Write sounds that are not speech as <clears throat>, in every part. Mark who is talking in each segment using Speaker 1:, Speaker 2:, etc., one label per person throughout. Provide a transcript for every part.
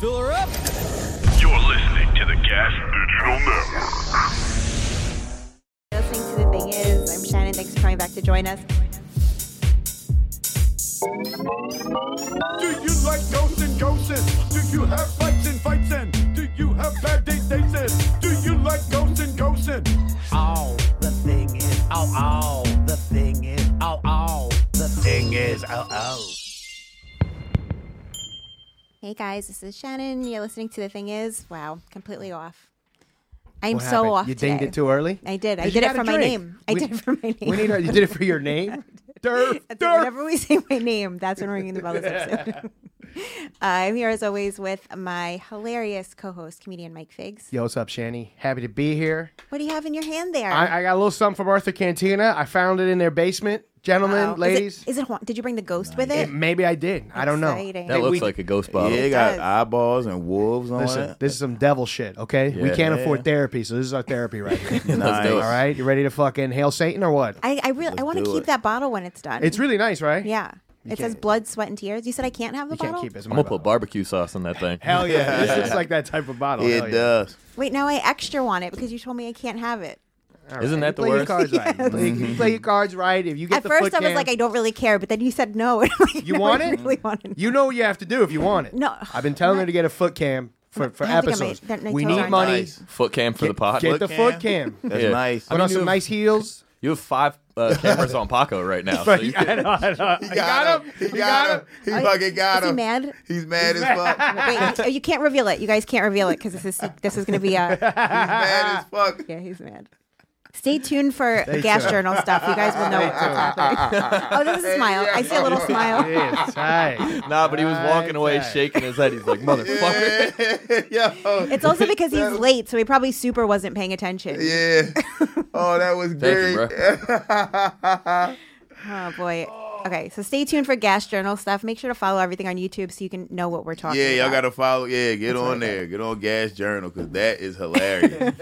Speaker 1: Fill her up.
Speaker 2: You're listening to the Gas Digital Network.
Speaker 3: listening to The Thing Is. I'm Shannon. Thanks for coming back to join us.
Speaker 4: Do you like ghosts and ghostes? Do you have fights and fights and? Do you have bad dates dates and? Do you like ghosts and ghosts and?
Speaker 1: All the thing is, oh, all the thing is, oh, all the thing is, oh, oh.
Speaker 3: Hey guys, this is Shannon. You're listening to The Thing Is. Wow, completely off. I'm
Speaker 5: What
Speaker 3: so
Speaker 5: happened?
Speaker 3: off.
Speaker 5: You dinged
Speaker 3: today.
Speaker 5: it too early.
Speaker 3: I did. I
Speaker 5: Because
Speaker 3: did
Speaker 5: you
Speaker 3: it
Speaker 5: got
Speaker 3: for
Speaker 5: a
Speaker 3: my
Speaker 5: drink.
Speaker 3: name. I
Speaker 5: We-
Speaker 3: did it for my name.
Speaker 5: <laughs> We need. You did it for your name. Durf,
Speaker 3: <laughs> That's it.
Speaker 5: durf.
Speaker 3: Whenever we say my name, that's when we're ringing the bell this
Speaker 5: <laughs>
Speaker 3: episode. <laughs> I'm here as always with my hilarious co-host, comedian Mike Figs.
Speaker 5: Yo, what's up, Shanny? Happy to be here.
Speaker 3: What do you have in your hand there?
Speaker 5: I, I got a little something from Arthur Cantina. I found it in their basement, gentlemen,
Speaker 3: Uh-oh. Oh, Is it-
Speaker 5: ladies.
Speaker 3: Is it, haun- Did you bring the ghost with it?
Speaker 5: Maybe I did. I don't know.
Speaker 3: Exciting.
Speaker 6: That
Speaker 3: Like
Speaker 6: looks
Speaker 5: we-
Speaker 6: like a ghost bottle.
Speaker 7: Yeah, it got
Speaker 3: does.
Speaker 7: eyeballs and wolves on
Speaker 5: Listen,
Speaker 7: it.
Speaker 5: this is some devil shit. Okay, we
Speaker 7: Yeah.
Speaker 5: can't
Speaker 7: Yeah,
Speaker 5: afford
Speaker 7: yeah.
Speaker 5: therapy, so this is our therapy right
Speaker 6: <laughs>
Speaker 5: here.
Speaker 7: Nice.
Speaker 6: do it.
Speaker 5: All right, you ready to fucking hail Satan or what?
Speaker 3: I, I really I want to
Speaker 7: do
Speaker 3: keep
Speaker 7: it.
Speaker 3: that bottle when it's done.
Speaker 5: It's really nice, right?
Speaker 3: yeah. It says
Speaker 5: can't-
Speaker 3: blood, sweat, and tears. You said I can't have the
Speaker 5: you
Speaker 3: bottle.
Speaker 5: can't keep it. It's
Speaker 6: I'm
Speaker 5: my
Speaker 6: gonna
Speaker 5: bottle.
Speaker 6: put barbecue sauce on that thing.
Speaker 5: Hell yeah, this looks like that type of bottle.
Speaker 7: It
Speaker 5: Hell yeah.
Speaker 7: does.
Speaker 3: Wait, now I extra want it because you told me I can't have it.
Speaker 6: Isn't that the
Speaker 5: play
Speaker 6: worst? Mm-hmm.
Speaker 5: your cards <laughs> right. You play, you play your cards right. If you get
Speaker 3: At
Speaker 5: the
Speaker 3: first,
Speaker 5: foot
Speaker 3: I was
Speaker 5: cam-
Speaker 3: like, I don't really care, but then you said no. <laughs> And I'm like,
Speaker 5: You
Speaker 3: no,
Speaker 5: want
Speaker 3: I
Speaker 5: it?
Speaker 3: Really want it.
Speaker 5: you know what you have to do if you want it.
Speaker 3: No.
Speaker 5: I've been telling her to get a foot cam for, for
Speaker 3: I don't think I'm
Speaker 5: episodes.
Speaker 3: a- that- no,
Speaker 5: we
Speaker 3: toes
Speaker 5: need
Speaker 3: aren't
Speaker 5: money.
Speaker 7: Nice.
Speaker 6: <laughs> Foot cam for the pot.
Speaker 5: Get
Speaker 6: Look,
Speaker 5: the foot cam.
Speaker 6: <laughs>
Speaker 7: That's
Speaker 6: Yeah.
Speaker 7: nice.
Speaker 5: Put on some
Speaker 6: you've-
Speaker 5: nice heels.
Speaker 6: you have five uh,
Speaker 5: <laughs>
Speaker 6: cameras on Paco right now. So you can,
Speaker 7: he got him.
Speaker 6: <laughs>
Speaker 7: He got him. He fucking got
Speaker 3: Is he
Speaker 7: him.
Speaker 3: mad?
Speaker 7: He's mad as fuck. He's
Speaker 3: Wait, you- you can't reveal it. You guys can't reveal it because this is this is going to be
Speaker 7: <laughs>
Speaker 3: a.
Speaker 7: mad as
Speaker 6: Ah.
Speaker 7: fuck. <laughs>
Speaker 3: Yeah, he's mad. Stay tuned for the gas journal stuff. You guys will know what's <laughs> happening. Oh, there's a smile. I see a little smile. <laughs>
Speaker 5: Yes, right.
Speaker 6: nah, but he was walking away
Speaker 5: Right.
Speaker 6: shaking his head. He's
Speaker 5: <laughs>
Speaker 6: like, motherfucker.
Speaker 7: Yo.
Speaker 3: It's also because he's late, so he probably super wasn't paying attention.
Speaker 7: Yeah. Oh, that was
Speaker 6: Thank you,
Speaker 7: great.
Speaker 6: bro.
Speaker 3: Oh boy. Okay, so stay tuned for gas journal stuff. Make sure to follow everything on YouTube so you can know what we're talking
Speaker 7: Yeah,
Speaker 3: about.
Speaker 7: y'all gotta follow. Yeah, get on there. Get on Gas Journal because that is
Speaker 6: <laughs>
Speaker 7: hilarious.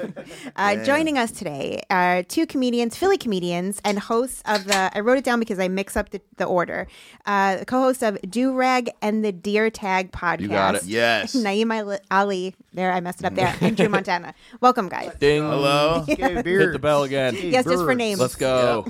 Speaker 3: Uh, joining us today are two comedians, Philly comedians, and hosts of the. I wrote it down because I mix up the, the order. Uh, co host of Do Rag and the Deer Tag podcast.
Speaker 6: You got it.
Speaker 3: <laughs>
Speaker 7: yes.
Speaker 3: Naeem Ali- Ali. There, I messed it up there.
Speaker 6: <laughs>
Speaker 3: And Drew Montana. Welcome, guys.
Speaker 6: Ding.
Speaker 7: Hello.
Speaker 6: Hit the bell again.
Speaker 3: Yes, just for names.
Speaker 6: Let's go.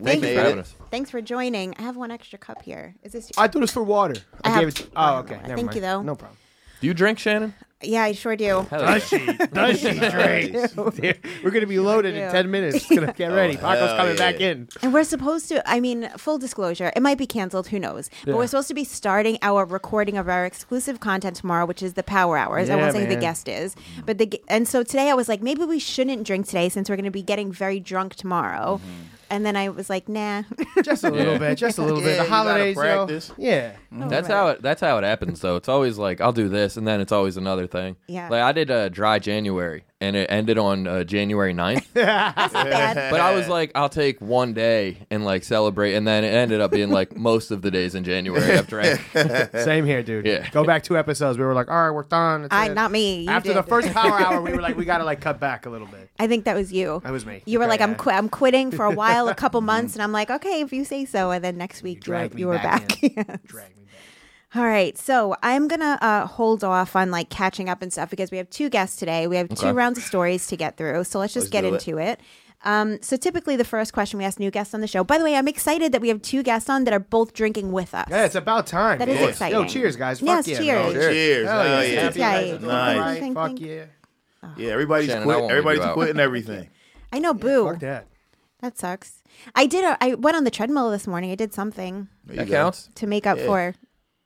Speaker 6: Thank you
Speaker 7: made
Speaker 6: for having
Speaker 7: it.
Speaker 6: us.
Speaker 3: Thanks for joining. I have one extra cup here. Is this.
Speaker 5: I thought it was for water. I,
Speaker 3: I have-
Speaker 5: gave it. To,
Speaker 3: I
Speaker 5: oh,
Speaker 3: don't
Speaker 5: okay.
Speaker 3: know.
Speaker 5: Never
Speaker 3: Thank
Speaker 5: mind.
Speaker 3: you, though.
Speaker 5: No problem.
Speaker 3: <laughs>
Speaker 6: Do you drink, Shannon?
Speaker 3: yeah, I sure do.
Speaker 6: Hell yeah.
Speaker 5: Does she drink? <laughs> We're gonna be loaded in
Speaker 3: do.
Speaker 5: ten minutes. Gonna
Speaker 3: <laughs>
Speaker 5: get ready. Paco's
Speaker 7: hell
Speaker 5: coming
Speaker 7: yeah.
Speaker 5: back in.
Speaker 3: And we're supposed to, I mean, full disclosure, it might be canceled, who knows? But we're supposed to be starting our recording of our exclusive content tomorrow, which is the Power Hours. I
Speaker 5: Yeah,
Speaker 3: won't say who the
Speaker 5: man.
Speaker 3: guest is. but the g- And so today I was like, maybe we shouldn't drink today since we're going to be getting very drunk tomorrow.
Speaker 5: Mm-hmm.
Speaker 3: And then I was like, nah. <laughs>
Speaker 5: Just a little bit. Just a <laughs> little
Speaker 7: Yeah,
Speaker 5: bit. The
Speaker 7: you gotta
Speaker 5: holidays, yo.
Speaker 7: practice.
Speaker 5: Yeah.
Speaker 6: <laughs> That's how it. That's how it happens, though. It's always like I'll do this, and then it's always another thing.
Speaker 3: Yeah.
Speaker 6: Like I did a dry January, and it ended on uh, January 9th.
Speaker 3: Bad.
Speaker 6: but I was like, I'll take one day and like celebrate, and then it ended up being like most of the days in January
Speaker 7: <laughs>
Speaker 6: after I.
Speaker 5: <laughs> Same here, dude.
Speaker 6: Yeah.
Speaker 5: Go back two episodes. We were like, all right, we're done. That's
Speaker 3: I,
Speaker 5: it.
Speaker 3: not me. You
Speaker 5: After the
Speaker 3: did. <laughs>
Speaker 5: first power hour, we were like, we gotta like cut back a little bit.
Speaker 3: I think that was you.
Speaker 5: That was me.
Speaker 3: You were
Speaker 5: Okay,
Speaker 3: like, I'm,
Speaker 5: yeah.
Speaker 3: qui- I'm quitting for a while, a
Speaker 5: <laughs>
Speaker 3: couple months. And I'm like, okay, if you say so. And then next week you, were,
Speaker 5: dragged me
Speaker 3: you were back. <laughs>
Speaker 5: back
Speaker 3: Yes.
Speaker 5: Drag me back.
Speaker 3: All right, so I'm gonna uh, hold off on like catching up and stuff because we have two guests today. We have two rounds of stories to get through, so let's just get
Speaker 7: do it.
Speaker 3: into it. Um, so typically, the first question we ask new guests on the show. By the way, I'm excited that we have two guests on that are both drinking with us.
Speaker 5: Yeah, it's about time.
Speaker 3: That
Speaker 5: That
Speaker 3: is
Speaker 5: is
Speaker 3: exciting.
Speaker 5: Yo, cheers, guys.
Speaker 3: Yes,
Speaker 5: Fuck yeah.
Speaker 3: cheers.
Speaker 5: Yo,
Speaker 7: Oh, Cheers.
Speaker 5: Hell
Speaker 7: Hell
Speaker 5: yeah.
Speaker 7: yeah.
Speaker 5: Happy you guys are doing
Speaker 7: Nice.
Speaker 5: right.
Speaker 3: Thank-
Speaker 5: Fuck
Speaker 3: thank-
Speaker 5: yeah.
Speaker 7: Yeah, everybody's
Speaker 6: Shannon, I won't
Speaker 7: quitting.
Speaker 6: leave you
Speaker 7: Everybody's
Speaker 6: out.
Speaker 7: quitting everything.
Speaker 3: I know, boo.
Speaker 5: Fuck that.
Speaker 3: That sucks. I did. A, I went on the treadmill this morning. I did something
Speaker 7: There you
Speaker 6: That
Speaker 7: go.
Speaker 6: counts.
Speaker 3: to make up for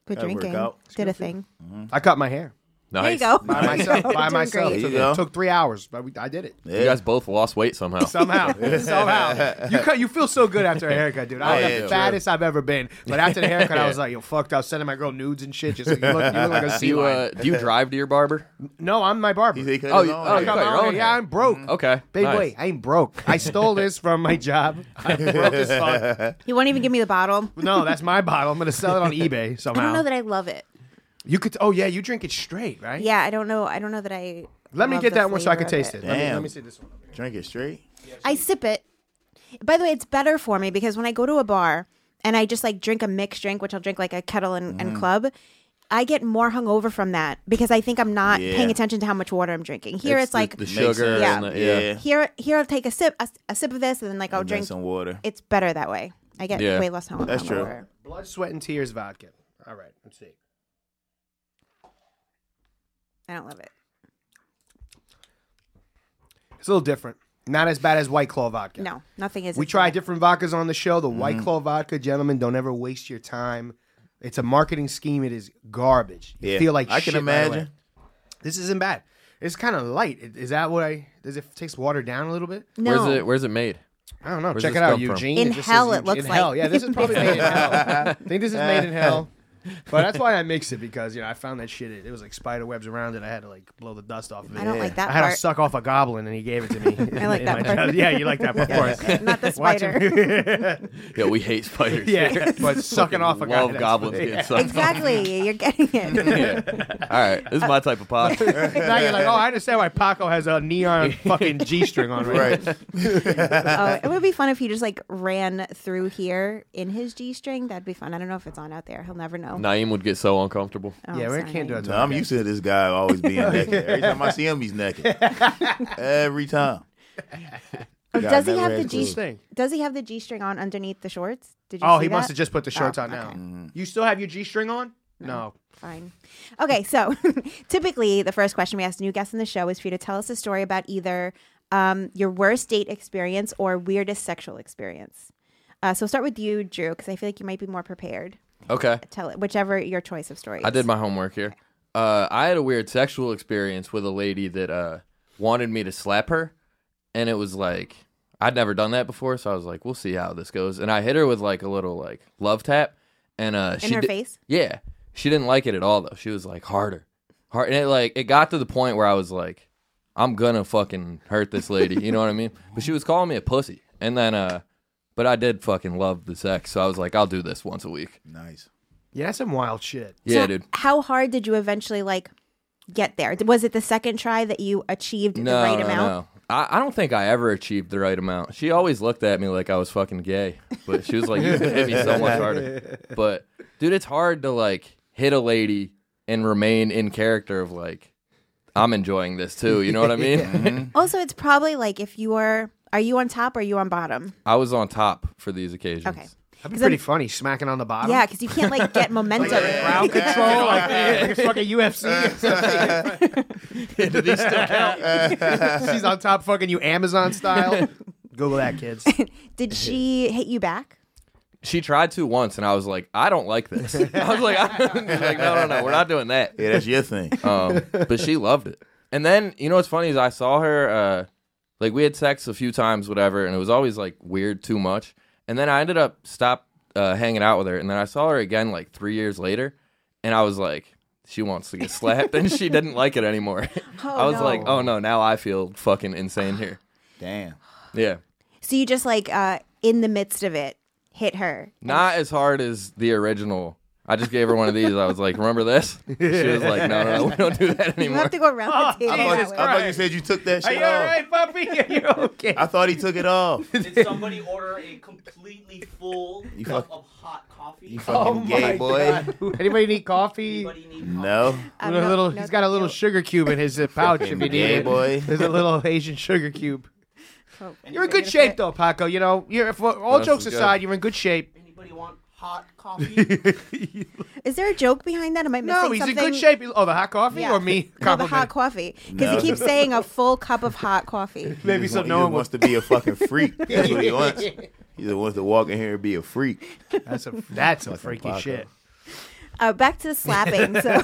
Speaker 3: for
Speaker 7: Gotta work
Speaker 3: drinking.
Speaker 7: out.
Speaker 3: Did a thing. <laughs>
Speaker 5: I cut my hair.
Speaker 6: Nice.
Speaker 3: There you go.
Speaker 5: by myself.
Speaker 3: Doing
Speaker 5: By
Speaker 3: great.
Speaker 5: myself.
Speaker 7: There you
Speaker 5: Took,
Speaker 7: go.
Speaker 5: took three hours, but we, I did it
Speaker 6: You guys both lost weight somehow.
Speaker 5: somehow. somehow. You cut, you feel so good after a haircut, dude.
Speaker 7: Oh,
Speaker 5: I'm
Speaker 7: yeah,
Speaker 5: the
Speaker 7: true.
Speaker 5: fattest I've ever been. But after the haircut, I was like, yo, fucked. I was sending my girl nudes and shit. Just like, you look, you look like a
Speaker 6: Do
Speaker 5: sea
Speaker 6: you,
Speaker 5: lion.
Speaker 6: uh, do you drive to your barber?
Speaker 5: No, I'm my barber.
Speaker 7: He said he cut
Speaker 6: Oh,
Speaker 7: his
Speaker 6: you-
Speaker 7: own
Speaker 6: oh,
Speaker 7: hair.
Speaker 6: you got your own
Speaker 5: Yeah,
Speaker 6: hair.
Speaker 5: I'm broke.
Speaker 3: Mm-hmm.
Speaker 6: Okay.
Speaker 5: Big
Speaker 6: nice.
Speaker 5: wait, I ain't broke. I stole this from my job.
Speaker 3: <laughs>
Speaker 5: I'm broke as fuck.
Speaker 3: You won't even give me the bottle.
Speaker 5: No, that's my bottle. I'm gonna sell
Speaker 3: <laughs>
Speaker 5: it on eBay
Speaker 3: I
Speaker 5: somehow.
Speaker 3: don't know that I love it.
Speaker 5: you could. Oh yeah, you drink it straight, right?
Speaker 3: Yeah, I don't know. I don't know that I.
Speaker 5: Let me
Speaker 3: love
Speaker 5: get
Speaker 3: the
Speaker 5: that one so I
Speaker 3: flavor
Speaker 5: can
Speaker 3: of
Speaker 5: taste it. Let me,
Speaker 7: Damn.
Speaker 5: let me see this one.
Speaker 7: Drink it straight.
Speaker 3: I sip it. By the way, it's better for me because when I go to a bar and I just like drink a mixed drink, which I'll drink like a kettle and, and club, I get more hungover from that because I think I'm not
Speaker 7: Yeah.
Speaker 3: paying attention to how much water I'm drinking. <laughs> Here it's,
Speaker 6: the-
Speaker 3: like
Speaker 6: the
Speaker 7: Makes
Speaker 6: sugar.
Speaker 7: sense.
Speaker 6: And the, yeah.
Speaker 7: Yeah.
Speaker 3: here here I'll take a sip a, a sip of this and then like I'll
Speaker 7: And then
Speaker 3: drink.
Speaker 7: some water.
Speaker 3: It's better that way. I get
Speaker 6: Yeah.
Speaker 3: way less hungover.
Speaker 7: That's true.
Speaker 5: Blood, sweat, and tears vodka. All right, let's see.
Speaker 3: I don't love it.
Speaker 5: It's a little different. Not as bad as White Claw vodka.
Speaker 3: No, nothing is.
Speaker 5: We
Speaker 3: as
Speaker 5: try
Speaker 3: bad.
Speaker 5: different vodkas on the show. The White Claw vodka, gentlemen, don't ever waste your time. It's a marketing scheme. It is garbage. You
Speaker 7: Yeah.
Speaker 5: feel like
Speaker 7: I
Speaker 5: shit
Speaker 7: can
Speaker 5: right away.
Speaker 7: imagine.
Speaker 5: This isn't bad. It's kind of light. I- Is that what I? Does it taste watered down a little bit?
Speaker 3: No.
Speaker 6: Where's it? Where's it made?
Speaker 5: I don't know.
Speaker 6: Where's
Speaker 5: Check
Speaker 6: this
Speaker 5: it out,
Speaker 6: come from?
Speaker 5: Eugene.
Speaker 3: In
Speaker 5: just
Speaker 3: hell, it
Speaker 5: Eugene-
Speaker 3: looks
Speaker 5: in hell.
Speaker 3: like.
Speaker 5: Yeah, this is
Speaker 3: <laughs>
Speaker 5: probably made in hell. I think this is made in hell. But that's why I mixed it because you know I found that shit. It, it was like spider webs around it. I had to like blow the dust off of it.
Speaker 3: I don't like that
Speaker 5: I had to
Speaker 3: part.
Speaker 5: suck off a goblin, and he gave it to
Speaker 3: <laughs>
Speaker 5: me.
Speaker 3: I like
Speaker 5: in
Speaker 3: that
Speaker 5: my
Speaker 3: part.
Speaker 5: childhood. Yeah, you
Speaker 3: <laughs>
Speaker 5: like that part, of course.
Speaker 3: Not the
Speaker 5: Watch <laughs>
Speaker 3: spider.
Speaker 5: it.
Speaker 6: Yeah, we hate spiders.
Speaker 5: Yeah, but <laughs> sucking off a guy.
Speaker 6: Love
Speaker 5: that's-
Speaker 6: goblins getting sucked off.
Speaker 3: exactly. You're getting it.
Speaker 6: Yeah. All right, this is my type of
Speaker 7: <laughs>
Speaker 6: pod.
Speaker 5: now you're like, oh, I understand why Paco has a neon fucking G string on right.
Speaker 6: <laughs>
Speaker 7: <laughs> Right.
Speaker 3: oh, it would be fun if he just like ran through here in his G string. That'd be fun. I don't know if it's on out there. He'll never know.
Speaker 6: Naeem would get so uncomfortable.
Speaker 3: Oh,
Speaker 5: Yeah, we
Speaker 3: sorry.
Speaker 5: can't do it.
Speaker 7: No, I'm used to this guy always being
Speaker 6: <laughs>
Speaker 7: naked. Every time I see him, he's naked. Every time.
Speaker 3: Oh,
Speaker 7: Yeah,
Speaker 3: does he
Speaker 7: never
Speaker 3: have
Speaker 7: had
Speaker 3: the
Speaker 7: a
Speaker 3: G
Speaker 7: clue.
Speaker 3: string?
Speaker 5: Thing.
Speaker 3: Does he have the G string on underneath the shorts? Did you
Speaker 5: Oh,
Speaker 3: see
Speaker 5: he
Speaker 3: that?
Speaker 5: must have just put the shorts
Speaker 3: Oh,
Speaker 5: on now.
Speaker 3: okay.
Speaker 5: You still have your G string on? No.
Speaker 3: Fine. Okay, so <laughs> typically the first question we ask new guests in the show is for you to tell us a story about either um, your worst date experience or weirdest sexual experience. Uh, so start with you, Drew, because I feel like you might be more prepared.
Speaker 6: Okay.
Speaker 3: Tell it, whichever your choice of story. Is.
Speaker 6: I did my homework here. Uh, I had a weird sexual experience with a lady that uh, wanted me to slap her, and it was like I'd never done that before, so I was like, "We'll see how this goes." And I hit her with like a little like love tap, and uh,
Speaker 3: In
Speaker 6: she
Speaker 3: her
Speaker 6: di-
Speaker 3: face?
Speaker 6: Yeah, she didn't like it at all though. She was like harder, hard, and it like it got to the point where I was like, "I'm gonna fucking hurt this lady," you know what
Speaker 3: <laughs>
Speaker 6: I mean? But she was calling me a pussy, and then uh, but I did fucking love the sex, so I was like, "I'll do this once a week."
Speaker 7: Nice.
Speaker 5: Yeah, that's some wild shit.
Speaker 6: Yeah,
Speaker 3: So
Speaker 6: dude.
Speaker 3: How hard did you eventually like get there? Was it the second try that you achieved the right amount?
Speaker 6: No. I, I don't think I ever achieved the right amount. She always looked at me like I was fucking gay, but she was like, "You hit me so much <laughs> harder." But dude, it's hard to like hit a lady and remain in character of like, I'm enjoying this too. You know what
Speaker 3: <laughs>
Speaker 6: I mean?
Speaker 3: Also, it's probably like if you are are you on top or are you on bottom?
Speaker 6: I was on top for these occasions.
Speaker 3: Okay.
Speaker 6: <laughs>
Speaker 5: That'd be
Speaker 3: 'Cause
Speaker 5: pretty
Speaker 3: I'm-
Speaker 5: funny, smacking on the bottom.
Speaker 3: Yeah, because you can't like
Speaker 5: <laughs>
Speaker 3: get momentum.
Speaker 5: Crowd control, like, like fucking UFC.
Speaker 6: Did these still count?
Speaker 5: <laughs> She's on top, fucking you
Speaker 3: <laughs>
Speaker 5: Amazon style. Google that, kids.
Speaker 3: <laughs> Did she hit you back?
Speaker 6: She tried to once, and I was like, "I don't like this." <laughs> I was like, I don't, like "No, no, no, we're not doing that."
Speaker 7: Yeah, that's
Speaker 6: <laughs>
Speaker 7: your thing.
Speaker 6: um, but she loved it. And then you know what's funny is I saw her uh, like we had sex a few times, whatever, and it was always like weird, too much. And then I ended up stop uh, hanging out with her, and then I saw her again like three years later, and I was like, she wants to get slapped, and
Speaker 3: <laughs>
Speaker 6: she didn't like it anymore. <laughs> I was
Speaker 3: no.
Speaker 6: like, oh no, now I feel fucking insane here.
Speaker 7: Damn.
Speaker 6: Yeah,
Speaker 3: So you just like uh in the midst of it hit her.
Speaker 6: not as hard as the original. I just gave her one of these. I was like, remember this? She was like, no, no, no, we don't do that
Speaker 3: You
Speaker 6: anymore.
Speaker 3: have to go around
Speaker 5: <laughs>
Speaker 3: the table.
Speaker 7: I thought,
Speaker 3: that way.
Speaker 7: I thought you said you took that shit off.
Speaker 5: puppy? <laughs> You're okay.
Speaker 7: I thought he took it
Speaker 5: <laughs>
Speaker 7: off. <laughs>
Speaker 8: Did somebody order a completely full
Speaker 7: You
Speaker 8: cup
Speaker 7: fuck-
Speaker 8: of hot coffee?
Speaker 7: You fucking
Speaker 5: Oh
Speaker 7: gay boy.
Speaker 5: Anybody need coffee?
Speaker 8: Anybody need coffee?
Speaker 7: No.
Speaker 3: I don't
Speaker 5: With a
Speaker 3: know-
Speaker 5: little,
Speaker 3: know
Speaker 5: he's
Speaker 3: that
Speaker 5: got a
Speaker 3: you-
Speaker 5: little sugar cube in his uh, pouch if you need
Speaker 7: Gay
Speaker 5: it.
Speaker 7: boy.
Speaker 5: There's a little <laughs> Asian sugar cube.
Speaker 3: Oh,
Speaker 5: You're in good shape though, Paco. You know, you're for all
Speaker 6: This
Speaker 5: jokes
Speaker 6: is good.
Speaker 5: aside, you're in good shape.
Speaker 8: Anybody want hot
Speaker 7: <laughs>
Speaker 8: coffee?
Speaker 3: Is there a joke behind that? Am I missing
Speaker 5: No, he's
Speaker 3: something?
Speaker 5: in good shape. Oh, the hot coffee
Speaker 3: Yeah.
Speaker 5: or me?
Speaker 3: <laughs> No, the hot
Speaker 5: Compliment.
Speaker 3: coffee. Because
Speaker 7: No.
Speaker 3: he keeps saying a full cup of hot
Speaker 5: <laughs>
Speaker 3: coffee.
Speaker 5: Maybe
Speaker 7: He just
Speaker 5: so
Speaker 7: want-
Speaker 5: no
Speaker 7: he
Speaker 5: one
Speaker 7: just wants to be a fucking
Speaker 5: <laughs>
Speaker 7: freak. That's what he wants. He just wants to walk in here and be a freak.
Speaker 5: That's a that's a freaky
Speaker 7: Paco.
Speaker 5: shit.
Speaker 3: Uh, back to slapping.
Speaker 5: <laughs>
Speaker 3: So,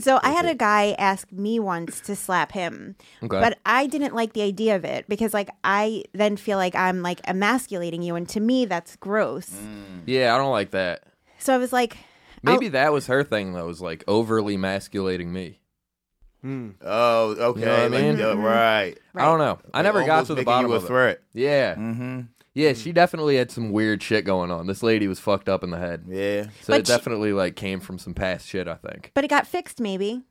Speaker 3: so I had a guy ask me once to slap him,
Speaker 6: Okay.
Speaker 3: but I didn't like the idea of it because, like, I then feel like I'm like emasculating you, and to me that's gross.
Speaker 5: Mm.
Speaker 6: Yeah, I don't like that.
Speaker 3: So I was like, I'll-
Speaker 6: Maybe that was her thing though, was like overly masculating me.
Speaker 7: Oh, okay.
Speaker 6: You know what I
Speaker 7: like,
Speaker 6: mean?
Speaker 7: yeah,
Speaker 5: Mm-hmm.
Speaker 7: right.
Speaker 3: Right.
Speaker 6: I don't know. I never
Speaker 7: Like,
Speaker 6: got
Speaker 7: almost
Speaker 6: to the
Speaker 7: making
Speaker 6: bottom
Speaker 7: you a
Speaker 6: of it.
Speaker 7: threat.
Speaker 6: Yeah,
Speaker 7: Mm-hmm.
Speaker 6: yeah. She definitely had some weird shit going on. This lady was fucked up in the head,
Speaker 7: Yeah.
Speaker 6: so
Speaker 3: But
Speaker 6: it
Speaker 3: she-
Speaker 6: definitely like came from some past shit. I think.
Speaker 3: but it got fixed, maybe.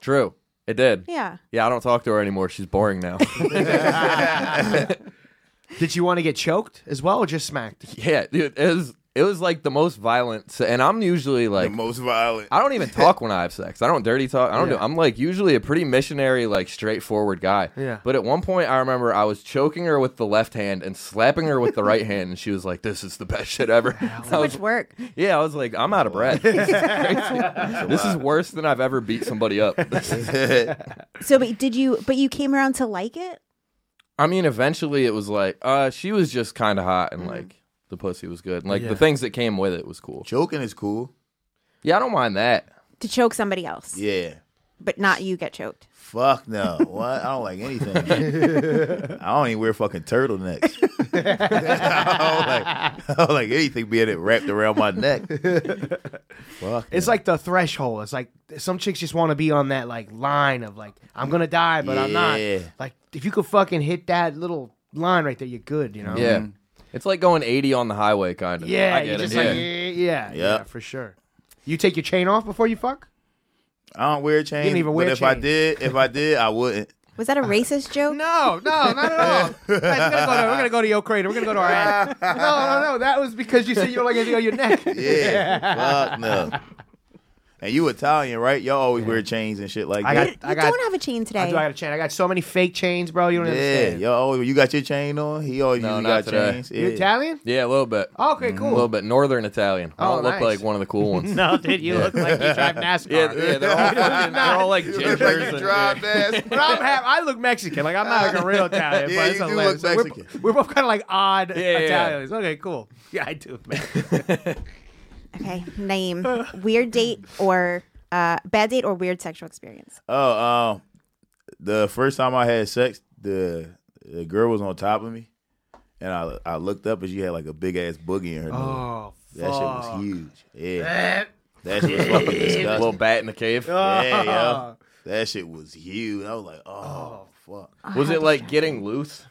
Speaker 6: True. It did.
Speaker 3: Yeah.
Speaker 6: Yeah, I don't talk to her anymore. She's boring now. <laughs>
Speaker 5: Did you want to get choked as well, or just smacked?
Speaker 6: yeah, dude. It was it was like the most violent, s- and I'm usually like
Speaker 7: the most violent.
Speaker 6: I don't even talk when I have sex. I don't dirty talk. I don't do. I'm like usually a pretty missionary, like straightforward guy.
Speaker 5: Yeah.
Speaker 6: But at one point, I remember I was choking her with the left hand and slapping her with the right hand, and she was like, "This is the best shit ever." <laughs> I
Speaker 3: So
Speaker 6: was-
Speaker 3: much work.
Speaker 6: yeah, I was like, "I'm out of
Speaker 5: <laughs>
Speaker 6: breath. this is crazy. This is worse than I've ever beat
Speaker 5: <laughs>
Speaker 6: somebody up."
Speaker 3: So, but did you? But you came around to like it.
Speaker 6: I mean, eventually, it was like, uh, she was just kind of hot,
Speaker 5: Mm.
Speaker 6: and like the pussy was good, and like the things that came with it was cool.
Speaker 7: Choking is cool.
Speaker 6: Yeah, I don't mind that.
Speaker 3: to choke somebody else,
Speaker 7: Yeah.
Speaker 3: but not you get choked.
Speaker 7: Fuck no. what? I don't
Speaker 5: <laughs>
Speaker 7: like anything. I don't even wear fucking turtlenecks. <laughs> I, don't like, I don't like anything being it wrapped around
Speaker 5: <laughs>
Speaker 7: my neck. Fuck.
Speaker 5: It's like the threshold. It's like some chicks just want to be on that like line of like I'm gonna die, but I'm not.
Speaker 7: Yeah.
Speaker 5: Like if you could fucking hit that little line right there, you're good. You know.
Speaker 6: Yeah. It's like going 80 on the highway, kind of.
Speaker 5: Yeah.
Speaker 6: I
Speaker 5: you're
Speaker 6: get it.
Speaker 5: just
Speaker 6: yeah.
Speaker 5: like yeah, yeah,
Speaker 7: Yeah.
Speaker 5: yeah, for sure. You take your chain off before you fuck.
Speaker 7: I don't wear a chain.
Speaker 5: didn't even wear
Speaker 7: but
Speaker 5: a
Speaker 7: if I
Speaker 5: chain.
Speaker 7: did, if I did,
Speaker 5: <laughs>
Speaker 7: I wouldn't.
Speaker 3: Was that a racist joke?
Speaker 5: No, no, not at
Speaker 7: <laughs>
Speaker 5: all. Guys, we're, gonna go to, we're gonna go to your crater. We're gonna go to our ad. No, no, no. That was because you said you were like anything on your neck.
Speaker 7: <laughs> Yeah. Fuck no. And you Italian, right? Y'all always wear chains and shit like
Speaker 5: I
Speaker 7: that.
Speaker 5: got,
Speaker 3: You
Speaker 5: I got,
Speaker 3: don't have a chain today.
Speaker 5: <laughs> I do. I got a chain. I got so many fake chains, bro. You <laughs> don't
Speaker 7: yeah,
Speaker 5: understand.
Speaker 7: y'all always. You got your chain on. He always
Speaker 6: No,
Speaker 7: usually
Speaker 6: not
Speaker 7: got
Speaker 6: today.
Speaker 7: chains.
Speaker 5: You
Speaker 7: Yeah.
Speaker 5: Italian?
Speaker 6: Yeah, a little bit.
Speaker 5: Okay, cool. <laughs>
Speaker 6: A little bit. Northern Italian. I
Speaker 5: Oh,
Speaker 6: don't
Speaker 5: nice.
Speaker 6: look like one of the cool ones.
Speaker 5: <laughs> No, dude, you look like you
Speaker 7: <laughs>
Speaker 5: drive NASCAR.
Speaker 6: Yeah, yeah, they're all, fucking, they're all like gingers. and-
Speaker 7: Drive ass.
Speaker 5: <laughs> But I'm half, I look Mexican. Like I'm not like a
Speaker 7: <laughs>
Speaker 5: real Italian.
Speaker 7: Yeah,
Speaker 5: but
Speaker 7: you
Speaker 5: it's
Speaker 7: do look
Speaker 5: hilarious. Like, we're-
Speaker 7: Mexican.
Speaker 5: We're, both kind of like odd
Speaker 6: yeah, yeah.
Speaker 5: Italians. Okay, cool. Yeah, I do.
Speaker 7: <laughs>
Speaker 5: Man.
Speaker 3: Okay, name weird date or uh, bad date or weird sexual experience.
Speaker 7: <laughs> Oh, um, the first time I had sex, the the girl was on top of me, and I I looked up and she had like a big ass boogie in her. nose.
Speaker 5: Oh,
Speaker 7: that shit was huge. Yeah,
Speaker 5: Eh,
Speaker 7: that
Speaker 5: <laughs>
Speaker 7: shit was fucking
Speaker 6: A little
Speaker 7: disgusting.
Speaker 6: bat in the cave.
Speaker 5: Oh,
Speaker 7: yeah,
Speaker 6: <laughs>
Speaker 7: yeah, that shit was huge. I was like, oh, fuck.
Speaker 6: Was it like getting loose?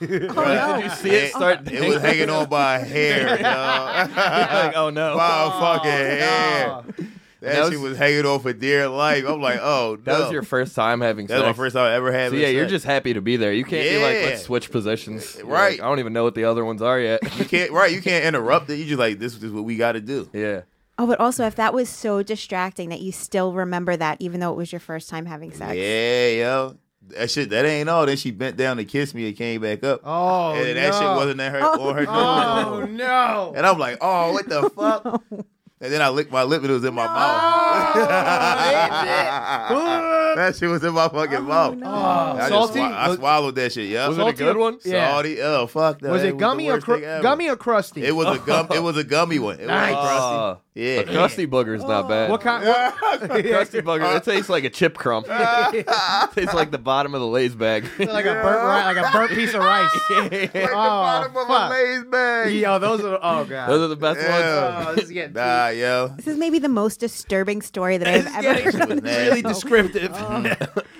Speaker 6: Did you see it
Speaker 7: Yeah,
Speaker 6: start?
Speaker 7: It was hanging on
Speaker 6: <laughs>
Speaker 7: by a hair, dog.
Speaker 6: like, oh no.
Speaker 7: By a fucking hair. That,
Speaker 6: That
Speaker 7: shit
Speaker 6: was-
Speaker 7: was hanging on for dear life. I'm like, oh,
Speaker 6: <laughs> That
Speaker 7: no.
Speaker 6: was your first time having
Speaker 7: That's
Speaker 6: sex.
Speaker 7: my first time I ever had.
Speaker 6: So yeah, you're
Speaker 7: sex.
Speaker 6: just happy to be there. You can't be like,
Speaker 7: Yeah. Eh,
Speaker 6: let's switch positions. You're
Speaker 7: Right.
Speaker 6: like, I don't even know what the other ones are yet. <laughs>
Speaker 7: you can't right. You can't interrupt it. You just like this is what we got to do.
Speaker 5: <laughs>
Speaker 6: yeah.
Speaker 3: Oh, but also if that was so distracting that you still remember that, even though it was your first time having sex.
Speaker 7: Yeah, yo. That shit, that ain't all. Then she bent down to kiss me and came back up.
Speaker 5: Oh,
Speaker 7: and then that
Speaker 5: no.
Speaker 7: shit wasn't in
Speaker 6: <laughs>
Speaker 7: her on her nose.
Speaker 5: Oh no.
Speaker 7: And I'm like, oh, what the
Speaker 5: <laughs>
Speaker 7: fuck? And then I licked my lip and it was in my mouth. <laughs> that shit was in my
Speaker 5: Oh,
Speaker 7: fucking mouth. I, just
Speaker 5: Salty?
Speaker 7: swa- I
Speaker 5: Was-
Speaker 7: swallowed that shit. Yeah,
Speaker 6: Was it a good
Speaker 7: <laughs>
Speaker 6: one?
Speaker 5: Yeah.
Speaker 7: Salty. Oh fuck. no,
Speaker 5: was
Speaker 7: that
Speaker 5: it gummy
Speaker 7: the
Speaker 5: or
Speaker 7: worst
Speaker 5: cru-
Speaker 7: thing ever.
Speaker 5: gummy or crusty?
Speaker 7: It
Speaker 5: <laughs>
Speaker 7: was a gum. It was a gummy one. It
Speaker 5: Nice.
Speaker 7: was
Speaker 6: Uh,
Speaker 7: like,
Speaker 6: a
Speaker 7: crusty. Yeah.
Speaker 6: crusty bugger's
Speaker 7: Oh.
Speaker 6: not bad.
Speaker 5: What kind? What,
Speaker 6: crusty
Speaker 5: <laughs>
Speaker 6: bugger? It tastes like a chip
Speaker 7: <laughs>
Speaker 6: crumb. <laughs> it tastes like the bottom of the Lay's bag.
Speaker 5: like a burnt rice, like a burnt piece of <laughs> rice. oh, fuck.
Speaker 7: Lay's bag.
Speaker 5: Yo, those are. Oh god.
Speaker 6: <laughs> Those are the best ones.
Speaker 7: Yeah.
Speaker 5: oh, this is getting
Speaker 7: Nah, yo.
Speaker 3: This is maybe the most disturbing story
Speaker 7: <laughs>
Speaker 3: that I've ever heard. on this
Speaker 7: nasty.
Speaker 3: show.
Speaker 5: descriptive.
Speaker 6: <laughs>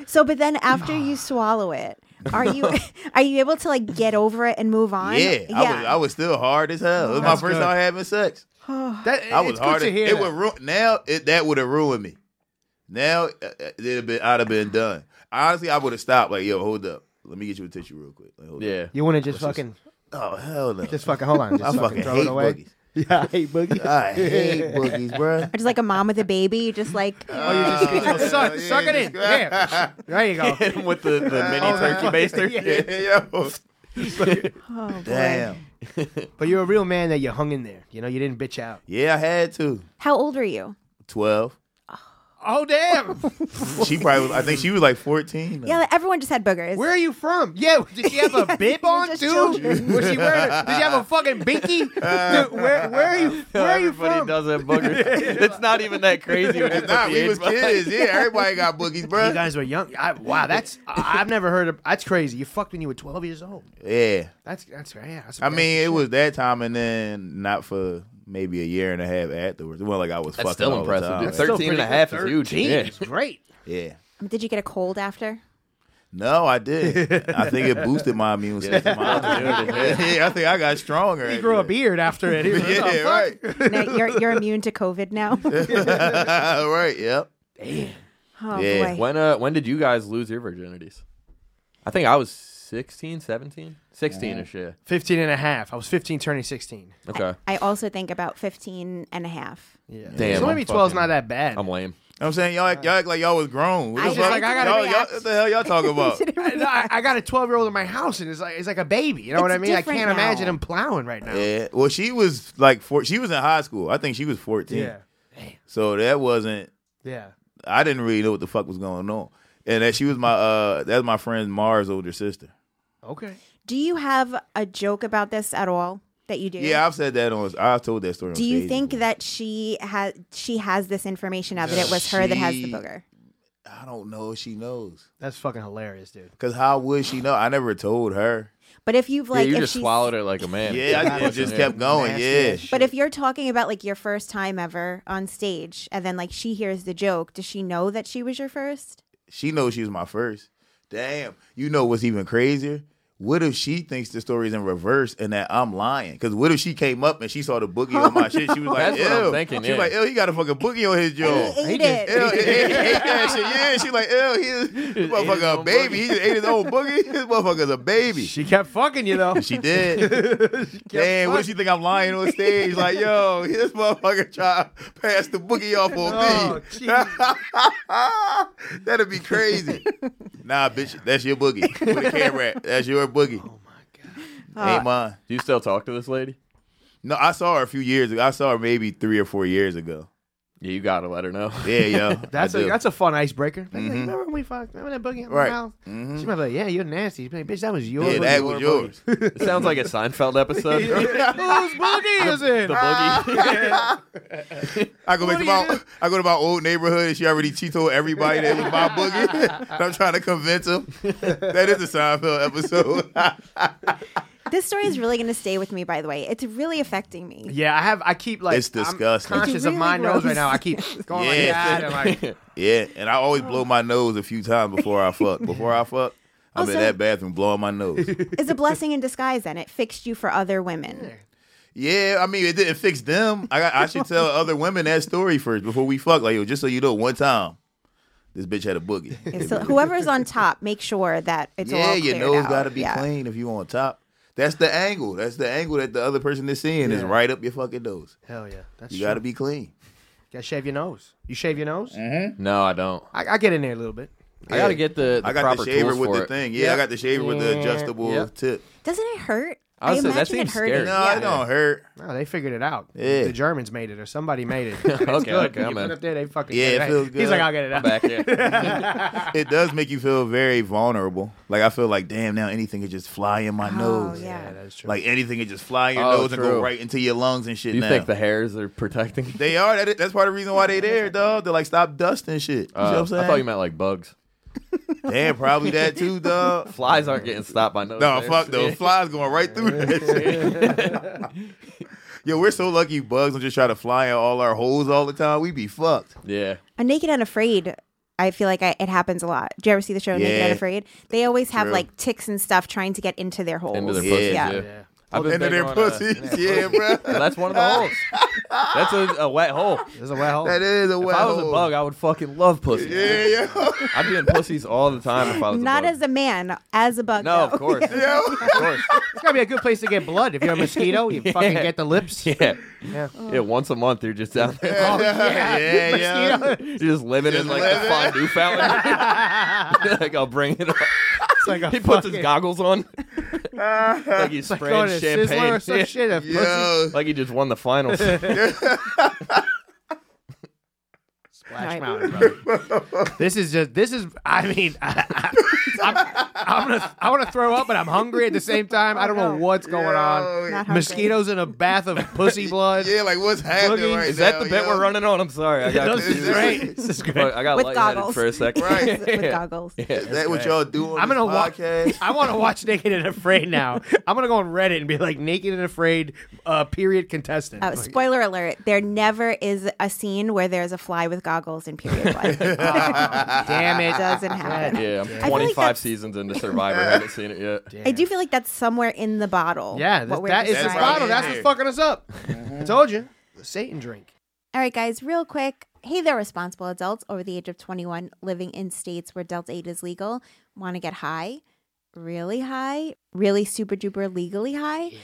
Speaker 3: So, but then after
Speaker 7: <sighs>
Speaker 3: you swallow it, are
Speaker 7: <laughs>
Speaker 3: you <laughs> are you able to like get over it and move on?
Speaker 7: Yeah, I was I was still hard as hell. It was my
Speaker 5: That's
Speaker 7: first
Speaker 5: good.
Speaker 7: time having sex.
Speaker 5: That,
Speaker 7: I was
Speaker 5: it's
Speaker 7: hard.
Speaker 5: Good to
Speaker 7: as-
Speaker 5: hear
Speaker 7: it
Speaker 5: that.
Speaker 7: would ru- now it, that would have ruined me. Now uh, uh, it'd have been I'd have been done. Honestly, I would have stopped. Like yo, hold up. Let me get you a tissue real quick. Like, hold
Speaker 6: Yeah.
Speaker 5: You want to just fucking,
Speaker 7: Up. Oh hell no.
Speaker 5: just fucking, hold on, just
Speaker 7: <laughs> I fucking
Speaker 5: throw it
Speaker 7: hate
Speaker 5: away.
Speaker 7: boogies.
Speaker 5: Yeah, <laughs> I hate boogie. <laughs>
Speaker 7: I hate boogies, bro.
Speaker 3: Or just like a mom with a baby, you just like
Speaker 5: oh, you just
Speaker 7: <laughs> Oh,
Speaker 5: oh, suck,
Speaker 7: <laughs> yeah,
Speaker 5: suck it
Speaker 7: just
Speaker 5: in.
Speaker 7: grab-
Speaker 5: Yeah, there you
Speaker 7: <laughs>
Speaker 5: go.
Speaker 6: Hit him <laughs> with the, the mini
Speaker 5: Oh,
Speaker 6: turkey
Speaker 5: man.
Speaker 6: baster.
Speaker 7: Yeah, yo.
Speaker 3: oh boy.
Speaker 7: <laughs> Damn.
Speaker 5: But you're a real man that you hung in there. You know, you didn't bitch out.
Speaker 7: Yeah, I had to.
Speaker 3: How old are you?
Speaker 7: Twelve.
Speaker 5: Oh damn!
Speaker 7: She probably, was, I think she was like 14.
Speaker 3: Yeah, everyone just had boogers.
Speaker 5: <laughs> Where are you from? Yeah, did she have <laughs> a bib on
Speaker 3: just
Speaker 5: too?
Speaker 3: children.
Speaker 5: Was she wearing? A, did she have a fucking
Speaker 7: <laughs>
Speaker 5: binky? Dude, where where are you? Where are you
Speaker 6: Everybody
Speaker 5: from?
Speaker 6: does have
Speaker 7: <laughs>
Speaker 6: boogers. it's not even that crazy when you put
Speaker 7: It's not.
Speaker 6: the
Speaker 7: We
Speaker 6: age
Speaker 7: was
Speaker 6: behind
Speaker 7: kids. Yeah, everybody got boogies,
Speaker 5: You
Speaker 7: bro.
Speaker 5: guys were young. I, wow, that's I, I've never heard of. That's crazy. You fucked when you were twelve years old.
Speaker 7: Yeah.
Speaker 5: That's that's yeah. That's
Speaker 7: I mean, it was that time and then not for maybe a year and a half afterwards. It wasn't like I
Speaker 6: That's
Speaker 7: was fucking
Speaker 6: still
Speaker 7: all the
Speaker 6: impressive,
Speaker 7: time.
Speaker 6: dude. 13 and a half is huge. Yeah.
Speaker 5: It's great.
Speaker 7: Yeah.
Speaker 3: Did you get a cold after?
Speaker 7: <laughs> No, I did. I think it boosted my
Speaker 6: <laughs>
Speaker 7: immune system. <laughs> yeah, I think I got stronger.
Speaker 5: <laughs> He grew a beard after it. He
Speaker 7: <laughs>
Speaker 5: was like, "Oh,
Speaker 7: Yeah,
Speaker 5: fuck."
Speaker 7: right.
Speaker 3: Now you're you're immune to COVID
Speaker 7: <laughs>
Speaker 3: now.
Speaker 7: right, yep.
Speaker 3: Oh
Speaker 7: Yeah,
Speaker 3: boy.
Speaker 6: When uh when did you guys lose your virginities? I think I was 16, 17? 16 ish, yeah.
Speaker 5: 15 and a half. I was 15 turning 16.
Speaker 6: Okay.
Speaker 3: I also think about 15 and a half.
Speaker 5: Yeah.
Speaker 6: Damn,
Speaker 5: So maybe
Speaker 6: I'm
Speaker 5: 12 is
Speaker 6: fucking-
Speaker 5: not that bad. <laughs>
Speaker 6: I'm lame.
Speaker 7: I'm saying y'all act, y'all act like y'all was grown. What
Speaker 3: I
Speaker 7: the
Speaker 3: just
Speaker 7: fuck?
Speaker 5: like, I gotta
Speaker 7: y'all, y'all,
Speaker 3: react.
Speaker 7: what the hell y'all
Speaker 5: <laughs>
Speaker 7: talking about?
Speaker 5: I, no, I- I got a 12 year old in my house and it's like it's like a baby. You know what
Speaker 3: It's
Speaker 5: I mean? I
Speaker 3: different
Speaker 5: can't
Speaker 3: now.
Speaker 5: imagine him plowing right now.
Speaker 7: yeah. Well, she was like four. She was in high school. I think she was 14.
Speaker 5: Yeah.
Speaker 7: So that wasn't.
Speaker 5: Yeah.
Speaker 7: I didn't really know what the fuck was going on. And that she was my uh that's my friend Mars' older sister.
Speaker 5: Okay.
Speaker 3: Do you have a joke about this at all that you do?
Speaker 7: Yeah, I've said that on. I've told that story. on
Speaker 3: Do you
Speaker 7: stage
Speaker 3: think
Speaker 7: before.
Speaker 3: that she has she has this information now that it was her that has the
Speaker 7: She-
Speaker 3: booger?
Speaker 7: I don't know if she knows?
Speaker 5: That's fucking hilarious, dude.
Speaker 7: Cause how would she know? I never told her.
Speaker 3: But if you've like
Speaker 6: yeah, you
Speaker 3: if
Speaker 6: just
Speaker 3: she's-
Speaker 6: swallowed it like a man.
Speaker 7: Yeah, I, it just
Speaker 6: <laughs>
Speaker 7: kept going.
Speaker 5: Nasty
Speaker 7: Yeah.
Speaker 5: as shit.
Speaker 3: But if you're talking about like your first time ever on stage, and then like she hears the joke, does she know that she was your first?
Speaker 7: She knows she was my first. Damn. You know what's even crazier? What if she thinks the story's in reverse and that I'm lying? Because what if she came up and she saw the boogie on
Speaker 3: <laughs>
Speaker 7: my shit? She was like,
Speaker 6: That's what I'm
Speaker 7: ew.
Speaker 6: thinking,
Speaker 7: She was
Speaker 6: yeah.
Speaker 7: like, ew, he got a fucking boogie on his jaw.
Speaker 3: he ate
Speaker 5: just-
Speaker 7: Ew,
Speaker 3: it.
Speaker 7: he- he- he ate that shit. Yeah, she like, ew, he
Speaker 6: <laughs>
Speaker 7: this
Speaker 6: his
Speaker 7: motherfucker a
Speaker 6: own
Speaker 7: baby.
Speaker 6: boogie.
Speaker 7: He just ate his own boogie. <laughs> This motherfucker's a baby.
Speaker 5: she kept fucking you
Speaker 7: <laughs>
Speaker 5: though.
Speaker 7: She did.
Speaker 5: <laughs>
Speaker 7: Damn, what if she think I'm lying on stage? Like, yo, <laughs> this motherfucker try to pass the boogie off on
Speaker 5: Oh,
Speaker 7: me.
Speaker 5: jeez. Oh,
Speaker 7: <laughs> That'd be
Speaker 5: <laughs>
Speaker 7: crazy. nah, bitch, that's your boogie. With a camera at. That's your boogie. Oh my
Speaker 5: Ah.
Speaker 7: god. Ain't mine.
Speaker 6: Do you still talk to this lady?
Speaker 7: No, I saw her a few years ago. I saw her maybe three or four years ago.
Speaker 6: Yeah, you gotta let her know.
Speaker 7: Yeah, yo.
Speaker 5: <laughs> That's
Speaker 7: I
Speaker 5: a
Speaker 7: do. Mm-hmm.
Speaker 5: that's a fun icebreaker. Like, like, remember when we fucked? Remember that boogie in my
Speaker 7: Right. Mm-hmm.
Speaker 5: mouth? She might be like, "Yeah, you're nasty." She'd be like, "Bitch, that was your
Speaker 7: yeah,
Speaker 5: boogie,
Speaker 7: that was
Speaker 5: your
Speaker 7: yours.
Speaker 6: <laughs> it sounds like a Seinfeld
Speaker 7: <laughs>
Speaker 5: <laughs>
Speaker 6: episode. <laughs>
Speaker 5: boogie." Whose boogie is it?
Speaker 6: the boogie.
Speaker 7: I go
Speaker 3: Oh,
Speaker 5: What
Speaker 7: back to
Speaker 5: do
Speaker 7: my I go to my old neighborhood and she already she told everybody that it
Speaker 3: <laughs>
Speaker 7: was my boogie. And <laughs> I'm trying to convince them. That is a Seinfeld episode. <laughs>
Speaker 3: This story is really going to stay with me. By the way, it's really affecting me.
Speaker 5: Yeah, I have. I keep like
Speaker 7: It's disgusting.
Speaker 5: I'm conscious
Speaker 3: It's
Speaker 5: of
Speaker 3: really
Speaker 5: my nose right
Speaker 3: gross.
Speaker 5: now. I keep going
Speaker 7: Yeah.
Speaker 5: like that and like
Speaker 7: yeah, and I always blow my nose a few times before I fuck. Before I fuck, I'm
Speaker 3: Also-
Speaker 7: in that bathroom blowing
Speaker 3: <laughs>
Speaker 7: my nose.
Speaker 3: It's a blessing in disguise. Then it fixed you for other women.
Speaker 7: Yeah, I mean, it didn't fix them. I got, I should tell other women that story first before we fuck. Like, yo, just so you know, one time, this bitch had a boogie.
Speaker 3: So whoever's on top, make sure that <laughs> it's
Speaker 7: yeah,
Speaker 3: all
Speaker 7: your
Speaker 3: cleared
Speaker 7: nose
Speaker 3: out.
Speaker 7: got to be
Speaker 3: Yeah.
Speaker 7: clean if you on top. That's the angle. That's the angle that the other person is seeing is right up your fucking nose.
Speaker 5: hell yeah. That's
Speaker 7: You got to be clean.
Speaker 5: gotta shave your nose. You shave your nose?
Speaker 6: no, I don't.
Speaker 5: I, I get in there a little bit.
Speaker 6: I gotta get the, the
Speaker 7: I got
Speaker 6: proper
Speaker 7: the shaver
Speaker 6: tools
Speaker 7: with
Speaker 6: for
Speaker 7: the
Speaker 6: it.
Speaker 7: thing. Yeah, I got the shaver with the adjustable
Speaker 6: Yeah.
Speaker 7: tip.
Speaker 3: Doesn't it hurt?
Speaker 6: I
Speaker 3: I
Speaker 6: would say
Speaker 3: imagine
Speaker 6: that
Speaker 3: it
Speaker 6: seems
Speaker 3: hurt.
Speaker 6: scary.
Speaker 7: No,
Speaker 3: yeah.
Speaker 7: it don't hurt.
Speaker 5: No, they figured it out.
Speaker 7: Yeah.
Speaker 5: The Germans made it or somebody made it. It's
Speaker 6: Okay,
Speaker 5: good.
Speaker 6: okay,
Speaker 5: You
Speaker 6: I'm
Speaker 5: put
Speaker 6: in.
Speaker 5: up there, they fucking
Speaker 7: Yeah,
Speaker 5: get
Speaker 7: it
Speaker 5: Hey,
Speaker 7: feels good.
Speaker 5: He's like, I'll get it out.
Speaker 6: Back
Speaker 7: <laughs>
Speaker 6: yeah.
Speaker 7: It does make you feel very vulnerable. Like I feel like, damn, now anything could just fly in my
Speaker 3: Oh
Speaker 7: nose.
Speaker 3: yeah.
Speaker 5: Yeah, that's true.
Speaker 7: Like anything could just fly in your
Speaker 6: Oh,
Speaker 7: nose and go
Speaker 6: true.
Speaker 7: right into your lungs and shit.
Speaker 6: Do you
Speaker 7: now.
Speaker 6: think the hairs are protecting?
Speaker 7: They are. That, that's part of the reason why they there, dog. They like stop dusting shit. You
Speaker 6: Uh,
Speaker 7: know what I'm
Speaker 6: I
Speaker 7: saying?
Speaker 6: thought you meant like bugs.
Speaker 7: Damn, probably
Speaker 6: <laughs>
Speaker 7: that too, dog.
Speaker 6: Flies aren't getting stopped by nose.
Speaker 7: No,
Speaker 6: hairs.
Speaker 7: fuck those flies going right
Speaker 6: <laughs>
Speaker 7: through that shit. <laughs> Yo, we're so lucky bugs don't just try to fly in all our holes all the time. We be fucked.
Speaker 6: Yeah.
Speaker 3: A Naked and Afraid. I feel like I, it happens a lot. Do you ever see the show Naked
Speaker 7: Yeah.
Speaker 3: and Afraid? They always have
Speaker 7: True.
Speaker 3: like ticks and stuff trying to get into their holes.
Speaker 6: Into their
Speaker 7: Yeah.
Speaker 6: pussies.
Speaker 3: Yeah.
Speaker 6: Yeah.
Speaker 5: Yeah.
Speaker 6: I've been
Speaker 7: Into
Speaker 6: big
Speaker 7: their
Speaker 6: on, uh,
Speaker 7: pussies. yeah, bro.
Speaker 6: Well, that's one of
Speaker 7: <laughs>
Speaker 6: the holes. That's a, a wet hole.
Speaker 5: There's a wet hole.
Speaker 7: That is a
Speaker 6: <laughs> If
Speaker 7: wet
Speaker 6: I was a
Speaker 7: hole.
Speaker 6: bug, I would fucking love pussy. <laughs>
Speaker 7: Yeah, yeah.
Speaker 6: I'd be in pussies all the time if I was
Speaker 3: Not
Speaker 6: a bug.
Speaker 3: as a man, as a bug.
Speaker 6: no,
Speaker 3: <laughs> though.
Speaker 6: of course.
Speaker 7: Yo.
Speaker 6: Of course.
Speaker 5: It's gotta be a good place to get blood. If you're a mosquito, you fucking get the lips. <laughs>
Speaker 6: Yeah.
Speaker 5: Yeah.
Speaker 6: Yeah, once a month you're just down there.
Speaker 7: yeah, yeah.
Speaker 6: <laughs> You're just living in
Speaker 7: Just
Speaker 6: like
Speaker 7: living.
Speaker 6: the fondue fountain. <laughs>
Speaker 7: <laughs>
Speaker 6: like I'll bring it up.
Speaker 5: It's like a
Speaker 6: <laughs> He puts his
Speaker 5: fucking- Uh-huh.
Speaker 6: goggles
Speaker 5: <laughs>
Speaker 6: on. like he's
Speaker 5: like going
Speaker 6: spraying
Speaker 5: to Sizzler
Speaker 6: champagne.
Speaker 5: or some
Speaker 6: <laughs> Yeah.
Speaker 5: shit. a pussy.
Speaker 7: Yo.
Speaker 5: <laughs>
Speaker 6: Like he just won the finals.
Speaker 5: Splash
Speaker 3: Right.
Speaker 5: Mountain, brother.
Speaker 7: <laughs>
Speaker 5: this is just. This is. I mean, <laughs> I, I, I'm, I'm gonna. I want to throw up, but I'm hungry at the same time. I don't know what's going on.
Speaker 3: Not hungry.
Speaker 5: Mosquitoes in a bath of
Speaker 7: <laughs>
Speaker 5: pussy blood.
Speaker 7: Yeah, like what's happening
Speaker 5: Boogie-
Speaker 7: right
Speaker 6: Is that
Speaker 7: now,
Speaker 6: the bit
Speaker 7: yo?
Speaker 6: we're running on? I'm sorry. I got
Speaker 5: This is great. This is great.
Speaker 6: I got
Speaker 3: With
Speaker 6: lightheaded
Speaker 3: goggles.
Speaker 6: for a second.
Speaker 7: Right.
Speaker 3: with goggles.
Speaker 7: Is that what y'all do on
Speaker 5: I'm
Speaker 7: this
Speaker 5: gonna watch.
Speaker 7: podcast?
Speaker 5: I want to watch Naked and Afraid now. I'm gonna go on Reddit and be like Naked and Afraid, uh, period contestant.
Speaker 3: Uh,
Speaker 5: Like,
Speaker 7: <laughs>
Speaker 3: spoiler alert: There never is a scene where there's a fly with goggles in period blood.
Speaker 7: <laughs>
Speaker 5: damn it.
Speaker 3: it doesn't happen.
Speaker 6: <laughs> Yeah,
Speaker 5: I
Speaker 6: I'm
Speaker 5: feel
Speaker 3: like
Speaker 6: 25
Speaker 3: that's-
Speaker 6: seasons into Survivor. I haven't seen it yet.
Speaker 3: I do feel like that's somewhere in the bottle.
Speaker 5: Yeah, this,
Speaker 3: what we're
Speaker 5: that is the
Speaker 3: describing.
Speaker 7: That's why
Speaker 5: bottle.
Speaker 7: we
Speaker 5: That's
Speaker 7: in
Speaker 5: what's
Speaker 7: here.
Speaker 5: fucking us up.
Speaker 7: Mm-hmm.
Speaker 5: I told you, the Satan drink.
Speaker 3: All right, guys, real quick. Hey there, responsible adults over the age of 21 living in states where Delta 8 is legal. Want to get high? Really high? Really super duper legally high? Yeah.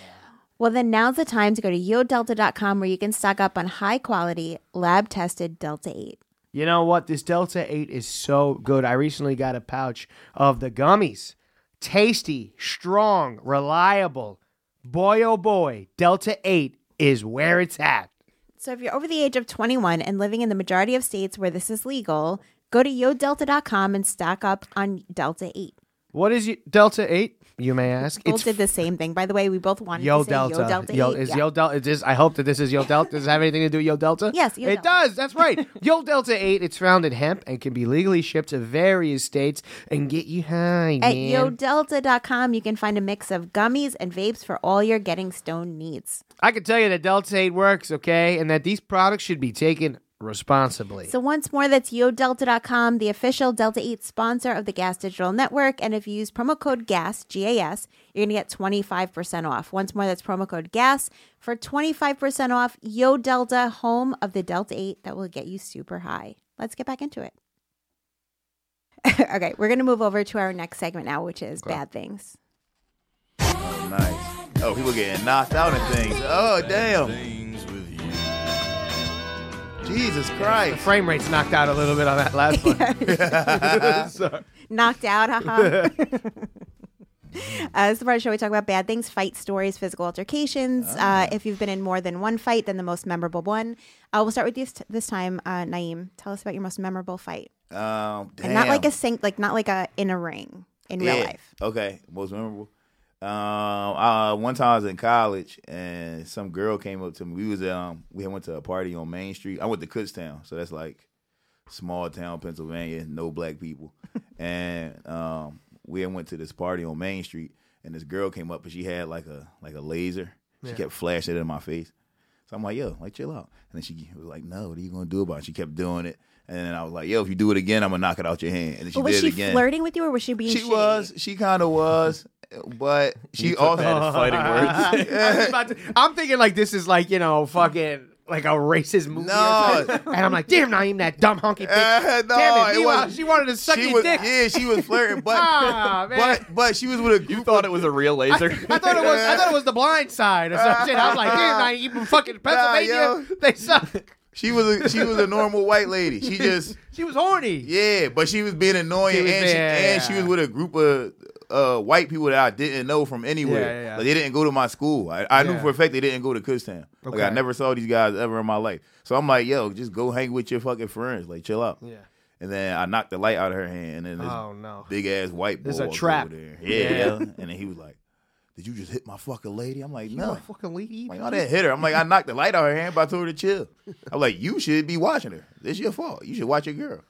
Speaker 3: Well, then now's the time to go to yodelta.com where you can stock up on high quality, lab tested Delta 8.
Speaker 5: You know what? This Delta 8 is so good. I recently got a pouch of the gummies. Tasty, strong, reliable. Boy, oh boy, Delta 8 is where it's at.
Speaker 3: So if you're over the age of 21 and living in the majority of states where this is legal, go to yodelta.com and stock up on Delta 8.
Speaker 5: What is y- Delta 8, you may ask?
Speaker 3: Both did the same thing. By the way, we both wanted
Speaker 5: Yo
Speaker 3: to say
Speaker 5: Delta.
Speaker 3: Yo Delta 8.
Speaker 5: Yo, is
Speaker 3: Yeah.
Speaker 5: Yo Delta. Is this, I hope that this is Yo Delta. Does it have anything to do with Yo Delta?
Speaker 3: Yes, Yo
Speaker 5: it
Speaker 3: Delta.
Speaker 5: does. That's right.
Speaker 3: <laughs>
Speaker 5: Yo Delta 8. It's found in hemp and can be legally shipped to various states and get you high.
Speaker 3: At
Speaker 5: man.
Speaker 3: yodelta.com, you can find a mix of gummies and vapes for all your getting stoned needs.
Speaker 5: I can tell you that Delta 8 works, okay, and that these products should be taken responsibly.
Speaker 3: So, once more, that's yodelta.com, the official Delta 8 sponsor of the Gas Digital Network. And if you use promo code GAS, G A S, you're going to get 25% off. Once more, that's promo code GAS for 25% off Yo Delta, home of the Delta 8 that will get you super high. Let's get back into it. <laughs> okay, we're going to move over to our next segment now, which is bad things.
Speaker 7: Nice. Oh, people getting knocked out and things. Oh, damn. Jesus Christ.
Speaker 5: Frame rate's knocked out a little bit on that last one. So-
Speaker 3: knocked
Speaker 5: <laughs>
Speaker 3: out. Haha. Uh, this is the part of the show we talk about bad things, fight stories, physical altercations.
Speaker 5: Ah.
Speaker 3: Uh, if you've been in more than one fight, then the most memorable one. Uh, we'll start with you this, this time, uh, Naeem. Tell us about your most memorable fight,
Speaker 7: Um, damn.
Speaker 3: and not like a sink, like not like a in a ring in real
Speaker 7: Yeah.
Speaker 3: life.
Speaker 7: Okay, most memorable. Um, uh, one time I was in college and some girl came up to me. We was um, we went to a party on Main Street. I went to Kutztown, so that's like small town Pennsylvania, no black
Speaker 3: <laughs>
Speaker 7: people. and um, we had went to this party on Main Street, and this girl came up and she had like a like a laser. She kept flashing it in my face. So I'm like, yo, like chill out. And then she was like, no, what are you gonna do about it? She kept doing it, and then I was like, yo, if you do it again, I'm gonna knock it out your hand. And then she
Speaker 3: But was
Speaker 7: did
Speaker 3: she
Speaker 7: it again
Speaker 3: flirting with you, or was she being?
Speaker 7: she
Speaker 3: shitty?
Speaker 7: was. She kind of was, but she also.
Speaker 6: fighting words.
Speaker 5: <laughs> I was about to- I'm thinking like this is like, you know, fucking like a racist movie. or
Speaker 7: No.
Speaker 5: something. And I'm like, damn, Naeem, that dumb hunky
Speaker 7: <laughs>
Speaker 5: bitch.
Speaker 7: Uh, no,
Speaker 5: damn it.
Speaker 7: it
Speaker 5: meanwhile,
Speaker 7: wasn't.
Speaker 5: she wanted to suck
Speaker 7: she
Speaker 5: your
Speaker 7: was,
Speaker 5: dick.
Speaker 7: yeah, she was flirting,
Speaker 5: <laughs>
Speaker 7: but
Speaker 5: Ah, man.
Speaker 7: but but she was with a group.
Speaker 6: You thought it was a real laser?
Speaker 5: I thought it was I thought it was the blind side or some shit. I was like,
Speaker 7: <laughs>
Speaker 5: damn, Naeem, from fucking Pennsylvania,
Speaker 7: yo.
Speaker 5: they suck.
Speaker 7: She was a, she was a normal white lady. She just
Speaker 5: She was horny.
Speaker 7: yeah, but she was being annoying,
Speaker 5: She was
Speaker 7: and, she,
Speaker 5: being-
Speaker 7: and she was with a group of. Uh, white people that I didn't know from anywhere.
Speaker 5: Yeah, yeah, yeah.
Speaker 7: Like, they didn't go to my school. I, I
Speaker 5: Yeah.
Speaker 7: knew for a fact they didn't go to Kutztown. Like I
Speaker 5: Okay.
Speaker 7: never saw these guys ever in my life. So I'm like, yo, just go hang with your fucking friends. Like chill out.
Speaker 5: Yeah.
Speaker 7: And then I knocked the light out of her hand, and then this
Speaker 5: Oh no.
Speaker 7: big ass white boy.
Speaker 5: This is a
Speaker 7: walks
Speaker 5: trap.
Speaker 7: Over there. Yeah, yeah. And then he was like, "Did you just hit my fucking lady?" I'm like, "No."
Speaker 5: Fucking lady.
Speaker 7: I'm like, "No, I didn't hit her." I'm like, "I knocked the light out of her hand, but I told her to chill." I'm like, "You should be watching her. It's your fault. You should watch your girl."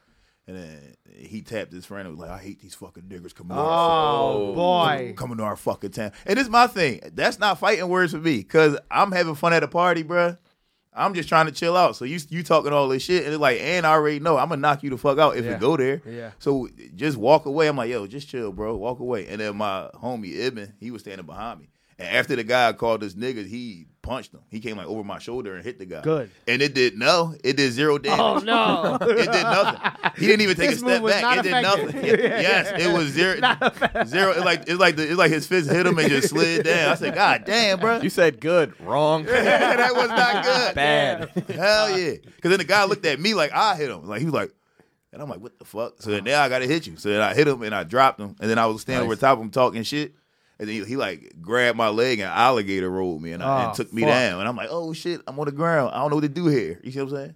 Speaker 7: And then he tapped his friend and was like, "I hate these fucking niggers coming to our
Speaker 5: Oh boy.
Speaker 7: coming to our fucking town." And this is my thing. That's not fighting words for me because I'm having fun at a party, bruh. I'm just trying to chill out. So you you talking all this shit, and it's like, and I already know I'm gonna knock you the fuck out if
Speaker 5: Yeah.
Speaker 7: it go there.
Speaker 5: Yeah.
Speaker 7: So just walk away. I'm like, yo, just chill, bro. Walk away. And then my homie Ibn, he was standing behind me. And after the guy called us niggas, he punched him. He came like over my shoulder and hit the guy.
Speaker 5: Good.
Speaker 7: And it did no, it did zero damage.
Speaker 5: Oh no.
Speaker 7: <laughs> It did nothing. He didn't even take
Speaker 5: This
Speaker 7: a
Speaker 5: move
Speaker 7: step
Speaker 5: was
Speaker 7: back.
Speaker 5: not
Speaker 7: it did
Speaker 5: effective.
Speaker 7: nothing. yes, it was zero, zero. It's like it's like the, it's like his fist hit him and just slid down. I said, God damn,
Speaker 6: <laughs>
Speaker 7: bro.
Speaker 6: you said good, wrong,
Speaker 7: <laughs> that was not good.
Speaker 6: bad.
Speaker 7: <laughs> Hell yeah. Because then the guy looked at me like I hit him. Like he was like, and I'm like, what the fuck? So then now I gotta hit you. So then I hit him and I dropped him. And then I was standing over top of him talking shit. And then he, he like grabbed my leg and alligator rolled me and, I,
Speaker 5: Oh,
Speaker 7: and took me
Speaker 5: fuck.
Speaker 7: down. And I'm like, oh shit, I'm on the ground. I don't know what to do here. You see what I'm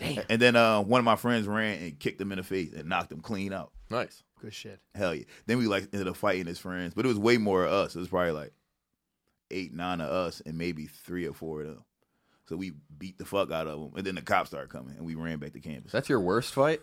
Speaker 7: saying? And then uh, one of my friends ran and kicked him in the face and knocked him clean out.
Speaker 6: Nice.
Speaker 5: Good shit.
Speaker 7: Hell yeah. Then we like ended up fighting as friends, but it was way more of us. It was probably like eight, nine of us, and maybe three or four of them. So we beat the fuck out of them, and then the cops started coming, and we ran back to campus.
Speaker 6: That's your worst fight?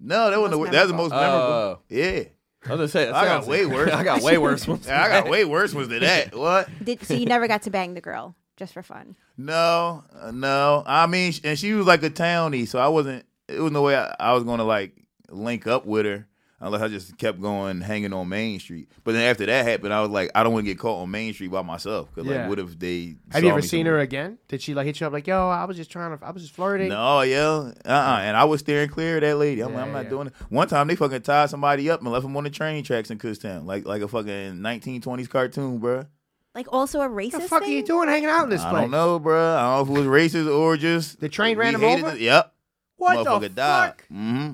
Speaker 7: No, that wasn't. The,
Speaker 3: Most
Speaker 7: that was the most
Speaker 3: memorable.
Speaker 7: memorable.
Speaker 6: Oh.
Speaker 7: yeah,
Speaker 6: I was gonna say that
Speaker 7: I got
Speaker 6: sounds- <laughs>
Speaker 7: way worse.
Speaker 6: I got way worse ones.
Speaker 7: I got way worse ones than that. What?
Speaker 3: Did, so you never got to bang the girl just for fun.
Speaker 7: No, uh, no. I mean, sh- and she was like a townie, so I wasn't. It was no way I, I was going to like link up with her unless I just kept going hanging on Main Street. But then after that happened, I was like, I don't want to get caught on Main Street by myself because
Speaker 5: Yeah.
Speaker 7: like, what if they?
Speaker 5: Have
Speaker 7: saw
Speaker 5: you ever
Speaker 7: me
Speaker 5: seen
Speaker 7: somewhere?
Speaker 5: her again? Did she like hit you up like, yo, I was just trying to, I was just flirting?
Speaker 7: No, yo, uh, uh and I was steering clear of that lady. I'm,
Speaker 5: Yeah,
Speaker 7: like, I'm not
Speaker 5: yeah.
Speaker 7: doing it. One time they fucking tied somebody up and left them on the train tracks in Kutztown, like like a fucking 1920s cartoon, bruh.
Speaker 3: Like also a racist
Speaker 5: What the fuck are
Speaker 3: thing?
Speaker 5: you doing hanging out in this
Speaker 7: I
Speaker 5: place?
Speaker 7: don't know, bruh. I don't know if it was racist or just
Speaker 5: The train
Speaker 7: we
Speaker 5: ran 'em
Speaker 7: hated
Speaker 5: over?
Speaker 7: it. Yep,
Speaker 5: What the
Speaker 7: motherfucker
Speaker 5: fuck?
Speaker 7: died. hmm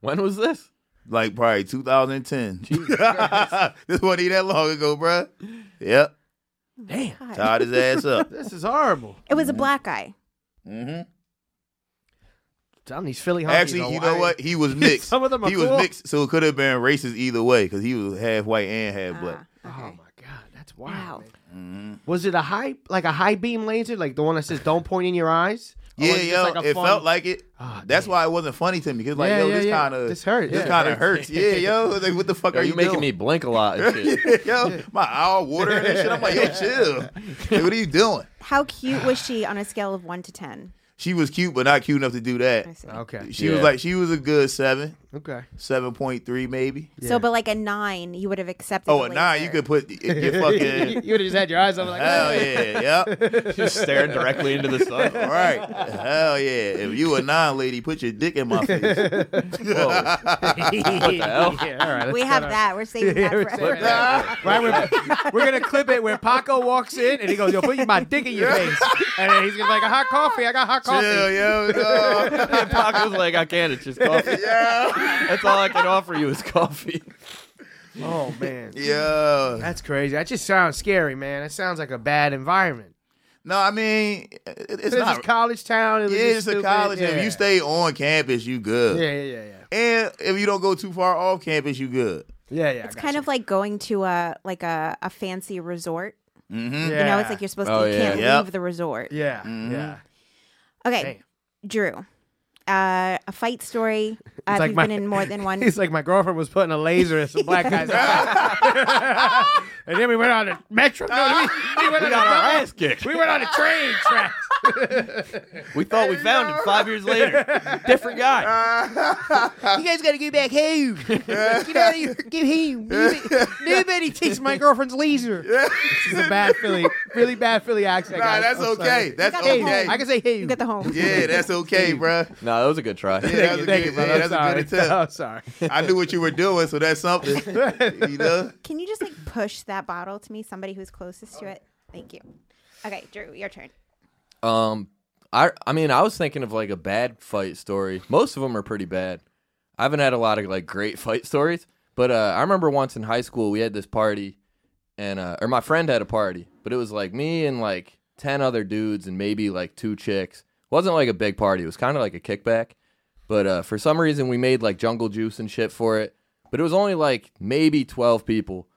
Speaker 6: When was this?
Speaker 7: Like probably 2010. <laughs> this wasn't even that long ago, bruh. Yep,
Speaker 5: Damn.
Speaker 3: Oh
Speaker 5: Mm-hmm.
Speaker 3: God.
Speaker 7: tied his
Speaker 5: <laughs>
Speaker 7: ass up.
Speaker 5: This is horrible.
Speaker 3: It was a black guy.
Speaker 7: hmm
Speaker 5: Damn, these Philly hunkies
Speaker 7: Actually,
Speaker 5: are
Speaker 7: you know
Speaker 5: wild.
Speaker 7: what?
Speaker 5: <laughs>
Speaker 7: He was mixed.
Speaker 5: Some of them are
Speaker 7: he
Speaker 5: cool.
Speaker 7: was mixed, so it could have been racist either way because he was half white and half black.
Speaker 3: Ah, okay.
Speaker 5: Oh my god, that's
Speaker 3: Wow.
Speaker 5: wild. man.
Speaker 7: Mhm.
Speaker 5: Was it a high, like a high beam laser, like the one that says "Don't point in your eyes"? Or
Speaker 7: Yeah,
Speaker 5: was just
Speaker 7: yo,
Speaker 5: like a
Speaker 7: it
Speaker 5: fun-
Speaker 7: felt like it.
Speaker 5: Ah,
Speaker 7: That's
Speaker 5: damn.
Speaker 7: why it wasn't funny to me because like,
Speaker 5: Yeah,
Speaker 7: yo,
Speaker 5: yeah,
Speaker 7: this
Speaker 5: yeah.
Speaker 7: kind of
Speaker 5: This hurts.
Speaker 7: This
Speaker 5: Yeah. <laughs>
Speaker 7: kind of hurts. Yeah, yo, like what the fuck
Speaker 6: Yo,
Speaker 7: are
Speaker 6: you,
Speaker 7: you
Speaker 6: making
Speaker 7: doing?
Speaker 6: me blink a lot
Speaker 5: <laughs>
Speaker 6: and shit.
Speaker 7: <laughs> yo, my eye watering and shit. I'm like, yo, chill. Like, what are you doing?
Speaker 3: How cute was she on a scale of one to ten?
Speaker 7: She was cute, but not cute enough to do that.
Speaker 3: I see.
Speaker 5: Okay.
Speaker 7: She
Speaker 6: Yeah.
Speaker 7: was like, she was a good seven,
Speaker 5: Okay.
Speaker 7: seven point three maybe.
Speaker 5: Yeah.
Speaker 3: So, but like a nine, you would have accepted. the
Speaker 7: Oh, a nine, you
Speaker 3: laser.
Speaker 7: could put your fucking.
Speaker 5: you would have just had your eyes. on <laughs> like,
Speaker 7: <laughs> Hell yeah, yep.
Speaker 6: Just staring directly into
Speaker 5: <laughs>
Speaker 6: the sun.
Speaker 7: All right. Hell yeah. If you a nine lady, put your dick in my face.
Speaker 6: What the hell?
Speaker 5: <laughs> yeah, all right.
Speaker 3: We have that. We're saving that
Speaker 5: <laughs> we're
Speaker 3: forever.
Speaker 5: saving that. Right, we're, we're gonna clip it where Paco walks in and he goes, "Yo, put my dick in your face," and then he's gonna be like, "A hot coffee, I got hot <laughs> coffee."
Speaker 7: Chill, yo.
Speaker 5: <laughs>
Speaker 7: dog.
Speaker 6: And <laughs> Paco's like, I can't. It's just coffee. <laughs> That's all I can offer you is coffee.
Speaker 5: Oh man,
Speaker 7: Yo.
Speaker 5: that's crazy. That just sounds scary, man. That sounds like a bad environment.
Speaker 7: No, I mean, it- it's
Speaker 5: It's this
Speaker 7: not.
Speaker 5: is college town. It was
Speaker 7: yeah,
Speaker 5: just
Speaker 7: it's a
Speaker 5: stupid.
Speaker 7: college.
Speaker 5: Yeah.
Speaker 7: and If you stay on campus, you good.
Speaker 5: Yeah, yeah, yeah, yeah,
Speaker 7: And if you don't go too far off campus, you good.
Speaker 5: yeah. yeah
Speaker 3: It's kind of like going to a like a, a fancy resort.
Speaker 7: Mm-hmm.
Speaker 5: yeah.
Speaker 3: You know, it's like you're supposed
Speaker 6: Oh,
Speaker 3: to you
Speaker 6: yeah.
Speaker 3: can't
Speaker 7: Yep.
Speaker 3: leave the resort.
Speaker 5: yeah,
Speaker 7: Mhm.
Speaker 5: yeah.
Speaker 3: Okay,
Speaker 5: Damn.
Speaker 3: Drew, uh, a fight story. Uh,
Speaker 5: like
Speaker 3: if you've
Speaker 5: my-
Speaker 3: been in more
Speaker 5: <laughs>
Speaker 3: than one.
Speaker 5: It's like my girlfriend was putting a laser in some black guy's
Speaker 7: <laughs>
Speaker 5: eye. <laughs> and then we went on a metro. No, I mean, we, went on a bus. <laughs>
Speaker 6: kicked.
Speaker 5: We went on a train track.
Speaker 6: We thought we found him five years later. Different guy.
Speaker 5: you guys got to get back
Speaker 7: <laughs>
Speaker 5: home. get out of here. Get home. Nobody, nobody takes my girlfriend's
Speaker 7: <laughs>
Speaker 5: laser. this is a bad Philly, really bad Philly accent.
Speaker 7: Nah,
Speaker 5: guys.
Speaker 7: that's
Speaker 5: I'm sorry.
Speaker 7: okay. That's
Speaker 3: got the
Speaker 5: Hey,
Speaker 3: whole-
Speaker 7: okay.
Speaker 5: I can say hey.
Speaker 3: you get the home.
Speaker 7: yeah,
Speaker 5: <laughs>
Speaker 7: that's okay, bruh.
Speaker 6: No, that was a good try.
Speaker 7: Yeah, that was a
Speaker 5: Thank you,
Speaker 7: good,
Speaker 5: brother.
Speaker 7: yeah,
Speaker 5: I'm
Speaker 7: that's
Speaker 5: sorry.
Speaker 7: a good
Speaker 5: <laughs>
Speaker 7: attempt.
Speaker 5: I'm sorry.
Speaker 7: I knew what you were doing, so
Speaker 5: <laughs>
Speaker 7: that's something. you know?
Speaker 3: Can you just like push that bottle to me? Somebody who's closest to it. Thank you. Okay, Drew, your turn.
Speaker 6: Um, I I mean, I was thinking of like a bad fight story. Most of them are pretty bad. I haven't had a lot of like great <laughs> fight stories, but uh, I remember once in high school we had this party, and uh, or my friend had a party, but it was like me and like ten other dudes and maybe like two chicks. wasn't like a big party. It was kind of like a kickback, but uh, for some reason we made like jungle juice and shit for it. But it was only like maybe twelve people,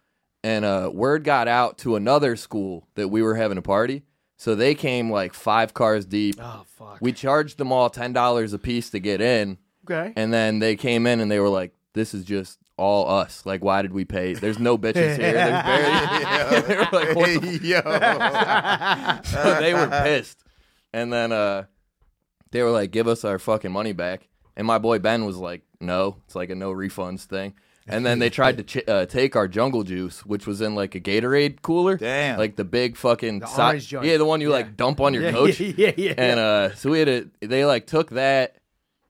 Speaker 6: and uh, word got out to another school that we were having a party. So they came like five cars deep.
Speaker 5: Oh fuck.
Speaker 6: We charged them all ten dollars a piece to get in,
Speaker 5: okay.
Speaker 6: and then they came in and they were like, "This is just all us. Like, why did we pay? There's no bitches here. There's barely." <laughs>
Speaker 5: <laughs>
Speaker 6: they were like,
Speaker 7: <laughs>
Speaker 6: "What the
Speaker 7: yo.
Speaker 6: so <laughs> they were pissed. And then uh, they were like, give us our fucking money back. And my boy Ben was like, no, it's like a no refunds thing. And then they tried to ch- uh, take our jungle juice, which was in like a Gatorade cooler.
Speaker 7: Damn.
Speaker 6: Like the big fucking
Speaker 5: The
Speaker 6: si-
Speaker 5: orange joint.
Speaker 6: Yeah, the one you like dump on your coach.
Speaker 5: Yeah, <laughs> yeah, yeah.
Speaker 6: And uh, so we had a, they like took that,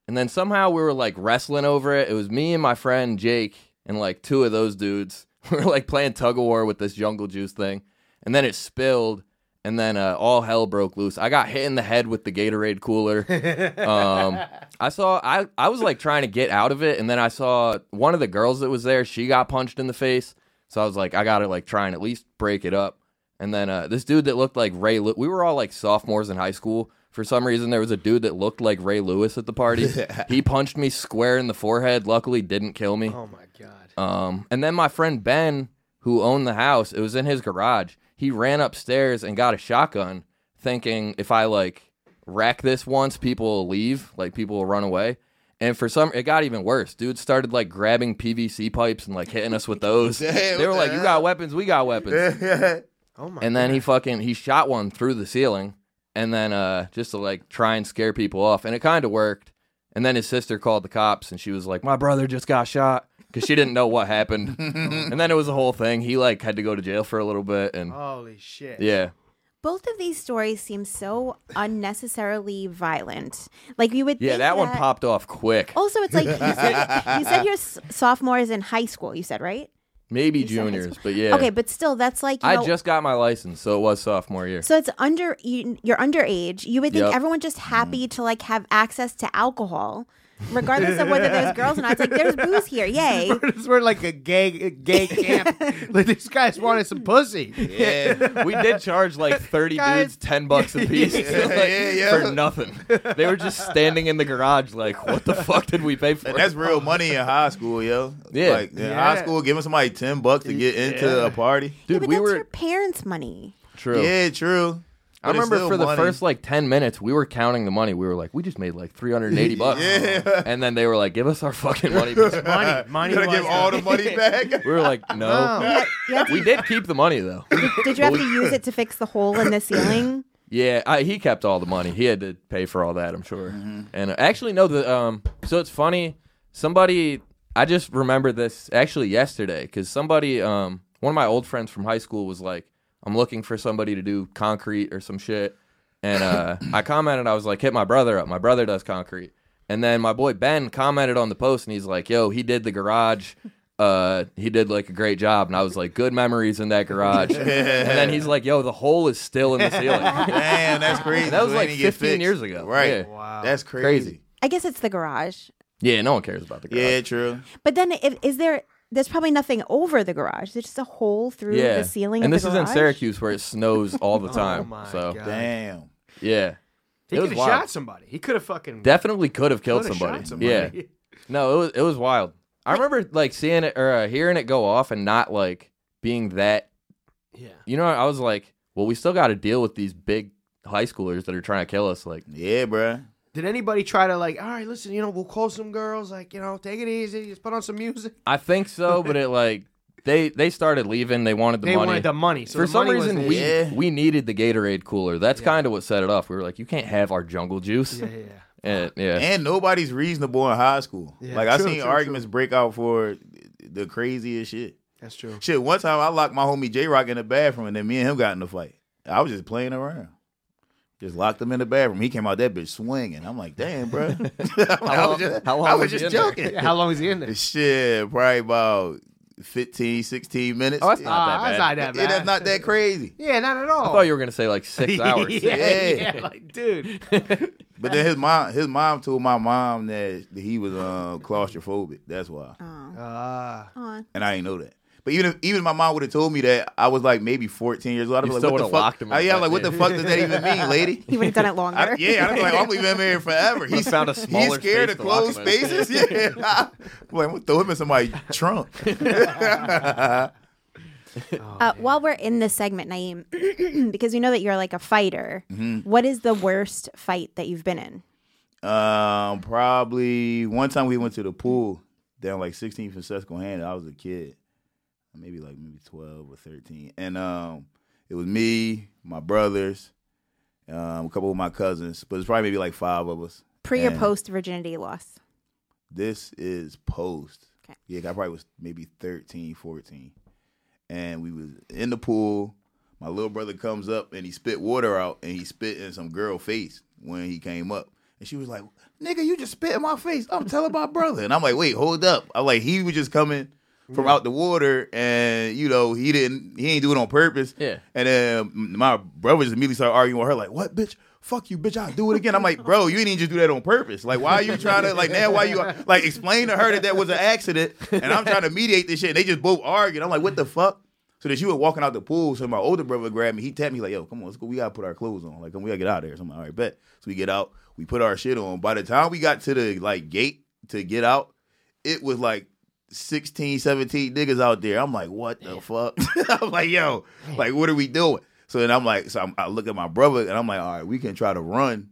Speaker 6: and then somehow we were like wrestling over it. It was me and my friend Jake and like two of those dudes. <laughs> We were like playing tug of war with this jungle juice thing, and then it spilled, and then uh, all hell broke loose. I got hit in the head with the Gatorade cooler. Um, I saw I I was like trying to get out of it, and then I saw one of the girls that was there. She got punched in the face, so I was like, I gotta like try and at least break it up. And then uh, this dude that looked like Ray, Lew- we were all like sophomores in high school. For some reason, there was a dude that looked like Ray Lewis at the party. he punched me square in the forehead. Luckily, didn't kill me.
Speaker 5: Oh my god.
Speaker 6: Um, and then my friend Ben, who owned the house, it was in his garage. He ran upstairs and got a shotgun, thinking if I like rack this once, people will leave, like people will run away. And for some, it got even worse. Dude started like grabbing PVC pipes and like hitting us with those.
Speaker 7: Damn,
Speaker 6: they were
Speaker 7: what
Speaker 6: like,
Speaker 7: the
Speaker 6: "You
Speaker 7: hell?"
Speaker 6: got weapons, we got weapons."
Speaker 5: Oh my.
Speaker 6: and then he fucking he shot one through the ceiling and then uh just to like try and scare people off and it kind of worked and then his sister called the cops and she was like my brother just got shot because she didn't know what happened and then it was a whole thing he like had to go to jail for a little bit and
Speaker 5: Holy shit.
Speaker 6: yeah
Speaker 3: Both of these stories seem so unnecessarily violent. Like you would.
Speaker 6: yeah
Speaker 3: think
Speaker 6: that one popped off quick
Speaker 3: Also, it's like you said, you said your s- sophomore is in high school. You said right?
Speaker 6: maybe
Speaker 3: You said high
Speaker 6: juniors
Speaker 3: school.
Speaker 6: but yeah
Speaker 3: Okay, but still, that's like you
Speaker 6: i
Speaker 3: know,
Speaker 6: just got my license so it was sophomore year
Speaker 3: So it's under you- you're underage. You would think
Speaker 6: Yep.
Speaker 3: everyone just happy to like have access to alcohol, regardless of whether there's girls or not. It's like there's booze
Speaker 6: <laughs>
Speaker 3: here, yay!
Speaker 5: This <laughs> were like a gay a <laughs> gay camp. like these guys wanted some pussy.
Speaker 7: <laughs>
Speaker 5: <laughs>
Speaker 7: Yeah.
Speaker 6: we did charge like 30
Speaker 5: Guys.
Speaker 6: dudes 10 bucks a piece
Speaker 7: Yeah,
Speaker 6: <laughs> like,
Speaker 7: yeah, yeah.
Speaker 6: for nothing they were just standing in the garage like what the fuck did we pay for
Speaker 7: And that's real money in high school, yo.
Speaker 6: Yeah.
Speaker 7: Like in
Speaker 5: Yeah.
Speaker 7: high school, giving somebody ten bucks to get into
Speaker 5: Yeah.
Speaker 7: a party.
Speaker 6: dude
Speaker 3: yeah, but
Speaker 6: we
Speaker 3: that's
Speaker 6: were
Speaker 3: your parents' money.
Speaker 6: True.
Speaker 7: Yeah, true.
Speaker 6: I
Speaker 7: But it's
Speaker 6: remember
Speaker 7: still
Speaker 6: for the
Speaker 7: money.
Speaker 6: first like 10 minutes, we were counting the money. We were like, we just made like
Speaker 7: <laughs>
Speaker 6: 380 bucks.
Speaker 7: Yeah.
Speaker 6: And then they were like, give us our fucking
Speaker 7: <laughs>
Speaker 6: money. back."
Speaker 5: Money, money.
Speaker 7: You gotta
Speaker 5: was
Speaker 7: give all the
Speaker 6: <laughs>
Speaker 7: money back. <laughs>
Speaker 6: we were like, no.
Speaker 5: No.
Speaker 6: We did keep the money though. <laughs>
Speaker 3: Did you have to use it to fix the hole
Speaker 6: <coughs>
Speaker 3: in the ceiling?
Speaker 6: Yeah, I, he kept all the money. He had to pay for all that, I'm sure. And uh, actually, no, the um. So it's funny. Somebody, I just remembered this actually yesterday because somebody, um, one of my old friends from high school was like, "I'm looking for somebody to do concrete or some shit," and uh, I commented, I was like, "Hit my brother up. My brother does concrete." And then my boy Ben commented on the post, and he's like, "Yo, he did the garage." Uh, he did like a great job, and I was like, good memories in that garage. and then he's like, yo, the hole is still in the ceiling.
Speaker 7: <laughs> Damn, that's crazy.
Speaker 6: That was
Speaker 7: So it
Speaker 6: like
Speaker 7: didn't get
Speaker 6: 15
Speaker 7: fixed.
Speaker 6: years ago.
Speaker 7: Right.
Speaker 6: Yeah.
Speaker 5: Wow.
Speaker 7: That's
Speaker 6: Crazy.
Speaker 7: crazy.
Speaker 3: I guess it's the garage.
Speaker 6: Yeah, no one cares about the garage.
Speaker 7: Yeah, true.
Speaker 3: But then, if, is there? There's probably nothing over the garage. There's just a hole through
Speaker 6: yeah.
Speaker 3: the ceiling.
Speaker 6: and
Speaker 3: of
Speaker 6: this
Speaker 3: the
Speaker 6: is in
Speaker 3: garage?
Speaker 6: Syracuse where it snows
Speaker 5: <laughs>
Speaker 6: all the time.
Speaker 5: Oh my
Speaker 6: so
Speaker 5: God.
Speaker 7: Damn.
Speaker 6: yeah,
Speaker 5: He
Speaker 6: It
Speaker 5: could
Speaker 6: was
Speaker 5: have
Speaker 6: wild.
Speaker 5: shot somebody. He could have fucking
Speaker 6: definitely could have killed
Speaker 5: coulda
Speaker 6: somebody.
Speaker 5: shot somebody.
Speaker 6: Yeah, no, it was it was wild. I remember like seeing it or uh, hearing it go off and not like being that.
Speaker 5: <laughs> Yeah.
Speaker 6: You know, I was like, well, we still got to deal with these big high schoolers that are trying to kill us. Like,
Speaker 7: Yeah, bruh.
Speaker 5: Did anybody try to like? All right, listen. You know, we'll call some girls. Like, you know, take it easy. Just put on some music.
Speaker 6: I think so, but it like they they started leaving. They wanted the
Speaker 5: they
Speaker 6: money.
Speaker 5: wanted the money. So
Speaker 6: For
Speaker 5: the
Speaker 6: some
Speaker 5: money was
Speaker 6: reason,
Speaker 5: the
Speaker 6: we
Speaker 7: Yeah.
Speaker 6: we needed the Gatorade cooler. That's kind of what set it off. We were like, you can't have our jungle juice.
Speaker 5: Yeah, yeah, yeah.
Speaker 6: And, Eh, yeah.
Speaker 7: And nobody's reasonable in high school.
Speaker 5: Yeah,
Speaker 7: like I
Speaker 5: true,
Speaker 7: seen
Speaker 5: true,
Speaker 7: arguments break out for the craziest shit.
Speaker 5: That's true.
Speaker 7: Shit, one time I locked my homie J Rock in the bathroom and then me and him got in a fight. I was just playing around. Just locked him in the bathroom. He came out that bitch swinging. I'm like, damn,
Speaker 6: <laughs>
Speaker 7: bro. <laughs> I
Speaker 6: long-
Speaker 7: was just,
Speaker 6: how long
Speaker 7: I
Speaker 6: was
Speaker 7: was
Speaker 6: he
Speaker 7: just
Speaker 6: in there?
Speaker 5: <laughs>
Speaker 6: <laughs>
Speaker 7: joking.
Speaker 5: Yeah, how long is he in there?
Speaker 7: Shit, probably about 15, 16 minutes.
Speaker 6: Oh, that's
Speaker 7: Yeah.
Speaker 6: not
Speaker 5: Ah,
Speaker 6: that
Speaker 5: that's
Speaker 6: bad.
Speaker 5: not that bad.
Speaker 7: <laughs> Yeah, that's not that crazy.
Speaker 5: Yeah, not at all.
Speaker 6: I thought you were gonna say like
Speaker 7: <laughs>
Speaker 6: six
Speaker 5: <laughs>
Speaker 6: hours.
Speaker 5: yeah,
Speaker 7: Yeah.
Speaker 5: yeah, like dude.
Speaker 7: But then his mom, his mom told my mom that he was uh, claustrophobic. That's why,
Speaker 5: Ah,
Speaker 3: Aw.
Speaker 7: and I didn't know that. But even if, even if my mom would have told me that, I was like maybe fourteen years old. I'd
Speaker 6: You
Speaker 7: be like,
Speaker 6: still
Speaker 7: what the
Speaker 6: would've
Speaker 7: fuck?
Speaker 6: locked him in
Speaker 7: I, yeah,
Speaker 6: the
Speaker 7: I'm like what the
Speaker 6: back,
Speaker 7: fuck does that even mean, lady?
Speaker 3: He would
Speaker 6: <laughs>
Speaker 3: have done it longer.
Speaker 7: I, yeah, I'd be like, I'm gonna be married forever. He's
Speaker 6: found a smaller
Speaker 7: He's scared
Speaker 6: space
Speaker 7: of
Speaker 6: to lock
Speaker 7: closed
Speaker 6: him in.
Speaker 7: spaces. <laughs> Yeah, Boy, I'm gonna throw him in somebody's trunk.
Speaker 3: Uh, while we're in this segment, Naeem, <clears throat> because we know that you're like a fighter, what is the worst fight that you've been in?
Speaker 7: Um, probably one time we went to the pool down like 16th and Susquehanna. I was a kid, maybe like maybe 12 or 13, and um, it was me, my brothers, um, a couple of my cousins, but it's probably maybe like five of us.
Speaker 3: Pre or
Speaker 7: Yeah.
Speaker 3: post virginity loss?
Speaker 7: This is post.
Speaker 3: Okay.
Speaker 7: Yeah, I probably was maybe 13, 14. And we was in the pool. My little brother comes up and he spit water out and he spit in some girl face when he came up. And she was like, Nigga, you just spit in my face. I'm telling my brother. And I'm like, wait, hold up. I'm like, he was just coming from out the water and you know, he didn't he ain't do it on purpose.
Speaker 6: Yeah.
Speaker 7: And then my brother just immediately started arguing with her, like, what bitch? Fuck you, bitch! I'll do it again. I'm like, bro, you didn't even just do that on purpose. Like, why are you trying to like now? Why you like explain to her that that was an accident? And I'm trying to mediate this shit. And they just both arguing. I'm like, what the fuck? So that you were walking out the pool, so my older brother grabbed me. He tapped me like, "Yo, come on, let's go. We gotta put our clothes on. Like, we gotta get out of here." So I'm like, "All right, bet." So we get out. We put our shit on. By the time we got to the like gate to get out, it was like 16, 17 niggas out there. I'm like, "What the fuck?" <laughs> I'm like, "Yo, like, what are we doing?" So then I'm like, so I'm, I look at my brother and I'm like, "All right, we can try to run."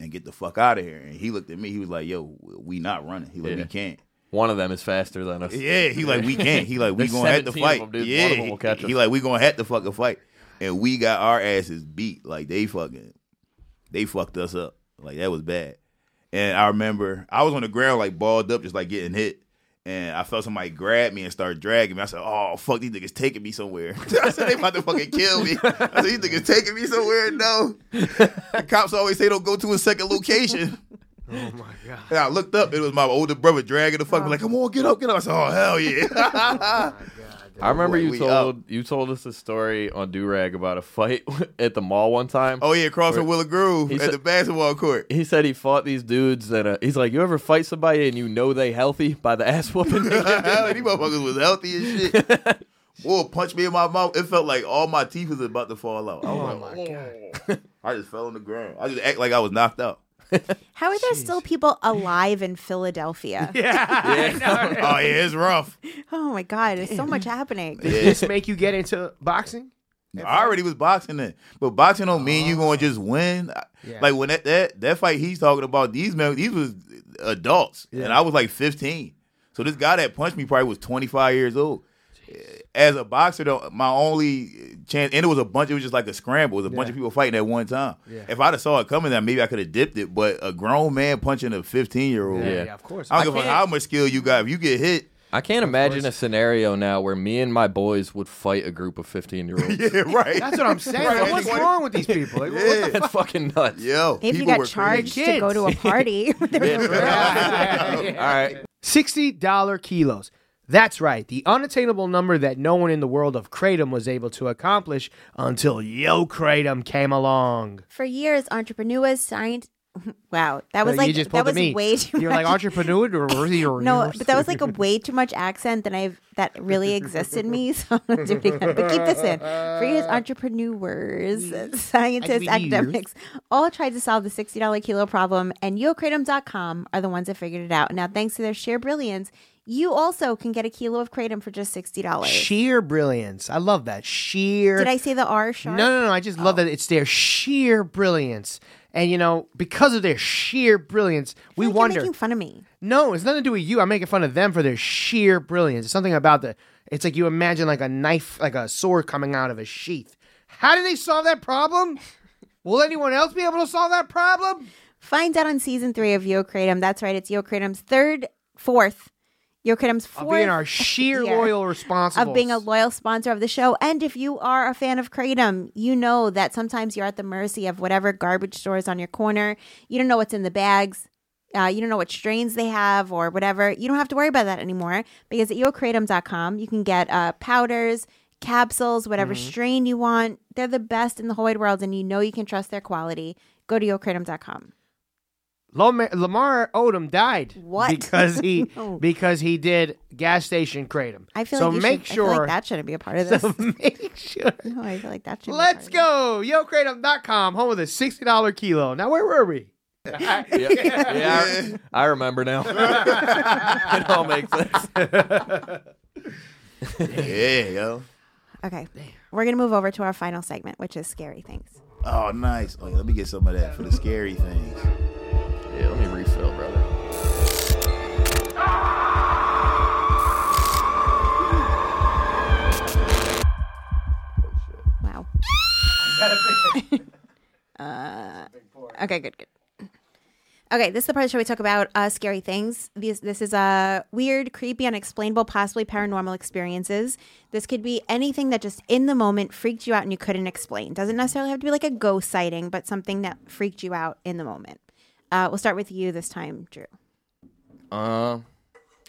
Speaker 7: And get the fuck out of here. And he looked at me. He was like, "Yo, we not running." He like,
Speaker 6: Yeah.
Speaker 7: "We can't."
Speaker 6: One of them is faster than us.
Speaker 7: Yeah, he like we can't. He like we
Speaker 6: <laughs> There's
Speaker 7: gonna have to
Speaker 6: 17 of
Speaker 7: fight.
Speaker 6: them, dude. One
Speaker 7: Yeah,
Speaker 6: of them will catch
Speaker 7: he,
Speaker 6: us.
Speaker 7: he like we gonna have to fucking fight, and we got our asses beat. Like they fucking, they fucked us up. Like that was bad. And I remember I was on the ground like balled up, just like getting hit. And I felt somebody grab me and start dragging me. I said, "Oh fuck, these niggas taking me somewhere." <laughs> I said, "They about to fucking kill me." I said, "These niggas taking me somewhere." No, the cops always say don't go to a second location.
Speaker 5: Oh my god.
Speaker 7: And I looked up, it was my older brother dragging the fuck, like, come on, get up, get up. I said, oh, hell yeah. <laughs>
Speaker 6: I remember
Speaker 7: Boy,
Speaker 6: you
Speaker 7: we
Speaker 6: told
Speaker 7: up.
Speaker 6: you told us a story on Do Rag about a fight <laughs> at the mall one time.
Speaker 7: oh, yeah, across from Willow Grove
Speaker 6: He
Speaker 7: at
Speaker 6: said-
Speaker 7: the
Speaker 6: <laughs>
Speaker 7: basketball court. <laughs>
Speaker 6: He said he fought these dudes that uh, he's like, you ever fight somebody and you know they healthy by the ass whooping?
Speaker 7: <laughs>
Speaker 6: they give you?"
Speaker 7: These motherfuckers was healthy as shit.
Speaker 6: <laughs>
Speaker 7: Boy, punched me in my mouth. It felt like all my teeth was about to fall out. I, was
Speaker 5: Oh
Speaker 7: like,
Speaker 5: my god.
Speaker 7: I just fell on the ground. I just act like I was
Speaker 5: <laughs>
Speaker 7: knocked out.
Speaker 3: How are there still people alive in Philadelphia?
Speaker 7: oh, yeah, it's rough.
Speaker 3: Oh my God, there's so much happening.
Speaker 7: Yeah.
Speaker 5: This make you get into boxing?
Speaker 7: I already was boxing then, but boxing don't mean you gonna just win. I-
Speaker 5: Yeah.
Speaker 7: Like when that, that that fight he's talking about, these men, these was adults, and I was like 15. So this guy that punched me probably was 25 years old. As a boxer, though, my only chance, and it was a bunch. It was just like a scramble. It was a bunch of people fighting at one time. If I'd have saw it coming, then maybe I could have dipped it. But a grown man punching a 15 year old,
Speaker 6: Yeah.
Speaker 5: of course.
Speaker 7: I don't give a fuck how much skill you got. If you get hit, <laughs>
Speaker 6: I can't imagine a scenario now where me and my boys would fight a group of fifteen year olds.
Speaker 7: <laughs> yeah, right.
Speaker 5: That's what I'm saying.
Speaker 7: Right,
Speaker 5: Like, what's
Speaker 7: anyway.
Speaker 5: wrong with these people? Like, what the
Speaker 6: <laughs> <laughs> That's fucking nuts.
Speaker 7: Yo,
Speaker 3: If you
Speaker 7: people were
Speaker 3: got
Speaker 7: crazy.
Speaker 3: charged to go to a party, <laughs> there's no
Speaker 6: <laughs> All right.
Speaker 5: $60 kilos. That's right, the unattainable number that no one in the world of Kratom was able to accomplish until Yo Kratom came along.
Speaker 3: for years, entrepreneurs signed. <laughs> Wow, that was
Speaker 5: Uh,
Speaker 3: like
Speaker 5: you just pulled
Speaker 3: that
Speaker 5: the
Speaker 3: was
Speaker 5: meat.
Speaker 3: way too
Speaker 5: You're
Speaker 3: much.
Speaker 5: like entrepreneur or
Speaker 3: <laughs>
Speaker 5: you're-
Speaker 3: no, but that was like a way too much accent than I've that really exists in me. <laughs> So I'm gonna do it again. But keep this in. For years, entrepreneurs, <laughs> scientists,
Speaker 5: Entrepreneurs.
Speaker 3: academics, all tried to solve the sixty dollar kilo problem, and YoKratom.com are the ones that figured it out. Now, thanks to their sheer brilliance, you also can get a kilo of kratom for just sixty dollars.
Speaker 5: sheer brilliance. I love that. Sheer
Speaker 3: Did I Oh. say the R sharp?
Speaker 5: No, no, no. I just love that it's their sheer brilliance. And you know, because of their sheer brilliance, we
Speaker 3: I feel like
Speaker 5: wonder
Speaker 3: You're making fun of me.
Speaker 5: No, it's nothing to do with you. I'm making fun of them for their sheer brilliance. It's something about the. It's like you imagine like a knife, like a sword coming out of a sheath. How do they solve that problem? Will anyone else be able to solve that problem?
Speaker 3: Find out on season three of Yo Kratom. That's right, it's Yo Kratom's third, fourth, Yo Kratom's
Speaker 5: Of
Speaker 3: fourth
Speaker 5: being
Speaker 3: <laughs>
Speaker 5: our sheer
Speaker 3: year
Speaker 5: loyal responsible
Speaker 3: of being a loyal sponsor of the show. And if you are a fan of Kratom, you know that sometimes you're at the mercy of whatever garbage store is on your corner. You don't know what's in the bags. Uh, you don't know what strains they have or whatever. You don't have to worry about that anymore because at yourkratom.com, you can get uh, powders, capsules, whatever
Speaker 5: Mm-hmm.
Speaker 3: strain you want. They're the best in the whole wide world, and you know you can trust their quality. Go to yourkratom.com.
Speaker 5: Loma- Lamar Odom died
Speaker 3: What?
Speaker 5: because he
Speaker 3: <laughs> No.
Speaker 5: because he did gas station kratom.
Speaker 3: I feel
Speaker 5: so
Speaker 3: like you
Speaker 5: make
Speaker 3: should, I feel
Speaker 5: sure
Speaker 3: like that shouldn't be a
Speaker 5: <laughs>
Speaker 3: part of this.
Speaker 5: so make sure
Speaker 3: no, <laughs> I feel like that should.
Speaker 5: Let's
Speaker 3: be a part
Speaker 5: go. YoKratom.com, home of the $60 kilo. Now, where were we?
Speaker 7: <laughs>
Speaker 6: Yeah. Yeah, I, I remember now. <laughs> it all makes sense.
Speaker 7: Yeah, yo.
Speaker 3: Of it. Okay, we're gonna move over to our final segment, which is scary things.
Speaker 7: Oh, nice. Oh, yeah, let me get some of that for the scary things.
Speaker 6: Yeah, let me refill, brother.
Speaker 3: Wow. uh, okay, good, good. Okay, this is the part of the show we talk about uh, scary things. These, this is uh, weird, creepy, unexplainable, possibly paranormal experiences. This could be anything that just in the moment freaked you out and you couldn't explain. Doesn't necessarily have to be like a ghost sighting, but something that freaked you out in the moment. Uh, we'll start with you this time, Drew.
Speaker 6: Um.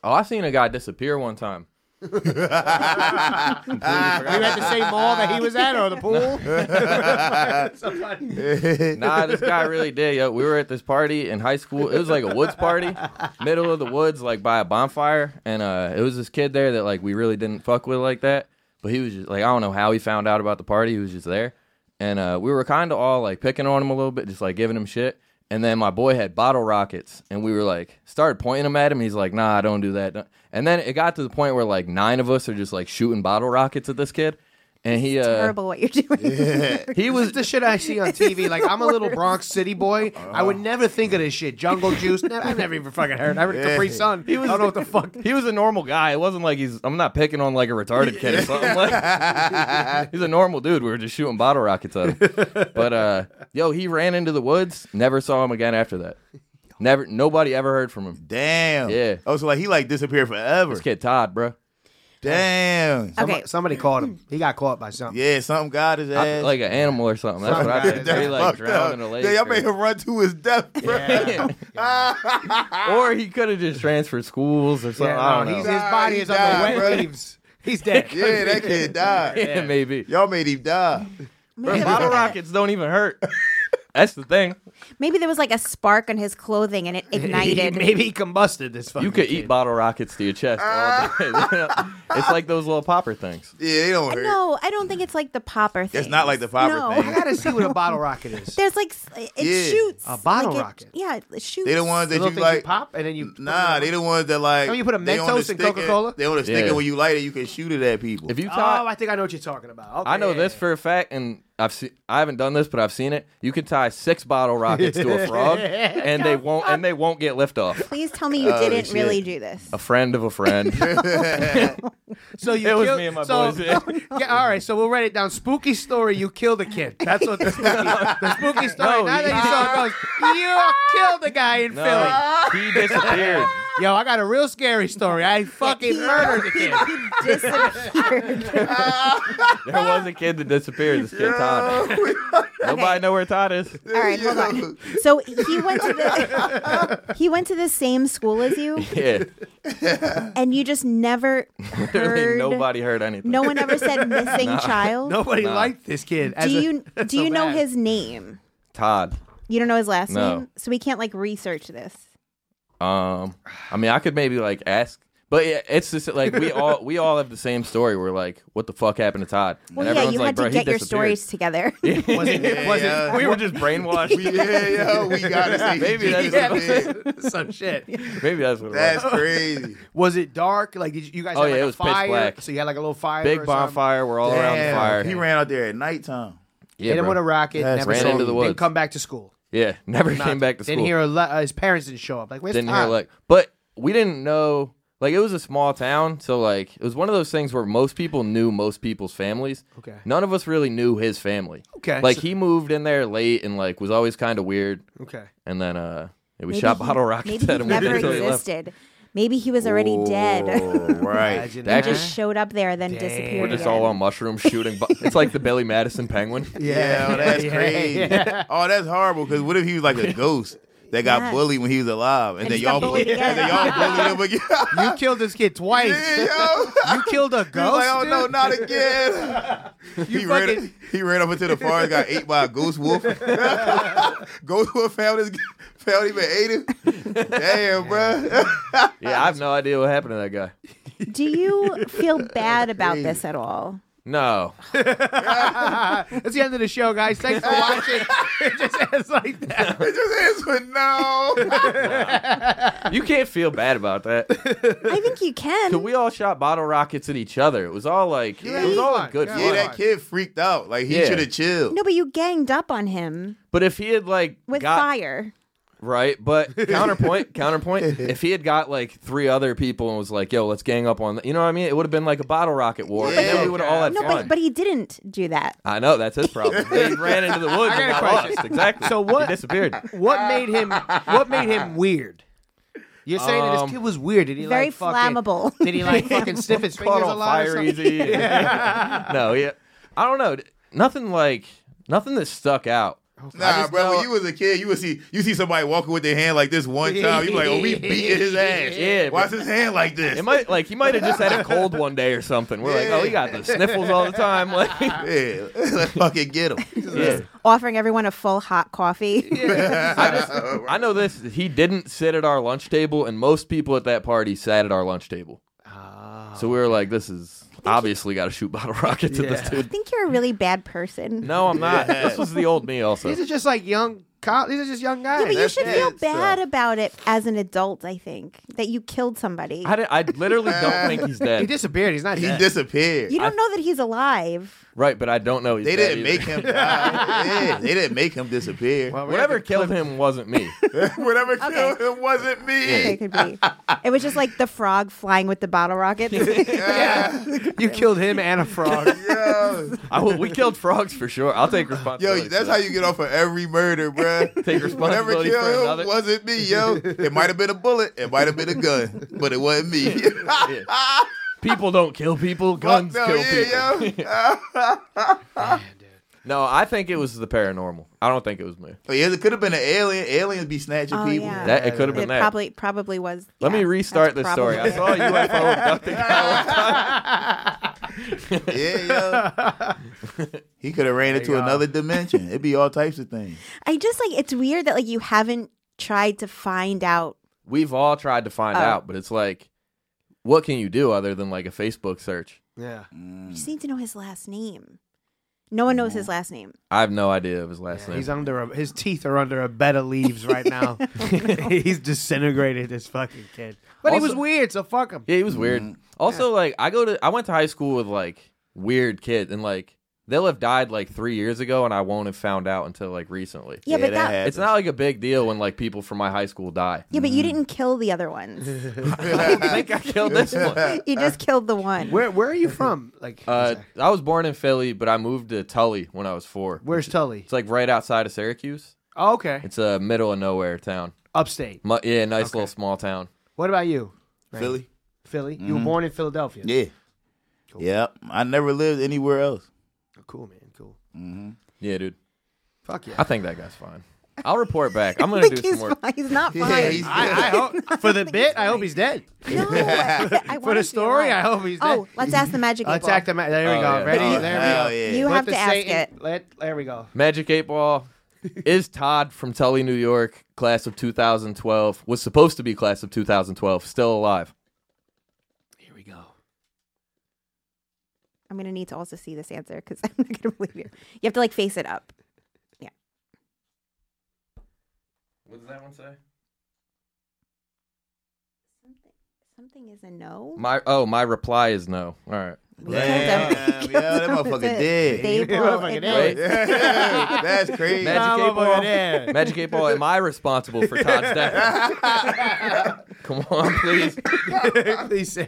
Speaker 6: Oh, I seen a guy disappear one time.
Speaker 5: Were you at the same mall that he was at or the pool? <laughs>
Speaker 6: <laughs> Nah, this guy really did. Yo, we were at this party in high school. It was like a woods party, middle of the woods, like by a bonfire, and uh, it was this kid there that like we really didn't fuck with like that. But he was just like, I don't know how he found out about the party. He was just there. And uh, we were kind of all like picking on him a little bit, just like giving him shit. And then my boy had bottle rockets, and we were like, started pointing them at him. He's like, nah, don't do that. And then it got to the point where like nine of us are just like shooting bottle rockets at this kid. And he, uh,
Speaker 3: Terrible what you're doing. <laughs>
Speaker 6: he
Speaker 5: It was
Speaker 6: was
Speaker 5: the shit I see on TV. Like I'm a little Bronx city boy. I would never think of this shit. Jungle Juice. Never, I've never even fucking heard. I heard Capri Sun. I don't know what the fuck.
Speaker 6: he was a normal guy. It wasn't like he's. I'm not picking on like a retarded kid or something. Like, <laughs> he's a normal dude. We were just shooting bottle rockets at him. But uh, yo, he ran into the woods. Never saw him again after that. Never. Nobody ever heard from him.
Speaker 7: Damn.
Speaker 6: Yeah.
Speaker 7: Oh, so like he like disappeared forever.
Speaker 6: This kid Todd, bro.
Speaker 7: Damn.
Speaker 3: Okay.
Speaker 5: Somebody, somebody caught him. He got caught by something.
Speaker 7: Yeah, something got his
Speaker 6: I-
Speaker 7: ass.
Speaker 6: like an animal or something. That's what I
Speaker 5: Something
Speaker 6: think.
Speaker 5: got
Speaker 6: He
Speaker 5: his
Speaker 6: like
Speaker 7: fucked
Speaker 6: drowned
Speaker 7: up.
Speaker 6: in a lake.
Speaker 7: Yeah, y'all
Speaker 6: or-
Speaker 7: made him run to
Speaker 6: <laughs>
Speaker 7: his death, bro. <laughs>
Speaker 6: or he could have just transferred schools or something.
Speaker 5: Yeah,
Speaker 6: I don't
Speaker 5: no,
Speaker 6: know.
Speaker 5: he's-
Speaker 7: Nah,
Speaker 5: his body
Speaker 7: he
Speaker 5: is on
Speaker 7: died,
Speaker 5: the
Speaker 7: bro.
Speaker 5: wet leaves. <laughs> He's dead.
Speaker 7: Yeah, that kid
Speaker 6: <laughs>
Speaker 7: died.
Speaker 6: yeah, maybe.
Speaker 7: Y'all made him die.
Speaker 6: Bro, bottle rockets don't even hurt. That's the thing.
Speaker 3: Maybe there was like a spark on his clothing and it ignited.
Speaker 5: <laughs> Maybe he combusted this fucking.
Speaker 6: You could
Speaker 5: kid.
Speaker 6: eat bottle rockets to your chest all day.
Speaker 5: <laughs>
Speaker 6: <laughs> it's like those little popper things.
Speaker 7: Yeah, they don't hurt.
Speaker 3: No, I don't think it's like the popper thing.
Speaker 7: That's not like the popper
Speaker 3: no.
Speaker 7: thing.
Speaker 5: I gotta see what a bottle rocket <laughs>
Speaker 3: <laughs>
Speaker 5: is.
Speaker 3: There's like s- it
Speaker 7: Yeah.
Speaker 3: shoots.
Speaker 5: A bottle
Speaker 3: Like, it-
Speaker 5: rocket.
Speaker 3: Yeah, it shoots.
Speaker 7: They the ones
Speaker 5: The
Speaker 7: that
Speaker 5: little
Speaker 7: you
Speaker 5: things
Speaker 7: like.
Speaker 5: pop and then you. put
Speaker 7: Nah,
Speaker 5: it
Speaker 7: they
Speaker 5: on.
Speaker 7: the ones that like.
Speaker 5: Don't you put a
Speaker 7: they on the
Speaker 5: Mentos in
Speaker 7: stick
Speaker 5: Coca-Cola?
Speaker 7: They on the stick,
Speaker 6: Yeah.
Speaker 7: and when you light it, you can shoot it at people.
Speaker 6: If you
Speaker 5: Oh,
Speaker 6: tie,
Speaker 5: I think I know what you're talking about. Okay,
Speaker 6: I know
Speaker 5: yeah,
Speaker 6: this
Speaker 5: yeah.
Speaker 6: for a fact, and I've se- I haven't done this, but I've seen it. You can tie six bottle rockets to
Speaker 5: <laughs>
Speaker 6: a frog, and they won't and they won't get liftoff.
Speaker 3: Please tell me you
Speaker 7: Oh,
Speaker 3: didn't really do this.
Speaker 6: A friend of
Speaker 5: <laughs>
Speaker 6: a friend.
Speaker 5: So you
Speaker 6: It was
Speaker 5: killed-
Speaker 6: me and my
Speaker 5: so,
Speaker 6: boys, yeah.
Speaker 5: <laughs> yeah, all right. So we'll write it down. Spooky story. You killed a kid. That's
Speaker 6: <laughs>
Speaker 5: what the spooky, the spooky story.
Speaker 6: No,
Speaker 5: now
Speaker 6: you-
Speaker 5: that you saw it goes, you killed a guy in Philly.
Speaker 6: no, he disappeared.
Speaker 5: Yo, I got a real scary story. I
Speaker 3: <laughs>
Speaker 5: fucking murdered a kid.
Speaker 6: There was a kid that disappeared. This kid Todd. Nobody know where
Speaker 5: <laughs>
Speaker 6: Todd is.
Speaker 3: All right, hold on. So he went to the
Speaker 7: <laughs>
Speaker 3: he went to the same school as you,
Speaker 6: Yeah, <laughs>
Speaker 3: and you just
Speaker 5: <laughs>
Speaker 3: never
Speaker 6: literally
Speaker 3: heard.
Speaker 6: nobody heard anything.
Speaker 3: No one ever said missing child.
Speaker 5: Nobody liked this kid.
Speaker 3: Do
Speaker 5: <laughs> as a-
Speaker 3: you
Speaker 5: that's
Speaker 3: do you
Speaker 5: so
Speaker 3: know
Speaker 5: bad.
Speaker 3: his name?
Speaker 6: Todd.
Speaker 3: You don't know his last
Speaker 6: No.
Speaker 3: name, so we can't like research this.
Speaker 6: Um, I mean, I could maybe like ask, but yeah, it's just like we all we all have the same story. We're like, what the fuck happened to Todd?
Speaker 3: Well,
Speaker 6: and
Speaker 3: yeah,
Speaker 6: everyone's
Speaker 3: you
Speaker 6: like,
Speaker 3: had
Speaker 6: bro,
Speaker 3: to get
Speaker 6: he
Speaker 3: your
Speaker 6: disappeared.
Speaker 3: stories
Speaker 6: <laughs>
Speaker 3: together.
Speaker 5: Was it? Was it?
Speaker 7: Yeah.
Speaker 6: We were just brainwashed.
Speaker 7: yeah, yo, we gotta
Speaker 6: <laughs>
Speaker 7: see.
Speaker 6: Maybe
Speaker 7: Jesus, <laughs>
Speaker 6: that's-
Speaker 7: man.
Speaker 5: Some shit.
Speaker 6: <laughs> Maybe that's what it
Speaker 7: That's
Speaker 6: was.
Speaker 7: crazy.
Speaker 5: Was it dark? Like did you, you guys?
Speaker 6: Oh,
Speaker 5: had
Speaker 6: yeah,
Speaker 5: like
Speaker 6: it
Speaker 5: a
Speaker 6: was pitch
Speaker 5: fire,
Speaker 6: black.
Speaker 5: So you had like a little fire.
Speaker 6: Big
Speaker 5: or something?
Speaker 6: bonfire. We're all
Speaker 7: Damn,
Speaker 6: around the
Speaker 7: He
Speaker 6: fire.
Speaker 7: ran out there at nighttime.
Speaker 6: Yeah,
Speaker 5: Hit him
Speaker 6: bro.
Speaker 5: with a rocket.
Speaker 7: That's
Speaker 5: never
Speaker 6: ran
Speaker 5: saw
Speaker 6: into
Speaker 5: him.
Speaker 6: the
Speaker 5: Didn't
Speaker 6: woods.
Speaker 5: come back to school.
Speaker 6: yeah, never <laughs> came back to school.
Speaker 5: Didn't hear a le- uh, his parents didn't show up. Like where's
Speaker 6: didn't
Speaker 5: Todd?
Speaker 6: hear like, but we didn't know. Like it was a small town, so like it was one of those things where most people knew most people's families.
Speaker 5: Okay.
Speaker 6: None of us really knew his family.
Speaker 5: Okay,
Speaker 6: Like
Speaker 5: so-
Speaker 6: he moved in there late and like was always kind of weird.
Speaker 5: okay.
Speaker 6: And then uh yeah, we
Speaker 3: Maybe
Speaker 6: shot
Speaker 3: he-
Speaker 6: bottle rockets <laughs>
Speaker 3: Maybe
Speaker 6: at
Speaker 3: he
Speaker 6: him
Speaker 3: never
Speaker 6: until he left.
Speaker 3: existed. Maybe he was already dead. <laughs>
Speaker 7: Oh,
Speaker 5: <laughs>
Speaker 7: right.
Speaker 5: Imagine
Speaker 6: That
Speaker 5: that.
Speaker 3: just
Speaker 6: <laughs>
Speaker 3: showed up there, then disappeared.
Speaker 6: We're just all um,
Speaker 3: again.
Speaker 6: on mushrooms shooting. bo- it's like the Billy
Speaker 3: <laughs>
Speaker 6: Madison penguin.
Speaker 7: Yeah, oh, that's
Speaker 5: Yeah,
Speaker 7: crazy.
Speaker 5: yeah.
Speaker 7: Oh, that's horrible. Because what if he was like a ghost that got
Speaker 3: Yes.
Speaker 7: bullied when he was alive, and,
Speaker 3: And
Speaker 7: then
Speaker 3: just got
Speaker 7: y'all
Speaker 3: bullied
Speaker 7: bullied, <laughs> and then
Speaker 3: again.
Speaker 7: y'all bullied him again? <laughs>
Speaker 5: <laughs> You killed this kid twice.
Speaker 7: yo.
Speaker 5: You killed a ghost.
Speaker 7: He was like, oh no,
Speaker 5: dude?
Speaker 7: not again. he, ran,
Speaker 5: fucking-
Speaker 7: he ran up into the forest, got ate by a ghost wolf. <laughs> ghost wolf found, his, found him and ate him. Damn, bruh.
Speaker 6: Yeah, I have no idea what happened to that guy.
Speaker 3: Do
Speaker 6: <laughs>
Speaker 3: you feel bad about this at all?
Speaker 6: No,
Speaker 5: That's the end of the show, guys. Thanks for watching.
Speaker 7: <laughs>
Speaker 5: it just ends like that.
Speaker 7: it just answered no.
Speaker 6: you can't feel bad about that.
Speaker 3: I think you
Speaker 6: So
Speaker 3: can.
Speaker 6: we all shot bottle rockets at each other. It was all like it was all in good
Speaker 5: Yeah,
Speaker 7: yeah,
Speaker 6: fun.
Speaker 7: that kid freaked out. Like he
Speaker 6: Yeah.
Speaker 7: should have chilled.
Speaker 3: No, but you ganged up on him
Speaker 6: But if he had like
Speaker 3: with
Speaker 6: got
Speaker 3: fire.
Speaker 6: right,
Speaker 5: <laughs>
Speaker 6: but counterpoint, counterpoint. If he had got like three other people and was like, "Yo, let's gang up on," th-, you know what I mean? It would have been like a bottle rocket war. but
Speaker 7: Yeah, but
Speaker 6: then
Speaker 7: he-
Speaker 6: we would have all had
Speaker 3: No,
Speaker 6: fun.
Speaker 3: but, but he didn't do that.
Speaker 6: I know that's his problem. he ran
Speaker 5: <laughs>
Speaker 6: into the woods and
Speaker 5: a
Speaker 6: got
Speaker 5: question.
Speaker 6: lost. Exactly.
Speaker 5: So what-
Speaker 6: He disappeared.
Speaker 5: What made him? What made him weird? You're saying that
Speaker 6: Um,
Speaker 5: this kid was weird. Did he
Speaker 3: Very
Speaker 5: like fucking,
Speaker 3: flammable.
Speaker 6: <laughs>
Speaker 3: <laughs>
Speaker 5: Did he like fucking sniff his fingers
Speaker 6: caught
Speaker 5: a
Speaker 6: on
Speaker 5: lot? Or
Speaker 6: fire
Speaker 5: something?
Speaker 7: <laughs>
Speaker 6: easy. <laughs> no, yeah, I don't know. Nothing like nothing that stuck out. I
Speaker 7: Nah,
Speaker 6: just
Speaker 7: bro.
Speaker 6: know-
Speaker 7: When you was a kid, you would see you see somebody walking with their hand like
Speaker 6: <laughs>
Speaker 7: this one time. You be like, oh, we beating his ass.
Speaker 6: Yeah,
Speaker 7: Watch
Speaker 6: but-
Speaker 7: his hand like this.
Speaker 6: It might like he might have just had a cold one day or something. We're like, oh, he got the sniffles all the time. <laughs> Like,
Speaker 7: <laughs> yeah, let's fucking get him.
Speaker 6: yeah.
Speaker 3: Offering everyone a full hot coffee.
Speaker 6: I, just, I know this. He didn't sit at our
Speaker 7: Ah.
Speaker 6: lunch table, and most people at that party sat at our lunch table. So we were like, this is obviously got to shoot bottle <laughs> rockets at this
Speaker 5: Yeah.
Speaker 3: <laughs>
Speaker 6: dude.
Speaker 3: I think you're a really bad person.
Speaker 6: No, I'm not.
Speaker 7: Yeah.
Speaker 6: This was the old me also.
Speaker 5: These are just like young cop. These are just young
Speaker 3: Yeah, but
Speaker 5: guys.
Speaker 3: you
Speaker 7: that's
Speaker 3: should feel
Speaker 7: it, so-
Speaker 6: uh,
Speaker 3: bad about it as an adult. I think that you killed somebody.
Speaker 6: I, didn't- I literally
Speaker 7: <laughs>
Speaker 6: don't think he's
Speaker 5: He
Speaker 6: dead.
Speaker 5: disappeared. He's not
Speaker 7: <laughs> He
Speaker 5: dead.
Speaker 7: disappeared.
Speaker 3: you don't know that he's alive.
Speaker 6: right, but I don't know. He's
Speaker 7: they
Speaker 6: dead
Speaker 7: didn't
Speaker 6: either.
Speaker 7: make
Speaker 6: <laughs>
Speaker 7: him die. yeah, they didn't make him disappear. <laughs>
Speaker 5: Well, we're
Speaker 6: Whatever
Speaker 5: gonna-
Speaker 6: killed him wasn't me.
Speaker 7: Whatever
Speaker 3: Okay.
Speaker 7: killed him wasn't
Speaker 3: It
Speaker 7: me.
Speaker 3: could
Speaker 6: <laughs>
Speaker 3: be. it was just like the frog flying with the bottle rockets.
Speaker 5: You killed him and a frog.
Speaker 7: <laughs> Yo,
Speaker 6: I will- we killed frogs for sure. I'll take
Speaker 7: yo,
Speaker 6: responsibility.
Speaker 7: that's
Speaker 6: for
Speaker 7: how
Speaker 6: that.
Speaker 7: you get off of every murder, bruh.
Speaker 6: <laughs> take
Speaker 7: <laughs> Whatever
Speaker 6: responsibility for
Speaker 7: killed
Speaker 6: another.
Speaker 7: him wasn't me,
Speaker 6: <laughs>
Speaker 7: yo. It might have been a bullet, it might have been a gun, but it wasn't me. <laughs>
Speaker 6: Yeah. People don't kill people. Guns
Speaker 7: Fuck no,
Speaker 6: kill
Speaker 7: yeah,
Speaker 6: people.
Speaker 7: yo.
Speaker 6: No, I think it was the paranormal. I don't think it was me.
Speaker 7: Oh, yeah, it could have been an alien. Aliens be snatching
Speaker 3: Oh,
Speaker 7: people.
Speaker 3: yeah.
Speaker 6: That it could have been
Speaker 3: it
Speaker 6: that.
Speaker 3: probably probably was.
Speaker 6: Let
Speaker 3: yeah,
Speaker 6: me restart this
Speaker 3: that's
Speaker 6: story. I
Speaker 3: probably-
Speaker 6: saw a UFO abducting
Speaker 7: Yeah, yo. <laughs> He could have ran into another dimension. It'd be all types of things.
Speaker 3: <laughs> I just like it's weird that like you haven't tried to find out.
Speaker 6: We've all tried to find
Speaker 3: Oh.
Speaker 6: out, but it's like, what can you do other than like a Facebook search?
Speaker 5: yeah.
Speaker 6: Mm.
Speaker 3: You just need to know his last name. No one
Speaker 6: Mm-hmm.
Speaker 3: knows his last name.
Speaker 6: I have no idea of his last name.
Speaker 5: He's under a, his teeth are under a bed of leaves right now. <laughs> He's disintegrated this fucking kid. But he was
Speaker 6: Also-
Speaker 5: weird, so fuck him.
Speaker 6: yeah, he was weird.
Speaker 7: Mm-hmm.
Speaker 6: Also, like I go to, I went to high school with like weird kids, and like they'll have died like three years ago, and I won't have found out until like recently.
Speaker 3: Yeah, but that.
Speaker 7: that
Speaker 6: It's not like a big deal when like people from my high school die.
Speaker 3: Yeah, but you didn't kill the other
Speaker 6: <laughs>
Speaker 3: ones.
Speaker 6: I don't think I killed this one.
Speaker 3: you just killed the one.
Speaker 5: Where where are you from? Like
Speaker 6: <laughs> Uh, I was born in Philly, but I moved to Tully when I was four.
Speaker 5: where's Tully?
Speaker 6: It's like right outside of Syracuse.
Speaker 5: Oh, okay.
Speaker 6: It's a middle of nowhere town.
Speaker 5: Upstate.
Speaker 6: Mu- yeah, nice little small town.
Speaker 5: What about you?
Speaker 7: Philly?
Speaker 5: Philly? You were born in Philadelphia.
Speaker 7: Yeah. Yep. I never lived anywhere else.
Speaker 5: Oh, Cool, man. Cool.
Speaker 6: Yeah, dude.
Speaker 5: Fuck yeah.
Speaker 6: I think that guy's fine. I'll report back. I'm
Speaker 3: <laughs>
Speaker 6: gonna do
Speaker 3: he's
Speaker 6: some work.
Speaker 3: fine. He's
Speaker 6: <laughs>
Speaker 3: not fine.
Speaker 7: Yeah, he's
Speaker 5: I, I hope for the bit. I hope he's dead.
Speaker 3: <laughs> No, I, I
Speaker 5: For
Speaker 3: wanna
Speaker 5: the
Speaker 3: see
Speaker 5: story,
Speaker 3: why.
Speaker 5: I hope he's dead.
Speaker 3: Oh, let's ask the magic.
Speaker 5: Let's
Speaker 3: eight
Speaker 5: act the
Speaker 3: ball.
Speaker 5: ma- There we
Speaker 6: Oh,
Speaker 5: go.
Speaker 6: yeah.
Speaker 5: Ready?
Speaker 7: Oh,
Speaker 5: there
Speaker 7: hell
Speaker 5: we go.
Speaker 7: yeah.
Speaker 3: You
Speaker 5: Let
Speaker 3: have
Speaker 5: the
Speaker 3: to ask
Speaker 5: Satan-
Speaker 3: it.
Speaker 5: Let, there we go.
Speaker 6: Magic Eight Ball is Todd from Tully, New York, class of 2012. Was supposed to be class of 2012. Still alive.
Speaker 5: Here we go.
Speaker 3: I'm gonna need to also see this answer because <laughs> I'm not gonna believe you. You have to like face it up.
Speaker 6: What does that one say?
Speaker 3: Something is a no.
Speaker 6: My oh, my reply is no. All right.
Speaker 3: We killed
Speaker 7: Damn,
Speaker 3: him. We
Speaker 7: yo,
Speaker 3: <laughs> killed
Speaker 7: that
Speaker 3: him.
Speaker 7: motherfucker
Speaker 3: That's it.
Speaker 7: dead.
Speaker 3: They
Speaker 5: <laughs> That
Speaker 3: both
Speaker 5: motherfucker
Speaker 3: admit-
Speaker 7: Yeah, <laughs> that's crazy.
Speaker 6: Magic
Speaker 5: Nah,
Speaker 6: Eight
Speaker 5: my boy, <laughs>
Speaker 6: Ball.
Speaker 5: yeah.
Speaker 6: <laughs> Magic Eight Ball. Am I responsible for Todd's death? <laughs> Come on, please.
Speaker 5: Please say.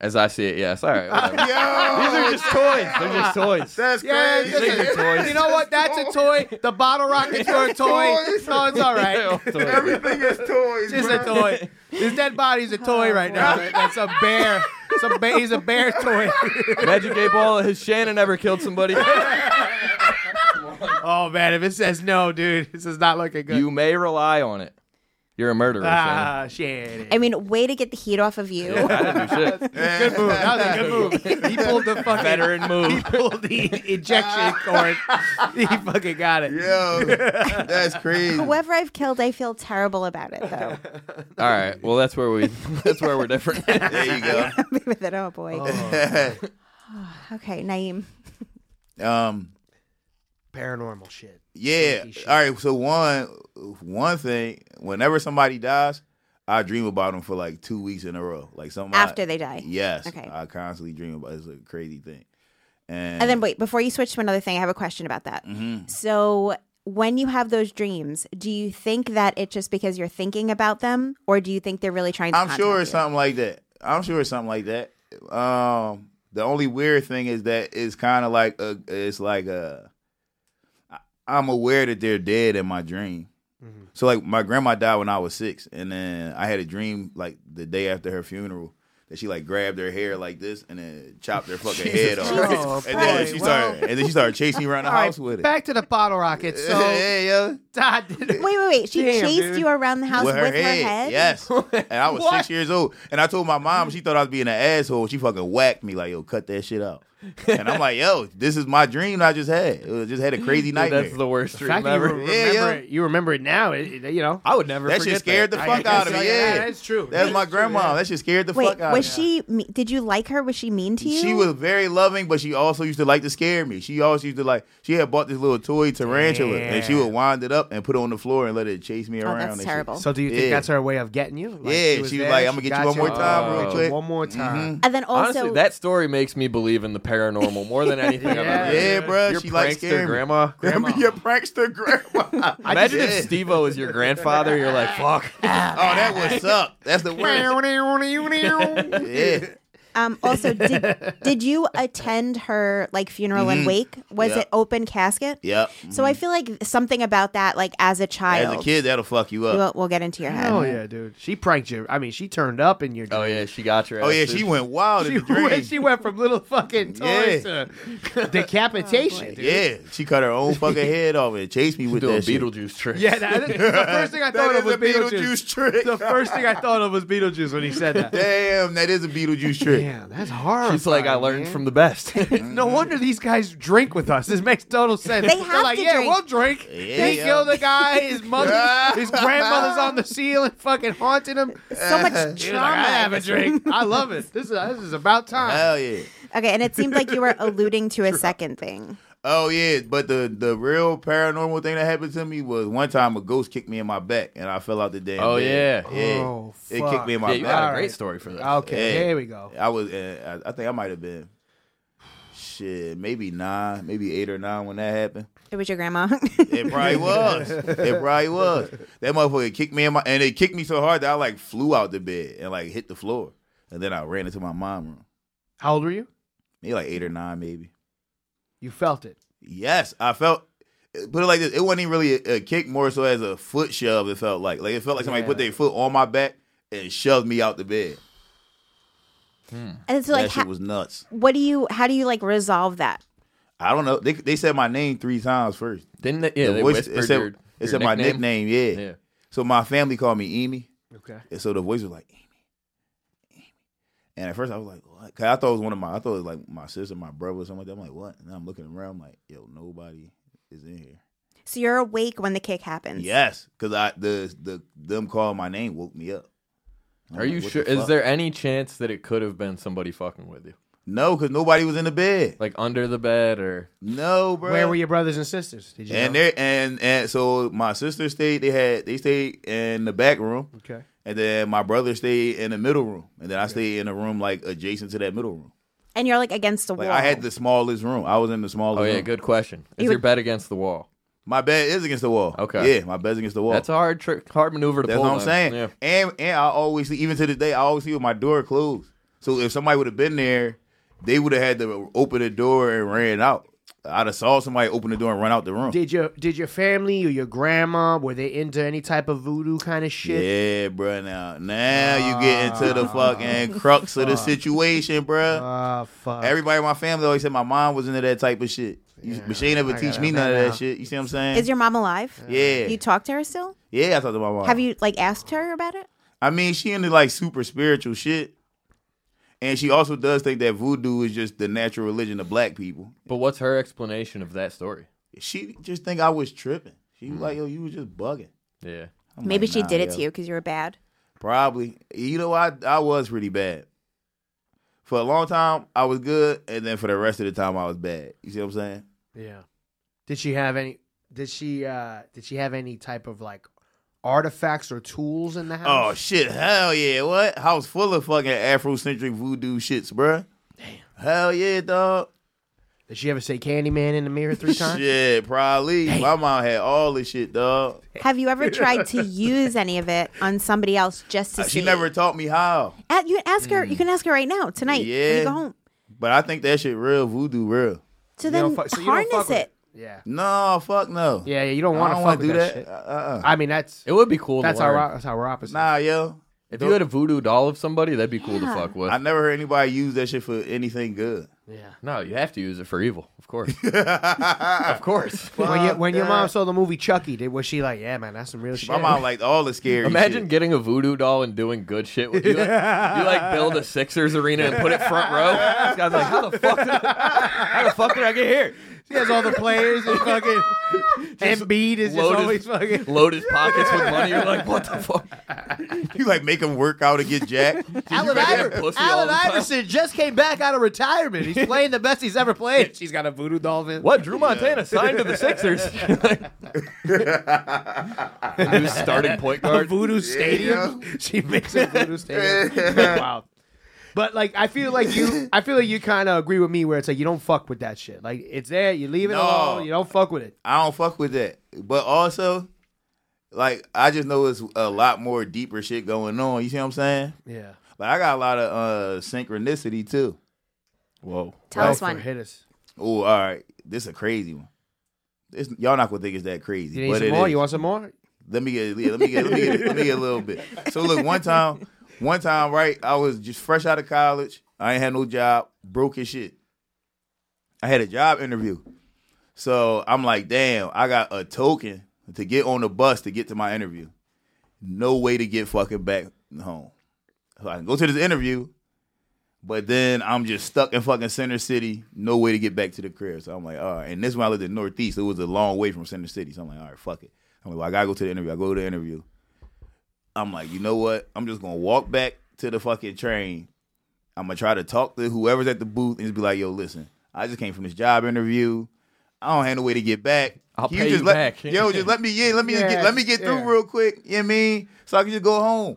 Speaker 6: As I see it, yes. All right. whatever.
Speaker 7: Yo,
Speaker 6: <laughs> These are just toys. They're just toys.
Speaker 7: that's
Speaker 5: Yeah,
Speaker 7: crazy.
Speaker 5: just- you know what? That's a toy. The bottle <laughs> rockets were a toy.
Speaker 7: Toys.
Speaker 5: No, it's all
Speaker 6: <laughs>
Speaker 5: right.
Speaker 7: Everything is toys.
Speaker 5: It's a
Speaker 7: bruh.
Speaker 5: toy. His dead body's a <laughs> toy right now. That's a bear. It's a ba- he's a bear toy.
Speaker 6: Magic Eight Ball. Has Shannon ever killed <laughs> somebody?
Speaker 5: <laughs> Oh man, if it says no, dude, this is not looking good.
Speaker 6: You may rely on it. You're a murderer. Shannon.
Speaker 5: ah shit.
Speaker 3: I mean, way to get the heat off of you.
Speaker 6: I didn't do shit.
Speaker 5: Good move. That was a good move. <laughs> He pulled the fucking <laughs>
Speaker 6: Veteran
Speaker 5: He
Speaker 6: move.
Speaker 5: pulled the <laughs> ejection cord. He fucking got it.
Speaker 7: Yo, <laughs> that's
Speaker 3: <laughs>
Speaker 7: crazy.
Speaker 3: Whoever I've killed, I feel terrible about it though. <laughs>
Speaker 6: All right. Well, that's where we. <laughs> That's where we're different.
Speaker 7: There you go.
Speaker 3: With it, oh boy. okay, Naeem.
Speaker 7: <laughs> Um,
Speaker 5: Paranormal shit.
Speaker 7: yeah.
Speaker 5: shit.
Speaker 7: All right. So one, one thing. Whenever somebody dies, I dream about them for like two weeks in a row. Like something I-
Speaker 3: After they die.
Speaker 7: Yes.
Speaker 3: Okay.
Speaker 7: I constantly dream about. It's a crazy thing. And,
Speaker 3: And then wait, before you switch to another thing, I have a question about that.
Speaker 7: hmm.
Speaker 3: So when you have those dreams, do you think that it's just because you're thinking about them, or do you think they're really trying to?
Speaker 7: I'm sure
Speaker 3: contact
Speaker 7: it's
Speaker 3: you?
Speaker 7: something like that. I'm sure it's something like that. Um, the only weird thing is that it's kind of like a, it's like a. I- I'm aware that they're dead in my dream.
Speaker 5: Mm-hmm.
Speaker 7: So like my grandma died when I was six, and then I had a dream like the day after her funeral that she like grabbed her hair like this and then chopped
Speaker 5: <laughs>
Speaker 7: her fucking head off,
Speaker 5: Christ.
Speaker 7: and then she
Speaker 5: Well-
Speaker 7: started and then she started chasing me around the
Speaker 5: All right,
Speaker 7: house with it.
Speaker 5: back to the bottle
Speaker 7: <laughs>
Speaker 5: rocket. So <laughs>
Speaker 7: yeah, yeah.
Speaker 5: Todd did it.
Speaker 3: Wait, wait, wait. She
Speaker 5: Damn,
Speaker 3: chased
Speaker 5: dude.
Speaker 3: you around the house with her, head? <laughs>
Speaker 7: Yes. And I was
Speaker 5: What?
Speaker 7: six years old. And I told my mom she thought I was being an asshole. She fucking whacked me like, yo, cut that shit out. and I'm like, yo, this is my dream I just had. It was- just had a crazy
Speaker 6: Dude,
Speaker 7: nightmare.
Speaker 6: that's the worst
Speaker 5: The
Speaker 6: dream
Speaker 5: fact that you
Speaker 6: ever.
Speaker 5: remember,
Speaker 7: Yeah, yeah.
Speaker 5: It, you remember it now, it, it- you know.
Speaker 6: I would never.
Speaker 7: That shit
Speaker 6: forget
Speaker 7: scared the fuck out of me, yeah.
Speaker 5: that's true.
Speaker 7: That's my grandma. That shit scared the
Speaker 3: Wait,
Speaker 7: fuck out
Speaker 3: was
Speaker 7: of me.
Speaker 3: she? me- Did you like her? Was she mean to you? Oh,
Speaker 7: She was very loving, but she also used to like to scare me. She always used to like. She had bought this little toy tarantula, and she would wind it up and put it on the floor and let it chase me
Speaker 3: Oh,
Speaker 7: around.
Speaker 3: that's
Speaker 7: and shit.
Speaker 3: terrible.
Speaker 5: So do you think
Speaker 7: Yeah.
Speaker 5: that's her way of getting you? Like,
Speaker 7: Yeah, she was like,
Speaker 5: there,
Speaker 7: "I'ma
Speaker 5: she
Speaker 7: get you
Speaker 5: got
Speaker 7: one more time
Speaker 6: real
Speaker 5: Oh,
Speaker 7: quick." Mm-hmm.
Speaker 5: One more time.
Speaker 3: and then also,
Speaker 6: Honestly, that story makes me believe in the paranormal more than anything I've
Speaker 5: Yeah.
Speaker 6: ever.
Speaker 7: <laughs> Yeah,
Speaker 6: heard.
Speaker 7: bruh,
Speaker 6: Your
Speaker 7: she like
Speaker 6: prankster
Speaker 7: scared me.
Speaker 6: grandma.
Speaker 7: <laughs> Grandma, your prankster grandma.
Speaker 6: Imagine
Speaker 7: Yeah.
Speaker 6: if Steve O is your grandfather. You're like, fuck.
Speaker 7: Oh, that would suck. That's the worst. yeah.
Speaker 3: um, also, did did you attend her like funeral and wake? Was
Speaker 7: Mm-hmm. Yeah.
Speaker 3: it open casket?
Speaker 7: Yep.
Speaker 3: So I feel like something about that, like as a
Speaker 7: As
Speaker 3: child,
Speaker 7: a kid, that'll fuck you up.
Speaker 3: will will get into your head.
Speaker 5: <laughs> Hell yeah, dude. She pranked you. I mean, she turned up in your.
Speaker 6: <laughs> Oh yeah, she got your.
Speaker 7: Oh yeah,
Speaker 6: ass, dude.
Speaker 7: <laughs> she went wild
Speaker 5: <laughs>
Speaker 7: in
Speaker 5: She
Speaker 7: the dream.
Speaker 5: went, she went from little
Speaker 7: <laughs>
Speaker 5: fucking toys to decapitation. dude.
Speaker 7: Oh, yeah, she cut her own fucking head off and chased me with
Speaker 6: doing
Speaker 7: that shit.
Speaker 6: Beetlejuice tricks.
Speaker 5: Yeah, that is, the
Speaker 7: <laughs>
Speaker 5: first thing I
Speaker 7: That
Speaker 5: thought of
Speaker 7: is
Speaker 5: was
Speaker 7: a Beetlejuice trick.
Speaker 5: The first thing I thought of was Beetlejuice when he said that.
Speaker 7: <laughs> Damn, that is a Beetlejuice trick.
Speaker 5: Damn, that's horrible.
Speaker 6: <laughs> She's like, I learned from the best. <laughs>
Speaker 7: Mm-hmm.
Speaker 5: No wonder these guys drink with us. This makes total sense.
Speaker 3: They
Speaker 5: They're
Speaker 3: have
Speaker 5: like,
Speaker 3: to
Speaker 5: yeah,
Speaker 3: drink."
Speaker 5: we'll drink. they
Speaker 7: Yeah.
Speaker 5: kill the guy. His
Speaker 7: <laughs>
Speaker 5: mother, his grandmother's on the ceiling, fucking haunting him.
Speaker 3: So much
Speaker 5: She was like, I
Speaker 3: trauma.
Speaker 5: have a drink. I love it. This is this is about time.
Speaker 7: Hell yeah.
Speaker 3: Okay, and it seemed like you
Speaker 5: <laughs>
Speaker 3: were alluding to a second thing.
Speaker 7: Oh yeah, but the the real paranormal thing that happened to me was one time a ghost kicked me in my back and I fell out the damn.
Speaker 6: Oh,
Speaker 7: bed.
Speaker 6: yeah.
Speaker 7: yeah.
Speaker 5: Oh,
Speaker 7: it
Speaker 5: fuck.
Speaker 7: kicked me in
Speaker 6: yeah,
Speaker 7: my
Speaker 6: you
Speaker 7: back.
Speaker 6: got a
Speaker 5: Alright.
Speaker 6: great story for that.
Speaker 5: okay,
Speaker 7: Yeah.
Speaker 5: here we go.
Speaker 7: I was, uh, I I think I might have been, shit, maybe nine, maybe eight or nine when that happened.
Speaker 3: It was your grandma. <laughs>
Speaker 7: It probably was. <laughs> It probably was. That motherfucker kicked me in my, and it kicked me so hard that I like flew out the bed and like hit the floor, and then I ran into my mom room.
Speaker 5: How old were you?
Speaker 7: Maybe like eight or nine, maybe.
Speaker 5: You felt it.
Speaker 7: Yes, I felt. Put it like this: It wasn't even really a, a kick, more so as a foot shove. It felt like, like it felt like somebody
Speaker 5: Yeah.
Speaker 7: put their foot on my back and shoved me out the bed.
Speaker 3: and so, like,
Speaker 7: that shit
Speaker 3: ho-
Speaker 7: was nuts.
Speaker 3: what do you? How do you like resolve that?
Speaker 7: I don't know. They they said my name three times first.
Speaker 6: Didn't they? Yeah,
Speaker 7: The
Speaker 6: they
Speaker 7: voice-
Speaker 6: whispered
Speaker 7: it said,
Speaker 6: your,
Speaker 7: it
Speaker 6: your
Speaker 7: said my nickname. Yeah.
Speaker 6: Yeah.
Speaker 7: So my family called me Emi,
Speaker 5: Okay.
Speaker 7: and so the voice was like Emi, Emi. And at first I was like, what? 'Cause I thought it was one of my, I thought it was like my sister, my brother, or something like that. I'm like, what? And I'm looking around, I'm like, yo, nobody is in here.
Speaker 3: So you're awake when the kick happens.
Speaker 7: Yes, because I the the them calling my name woke me up. I'm
Speaker 6: Are
Speaker 7: like,
Speaker 6: you
Speaker 7: what
Speaker 6: sure?
Speaker 7: the
Speaker 6: Is
Speaker 7: fuck?
Speaker 6: there any chance that it could have been somebody fucking with you,
Speaker 7: no? Because nobody was in the bed.
Speaker 6: like under the bed or?
Speaker 7: No, bro.
Speaker 5: Where were your brothers and sisters? Did you?
Speaker 7: And
Speaker 5: know?
Speaker 7: they and and so my sister stayed. They had they stayed in the back room.
Speaker 5: okay.
Speaker 7: And then my brother stayed in the middle room. And then I stayed in a room like adjacent to that middle room.
Speaker 3: And you're like against the
Speaker 7: Like
Speaker 3: wall.
Speaker 7: I had the smallest room. I was in the smallest
Speaker 6: Oh yeah,
Speaker 7: room.
Speaker 6: good question. Is
Speaker 3: You
Speaker 6: your
Speaker 3: would-
Speaker 6: bed against the wall?
Speaker 7: My bed is against the wall.
Speaker 6: Okay.
Speaker 7: Yeah, my bed's against the wall.
Speaker 6: That's a hard trick, hard maneuver to
Speaker 7: That's
Speaker 6: pull.
Speaker 7: what I'm
Speaker 6: though.
Speaker 7: saying.
Speaker 6: Yeah.
Speaker 7: And and I always see, even to this day, I always see with my door closed. So if somebody would have been there, they would have had to open the door and ran out. I'd have saw somebody open the door and run out the room.
Speaker 5: Did your did your family or your grandma were they into any type of voodoo kind of shit?
Speaker 7: Yeah, bruh. Now, now you get into the fucking crux of the situation, bruh.
Speaker 5: Ah, fuck.
Speaker 7: Uh, Everybody in my family always said my mom was into that type of shit. You- but she ain't ever
Speaker 5: I
Speaker 7: teach
Speaker 5: gotta
Speaker 7: me
Speaker 5: know
Speaker 7: none
Speaker 5: that
Speaker 7: of that
Speaker 5: now.
Speaker 7: shit. You see what I'm saying?
Speaker 3: Is your mom alive?
Speaker 7: yeah.
Speaker 3: You talk to her still?
Speaker 7: yeah, I talked to my mom.
Speaker 3: Have you like asked her about it?
Speaker 7: I mean, she into like super spiritual shit. And she also does think that voodoo is just the natural religion of black people.
Speaker 6: But what's her explanation of that story?
Speaker 7: She just think I was tripping. She was like, yo, you was just bugging.
Speaker 6: Yeah.
Speaker 7: I'm
Speaker 3: Mm. Maybe
Speaker 7: like,
Speaker 3: she
Speaker 7: nah,
Speaker 3: did it
Speaker 7: yo.
Speaker 3: to you because you were bad.
Speaker 7: Probably. You know, I I was pretty bad. For a long time, I was good, and then for the rest of the time, I was bad. You see what I'm saying?
Speaker 5: Yeah. Did she have any? Did she? uh Did she have any type of like artifacts or tools in the house?
Speaker 7: Oh shit! Hell yeah! What house full of fucking Afrocentric voodoo shits, bruh. Damn. Hell yeah, dog.
Speaker 5: Did she ever say Candyman in the mirror three times?
Speaker 7: <laughs> Shit, probably. My mom had all this shit, dog.
Speaker 3: Have you ever tried
Speaker 7: <laughs>
Speaker 3: to use any of it on somebody else just to see?
Speaker 7: Uh, She never taught me how,
Speaker 3: A- you can ask her. You can ask her right now tonight. When you
Speaker 7: Yeah.
Speaker 3: go home.
Speaker 7: but I think that shit real voodoo, real.
Speaker 3: So
Speaker 5: You
Speaker 3: then
Speaker 5: don't fuck- so you don't fuck
Speaker 3: harness
Speaker 5: with
Speaker 3: it.
Speaker 5: Yeah.
Speaker 7: No, fuck no.
Speaker 5: Yeah. yeah you don't
Speaker 7: I
Speaker 5: want
Speaker 7: don't
Speaker 5: to fuck
Speaker 7: want to
Speaker 5: with
Speaker 7: do
Speaker 5: that.
Speaker 7: that.
Speaker 5: shit.
Speaker 7: Uh, uh, uh.
Speaker 5: I mean, that's
Speaker 6: It would be cool.
Speaker 5: that's
Speaker 6: to learn.
Speaker 5: our that's our opposite.
Speaker 7: Nah, yo.
Speaker 6: If you had a voodoo doll of somebody, that'd be cool to fuck with.
Speaker 7: I never heard anybody use that shit for anything good.
Speaker 5: Yeah.
Speaker 6: No, you have to use it for evil, of course. <laughs> of course.
Speaker 5: When, you, when your mom saw the movie Chucky, did was she like, "Yeah, man, that's some real shit"?
Speaker 7: My mom liked all the scary.
Speaker 6: <laughs> Imagine
Speaker 7: shit.
Speaker 6: getting a voodoo doll and doing good shit with you. Like, you like build a Sixers arena and put it front row. This guy's like, how the fuck? Did I, how the fuck did I get here?
Speaker 5: she has all the players and fucking Embiid is just
Speaker 6: Load
Speaker 5: always
Speaker 6: his, <laughs>
Speaker 5: fucking.
Speaker 6: load his pockets with money. You're like, what the fuck?
Speaker 7: <laughs> you like make him work out and get jacked.
Speaker 5: <laughs> Allen,
Speaker 6: really
Speaker 5: Iver-
Speaker 6: have pussy all
Speaker 5: Allen
Speaker 6: the time?
Speaker 5: Iverson just came back out of retirement. He's playing the best he's ever played. She's got a voodoo dolphin.
Speaker 6: What? Drew Montana signed to the Sixers. <laughs> A new starting point
Speaker 5: A
Speaker 6: guard.
Speaker 5: voodoo stadium. She makes a voodoo stadium. wow. But like, I feel like you, I feel like you kind of agree with me where it's like you don't fuck with that shit. Like it's there, you leave it
Speaker 7: No.
Speaker 5: alone. You don't fuck with it.
Speaker 7: I don't fuck with that. But also, like I just know it's a lot more deeper shit going on. You see what I'm saying?
Speaker 5: Yeah.
Speaker 7: But I got a lot of uh synchronicity too. Whoa.
Speaker 3: Tell us
Speaker 5: Alfred,
Speaker 3: one.
Speaker 5: Hit us.
Speaker 7: Oh, all right. This is a crazy one. This, y'all not gonna think it's that crazy.
Speaker 5: You need
Speaker 7: but
Speaker 5: some
Speaker 7: it
Speaker 5: more?
Speaker 7: is.
Speaker 5: You want some more?
Speaker 7: Let me get, yeah, let me get, let me get, let me get a little bit. So look, one time, one time, right? I was just fresh out of college. I ain't had no job, broke as shit. I had a job interview, so I'm like, damn, I got a token to get on the bus to get to my interview. No way to get fucking back home. So I can go to this interview, but then I'm just stuck in fucking Center City. No way to get back to the crib. So I'm like, all right. And this when I lived in Northeast, it was a long way from Center City. So I'm like, all right, fuck it. I'm like, well, I gotta go to the interview. I go to the interview. I'm like, you know what? I'm just gonna walk back to the fucking train. I'm gonna try to talk to whoever's at the booth and just be like, yo, listen, I just came from this job interview. I don't have no way to get back.
Speaker 6: I'll
Speaker 7: Can
Speaker 6: pay
Speaker 7: just
Speaker 6: you
Speaker 7: let,
Speaker 6: back."
Speaker 7: Yo, just let me, yeah, let me just get, let me
Speaker 5: Yes,
Speaker 7: get
Speaker 5: yeah.
Speaker 7: through real quick. You know what I mean? So I can just go home.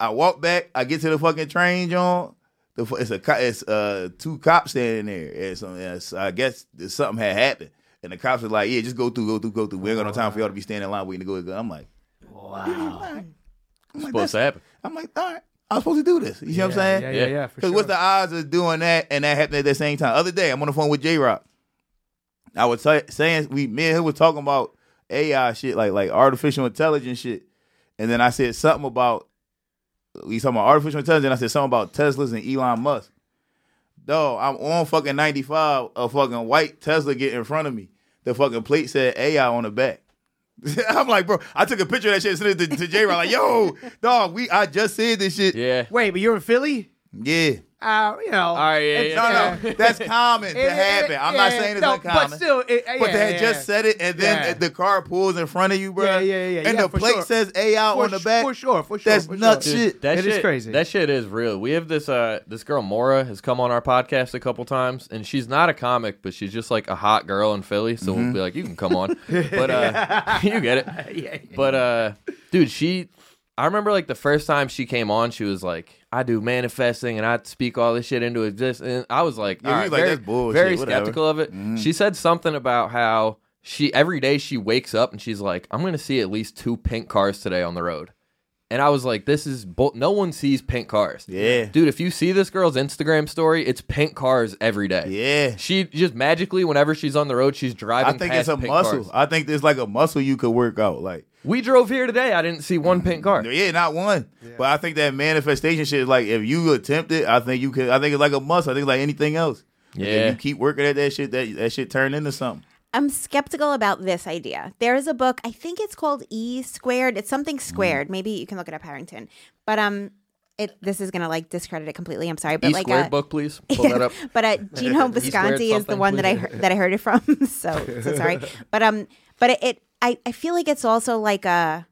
Speaker 7: I walk back. I get to the fucking train, John. The, fu- it's a co- it's uh two cops standing there. It's, um, it's- I guess that something had happened, and the cops were like, "Yeah, just go through, go through, go through. We ain't got no time for y'all to be standing in line waiting to go." I'm like, "Wow." I'm like,
Speaker 6: Supposed to
Speaker 7: "That's-
Speaker 6: happen.
Speaker 7: I'm like, all right, I'm supposed to do this. You see what I'm saying?
Speaker 5: Yeah, yeah, yeah.
Speaker 6: Yeah.
Speaker 5: for
Speaker 7: Because
Speaker 5: sure.
Speaker 7: what's the odds of doing that and that happening at the same time? Other day, I'm on the phone with J Rock. I was say- saying we me and him was talking about AI shit, like like artificial intelligence shit, and then I said something about we talking about artificial intelligence. I said something about Teslas and Elon Musk. No, I'm on fucking 95. A fucking white Tesla get in front of me. The fucking plate said AI on the back. <laughs> I'm like, bro, I took a picture of that shit and sent it to, to J Rock. Like, yo, dog, we I just said this shit.
Speaker 6: Yeah.
Speaker 5: Wait, but you're in Philly?
Speaker 7: yeah.
Speaker 5: Uh, you know.
Speaker 6: All right. Yeah. yeah.
Speaker 7: <laughs> No, no, that's common
Speaker 5: It-
Speaker 7: to
Speaker 5: it-
Speaker 7: happen. I'm not
Speaker 5: yeah,
Speaker 7: saying it's
Speaker 5: no,
Speaker 7: uncommon.
Speaker 5: But still, it,
Speaker 7: But they had just said it, and then
Speaker 5: Yeah.
Speaker 7: the car pulls in front of you, bro.
Speaker 5: Yeah, yeah, yeah,
Speaker 7: And
Speaker 5: yeah,
Speaker 7: the
Speaker 5: for
Speaker 7: plate
Speaker 5: sure.
Speaker 7: says AI
Speaker 5: for
Speaker 7: on the
Speaker 5: su-
Speaker 7: back.
Speaker 5: for sure, for sure.
Speaker 7: That's
Speaker 5: for sure.
Speaker 7: nuts shit.
Speaker 6: That
Speaker 5: It
Speaker 6: shit
Speaker 5: is crazy.
Speaker 6: That shit is real. We have this uh this girl Mora has come on our podcast a couple times, and she's not a comic, but she's just like a hot girl in Philly. So
Speaker 7: Mm-hmm.
Speaker 6: we'll be like, you can come
Speaker 7: <laughs>
Speaker 6: on, but uh, <laughs> you get it. But uh, dude, she. I remember like the first time she came on, she was like, "I do manifesting and I speak all this shit into existence." And I was like,
Speaker 7: Yeah,
Speaker 6: all
Speaker 7: we
Speaker 6: right,
Speaker 7: like,
Speaker 6: very,
Speaker 7: that's bullshit,
Speaker 6: very
Speaker 7: whatever. Mm-hmm.
Speaker 6: skeptical of it. She said something about how she every day she wakes up and she's like, "I'm gonna see at least two pink cars today on the road." And I was like, this is bull- no one sees pink cars.
Speaker 7: Yeah.
Speaker 6: Dude, if you see this girl's Instagram story, it's pink cars every day.
Speaker 7: Yeah.
Speaker 6: She just magically, whenever she's on the road, she's
Speaker 7: I
Speaker 6: driving.
Speaker 7: think
Speaker 6: past
Speaker 7: it's a
Speaker 6: pink
Speaker 7: muscle.
Speaker 6: cars.
Speaker 7: I think there's like a muscle you could work out. Like,
Speaker 6: We drove here today. I didn't see one pink car. E
Speaker 7: yeah, not one. But I think that manifestation shit, like, if you attempt it, I think you could. I think it's like a muscle. I think it's like anything else. Like,
Speaker 6: Yeah.
Speaker 7: if you keep working at that shit, that that shit turn into something.
Speaker 3: I'm skeptical about this idea. There is a book, I think it's called E squared. It's something
Speaker 6: Mm-hmm.
Speaker 3: squared. Maybe you can look it up, Harrington. But um, it this is gonna like discredit it completely. I'm sorry, but
Speaker 6: E
Speaker 3: like
Speaker 6: squared
Speaker 3: uh,
Speaker 6: book, please. Pull that up.
Speaker 3: <laughs> but uh,
Speaker 6: <laughs>
Speaker 3: Gino Visconti is the
Speaker 6: something,
Speaker 3: one that
Speaker 6: <laughs>
Speaker 3: I
Speaker 6: please.
Speaker 3: heard, that I heard it from. <laughs> so so sorry, but um, but it, it I I feel like it's also like a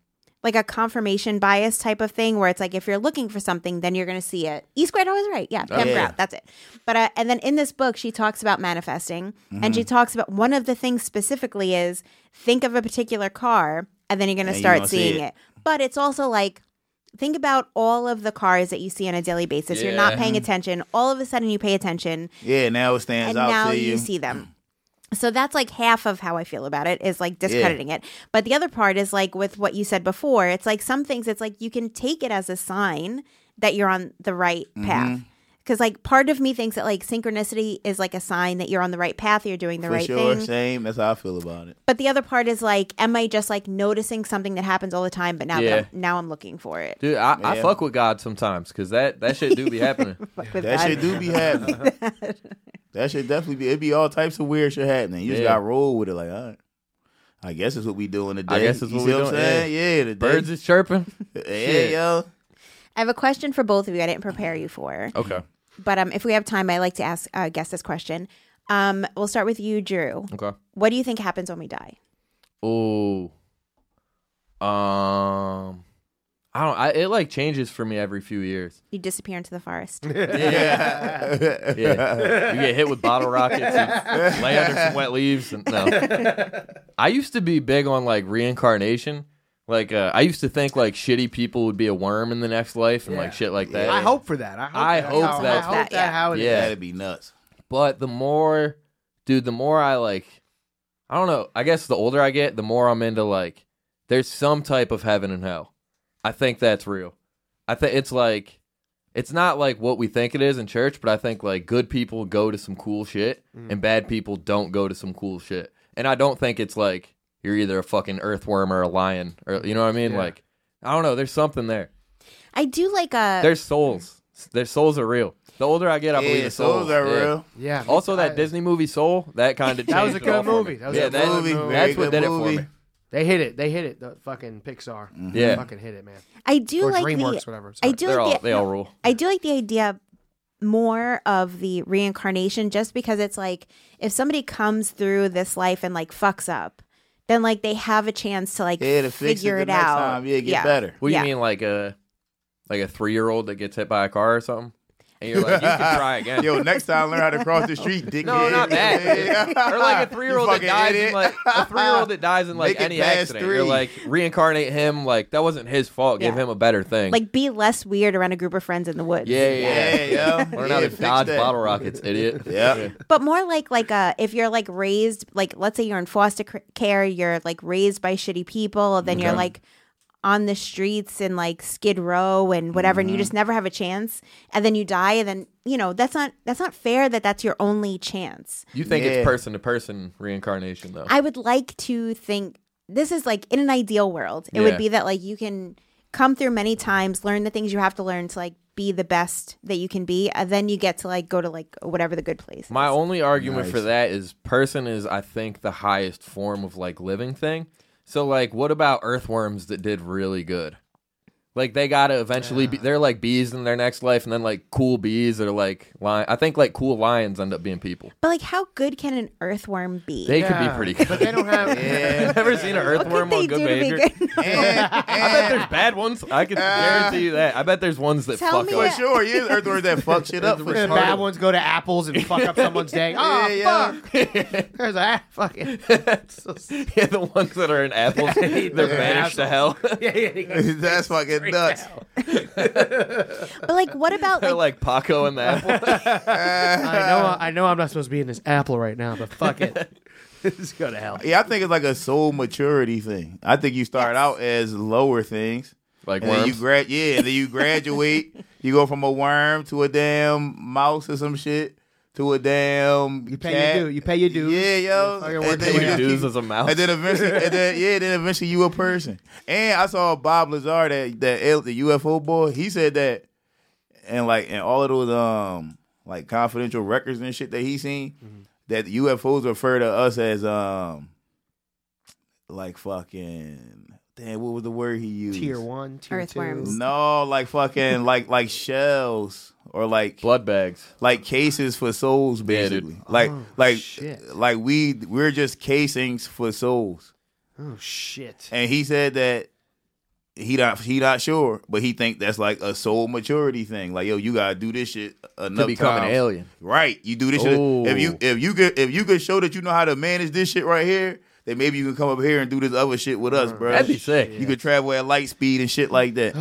Speaker 3: like a confirmation bias type of thing where it's like if you're looking for something, then you're gonna see it. E squared always right, yeah.
Speaker 6: Oh,
Speaker 3: Pam
Speaker 7: yeah.
Speaker 3: Grout, that's it. But uh, and then in this book, she talks about manifesting, and
Speaker 6: Mm-hmm.
Speaker 3: she talks about one of the things specifically is think of a particular car, and then you're gonna
Speaker 7: And you're
Speaker 3: start
Speaker 7: gonna see
Speaker 3: seeing
Speaker 7: it.
Speaker 3: it. But it's also like think about all of the cars that you see on a daily basis. You're not
Speaker 6: Yeah.
Speaker 3: paying attention. All of a sudden, you pay attention,
Speaker 7: Yeah, now it stands
Speaker 3: and
Speaker 7: out
Speaker 3: now
Speaker 7: to
Speaker 3: you. see them. So that's like half of how I feel about it is like discrediting it. But the other part is like with what you said before,
Speaker 7: Mm-hmm.
Speaker 3: it's like some things it's like you can take it as a sign that you're on the right path. Because like part of me thinks that like synchronicity is like a sign that you're on the right path, you're doing the
Speaker 7: For
Speaker 3: right
Speaker 7: sure,
Speaker 3: thing.
Speaker 7: same. That's how I feel about it.
Speaker 3: But the other part is like, am I just like noticing something that happens all the time? But now
Speaker 6: Yeah.
Speaker 3: I'm, now I'm looking for it.
Speaker 6: Dude, I, I
Speaker 7: Yeah.
Speaker 6: fuck with God sometimes because that, that shit do be
Speaker 7: <laughs>
Speaker 6: happening.
Speaker 3: Fuck with
Speaker 7: That
Speaker 3: God.
Speaker 7: shit do be happening. that shit definitely be. It be all types of weird shit happening. You just
Speaker 6: Yeah.
Speaker 7: got roll with it. Like, all right. I guess it's what we doing today.
Speaker 6: I guess it's
Speaker 7: you
Speaker 6: what
Speaker 7: see
Speaker 6: we
Speaker 7: I'm
Speaker 6: doing,
Speaker 7: saying? Yeah, the
Speaker 6: Birds
Speaker 7: <laughs>
Speaker 6: is chirping.
Speaker 7: Yeah,
Speaker 6: <laughs>
Speaker 7: yo.
Speaker 3: I have a question for both of you. I didn't prepare you for,
Speaker 6: Okay.
Speaker 3: but um, if we have time, I like to ask uh, guess this question. Um, we'll start with you, Drew.
Speaker 6: Okay.
Speaker 3: What do you think happens when we die?
Speaker 6: Oh. Um. I don't. I, it like changes for me every few years.
Speaker 7: <laughs>
Speaker 3: You disappear into the
Speaker 5: <laughs>
Speaker 3: forest.
Speaker 7: Yeah.
Speaker 6: Yeah. you get hit with bottle rockets, and lay under some wet leaves, and no. I used to be big on like reincarnation. Like uh, I used to think like shitty people would be a worm in the next life and like shit like that.
Speaker 5: I hope for that. I hope,
Speaker 6: I
Speaker 5: that's
Speaker 6: hope
Speaker 5: how,
Speaker 6: that's-
Speaker 5: I hope
Speaker 3: That,
Speaker 5: that,
Speaker 3: yeah.
Speaker 5: how it is.
Speaker 6: Yeah.
Speaker 7: That'd be nuts.
Speaker 6: But the more, dude, the more I like, I don't know. I guess the older I get, the more I'm into like, there's some type of heaven and hell. I think that's real. I think it's like, it's not like what we think it is in church, but I think like good people go to some cool shit
Speaker 7: Mm.
Speaker 6: and bad people don't go to some cool shit. And I don't think it's like you're either a fucking earthworm or a lion or you know what I mean? Like, I don't know. There's something there.
Speaker 3: I do like uh, a.
Speaker 6: There's souls. Their souls are real. The older I get, I believe
Speaker 7: yeah,
Speaker 6: the souls,
Speaker 7: souls are
Speaker 6: Yeah.
Speaker 7: real.
Speaker 5: Yeah.
Speaker 6: Also, that
Speaker 5: I-
Speaker 6: Disney movie Soul, that kind of
Speaker 5: That was a good movie. That was
Speaker 6: yeah,
Speaker 5: a
Speaker 6: that,
Speaker 5: movie.
Speaker 7: Very
Speaker 6: That's
Speaker 7: good
Speaker 6: what did
Speaker 7: movie.
Speaker 6: it for me.
Speaker 5: They hit it. They hit it. The fucking Pixar.
Speaker 7: Mm-hmm.
Speaker 6: Yeah.
Speaker 5: Fucking hit it, man.
Speaker 3: I do
Speaker 5: or
Speaker 3: like
Speaker 5: DreamWorks,
Speaker 3: the.
Speaker 5: whatever.
Speaker 3: I
Speaker 5: Sorry.
Speaker 3: do
Speaker 6: They're
Speaker 3: like
Speaker 6: all
Speaker 3: the,
Speaker 6: they all rule.
Speaker 3: I do like the idea more of the reincarnation just because it's like if somebody comes through this life and like fucks up, then like they have a chance to like
Speaker 7: Yeah, to fix
Speaker 3: figure
Speaker 7: it,
Speaker 3: it,
Speaker 7: the next
Speaker 3: out.
Speaker 7: Time. Yeah, get better.
Speaker 6: What do you
Speaker 3: Yeah.
Speaker 6: mean, like a like a three year old that gets hit by a car or something? And you're like, you
Speaker 7: <laughs>
Speaker 6: can try again.
Speaker 7: Yo, next time learn how to cross the street,
Speaker 6: <laughs>
Speaker 7: dickhead.
Speaker 6: no, not that.
Speaker 7: <laughs> Yeah.
Speaker 6: or like a three year old
Speaker 7: You
Speaker 6: that
Speaker 7: fucking
Speaker 6: dies
Speaker 7: idiot.
Speaker 6: in like a three year old that dies in like
Speaker 7: Make it
Speaker 6: any
Speaker 7: past
Speaker 6: accident.
Speaker 7: three.
Speaker 6: You're like reincarnate him. Like that wasn't his fault. Give
Speaker 3: Yeah.
Speaker 6: him a better thing.
Speaker 3: Like be less weird around a group of friends in the woods.
Speaker 6: yeah, yeah.
Speaker 7: <laughs> Yeah,
Speaker 6: <laughs>
Speaker 7: yo.
Speaker 6: Learn
Speaker 7: yeah,
Speaker 6: how to
Speaker 7: fix
Speaker 6: dodge
Speaker 7: that.
Speaker 6: bottle rockets, idiot.
Speaker 7: <laughs> Yeah.
Speaker 3: But more like like uh if you're like raised like let's say you're in foster c- care, you're like raised by shitty people, then you're
Speaker 6: Okay.
Speaker 3: like on the streets and like Skid Row and whatever, and you
Speaker 6: Mm-hmm.
Speaker 3: just never have a chance, and then you die, and then you know that's not that's not fair that that's your only chance.
Speaker 6: You think
Speaker 7: Yeah.
Speaker 6: it's person to person reincarnation though?
Speaker 3: I would like to think this is like in an ideal world, it
Speaker 6: Yeah.
Speaker 3: would be that like you can come through many times, learn the things you have to learn to like be the best that you can be, and then you get to like go to like whatever the good place.
Speaker 6: My only argument for
Speaker 7: Nice.
Speaker 6: that is person is I think the highest form of like living thing. So like what about earthworms that did really good? Like they gotta eventually be they're like bees in their next life and then like cool bees are like lion I think like cool lions end up being people.
Speaker 3: But like, how good can an earthworm be?
Speaker 6: They could
Speaker 5: Yeah.
Speaker 6: be pretty good.
Speaker 5: But they
Speaker 3: <laughs>
Speaker 5: don't have.
Speaker 6: <laughs> I've never seen an earthworm
Speaker 3: they
Speaker 6: on good
Speaker 3: do to be
Speaker 6: behavior.
Speaker 3: good? <laughs>
Speaker 6: I bet there's bad ones. I can guarantee you that. I bet there's ones that
Speaker 3: Tell
Speaker 6: fuck
Speaker 3: me
Speaker 6: up.
Speaker 7: For sure, yeah, earthworms that fuck shit up for
Speaker 5: The
Speaker 7: sure.
Speaker 5: bad ones go to apples and fuck up someone's day. Oh,
Speaker 7: yeah, <laughs>
Speaker 5: fuck. There's a <laughs> fucking.
Speaker 6: <laughs>
Speaker 5: <laughs>
Speaker 6: yeah, the ones that are
Speaker 3: <laughs>
Speaker 6: in apples, they're banished to hell. <laughs>
Speaker 7: yeah. That's fucking nuts.
Speaker 3: but like,
Speaker 6: <laughs>
Speaker 3: what about
Speaker 6: they're
Speaker 3: like,
Speaker 6: like Paco
Speaker 3: <laughs>
Speaker 6: and the apple.
Speaker 5: I know. I know. I'm not supposed to be in this apple right now, but fuck it. Just go to hell.
Speaker 7: Yeah, I think it's like a soul maturity thing. I think you start out as lower things.
Speaker 6: like
Speaker 7: and then you
Speaker 6: worms.
Speaker 7: grad yeah, and then you graduate. you go from a worm to a damn mouse or some shit to a damn
Speaker 5: You pay
Speaker 7: cat.
Speaker 5: your dues. You pay your dues.
Speaker 7: Yeah, yo.
Speaker 5: Fucking work your
Speaker 7: then you
Speaker 5: way
Speaker 7: just
Speaker 5: up.
Speaker 6: Dues
Speaker 7: keep-
Speaker 6: as a mouse.
Speaker 7: And then eventually, and then, yeah, then eventually you a person. And I saw Bob Lazar, that that L- the UFO boy. He said that, and like and all of those um like confidential records and shit that he seen,
Speaker 5: Mm-hmm.
Speaker 7: that the UFOs refer to us as um like fucking damn. What was the word he used?
Speaker 5: Tier one, tier
Speaker 3: Earthworms.
Speaker 5: two.
Speaker 7: No, like fucking like like shells or like
Speaker 6: Blood bags.
Speaker 7: like cases for souls
Speaker 6: Yeah, dude.
Speaker 7: basically. like like
Speaker 5: shit.
Speaker 7: like we we're just casings for souls.
Speaker 5: Oh shit.
Speaker 7: And he said that he not he not sure, but he think that's like a soul maturity thing. Like yo, you gotta do this shit enough
Speaker 6: to become an
Speaker 7: times.
Speaker 6: alien.
Speaker 7: Right. You do this shit.
Speaker 6: Ooh.
Speaker 7: If you if you could if you could show that you know how to manage this shit right here, then maybe you can come up here and do this other shit with us, bro.
Speaker 6: That'd be sick. <sighs>
Speaker 7: You could travel at light speed and shit like that.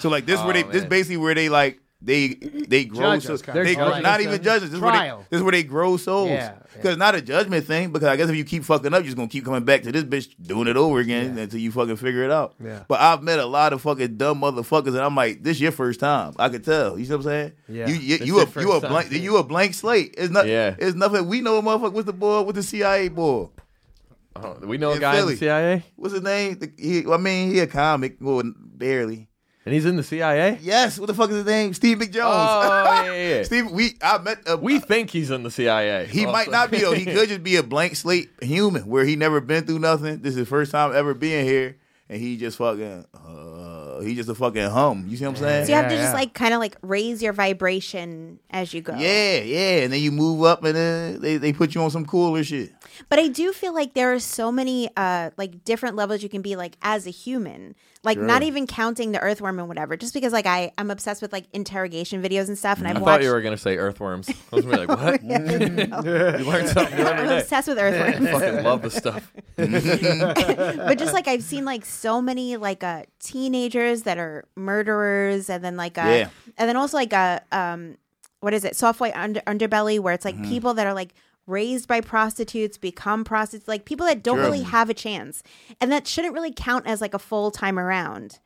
Speaker 7: so like this where they this
Speaker 6: Oh, man.
Speaker 7: basically where they like they they grow
Speaker 5: Judge
Speaker 7: so
Speaker 5: us, kind
Speaker 7: they
Speaker 5: of.
Speaker 7: grow,
Speaker 5: Like-
Speaker 7: not even judges. This is, where they,
Speaker 5: Trial.
Speaker 7: this is where they grow souls.
Speaker 5: Yeah, yeah.
Speaker 7: Cause not a judgment thing. Because I guess if you keep fucking up, you're just gonna keep coming back to this bitch doing it over again until you fucking figure it out.
Speaker 5: Yeah.
Speaker 7: But I've met a lot of fucking dumb motherfuckers, and I'm like, this your first time. I could tell. You see what I'm saying?
Speaker 5: Yeah.
Speaker 7: You you,
Speaker 6: This
Speaker 7: you
Speaker 6: your
Speaker 7: a you a
Speaker 6: first time,
Speaker 7: blank
Speaker 6: dude.
Speaker 7: you a blank slate. It's not.
Speaker 6: Yeah.
Speaker 7: It's nothing. We know a motherfucker with the boy with the CIA boy.
Speaker 6: I don't know. Uh-huh. we know a
Speaker 7: In
Speaker 6: guy in
Speaker 7: Philly.
Speaker 6: the CIA,
Speaker 7: What's his name? The- he- I mean, he a comic, well, barely.
Speaker 6: and he's in the CIA.
Speaker 7: Yes, what the fuck is his name? Steve McJones.
Speaker 6: Oh, yeah, yeah, yeah.
Speaker 7: <laughs> Steve, we I met. A,
Speaker 6: We think he's in the CIA.
Speaker 7: he
Speaker 6: also.
Speaker 7: might not be
Speaker 6: <laughs>
Speaker 7: though. He could just be a blank slate human where he never been through nothing. This is his first time ever being here, and he just fucking. Uh, he just a fucking hum. You see what I'm saying?
Speaker 3: So you have to
Speaker 5: Yeah,
Speaker 3: just
Speaker 5: yeah.
Speaker 3: like kind of like raise your vibration as you go.
Speaker 7: Yeah, yeah, and then you move up, and then they, they put you on some cooler shit.
Speaker 3: But I do feel like there are so many uh like different levels you can be like as a human. Like not even counting the earthworm and whatever. Just because like I I'm obsessed with like interrogation videos and stuff and I've
Speaker 6: I thought
Speaker 3: watched
Speaker 6: you were gonna say
Speaker 7: <laughs>
Speaker 6: earthworms. I was gonna be like, what? <laughs> you learn something new
Speaker 3: <laughs>
Speaker 6: every
Speaker 3: I'm
Speaker 6: day. <laughs>
Speaker 3: obsessed with earthworms.
Speaker 6: Fucking love the stuff.
Speaker 3: but just like I've seen like so many like uh teenagers that are murderers and then like uh
Speaker 7: Yeah.
Speaker 3: and then also like uh um what is it soft white under- underbelly where it's like
Speaker 7: Mm-hmm.
Speaker 3: people that are like raised by prostitutes become prostitutes like people that don't
Speaker 7: True.
Speaker 3: really have a chance and that shouldn't really count as like a full time around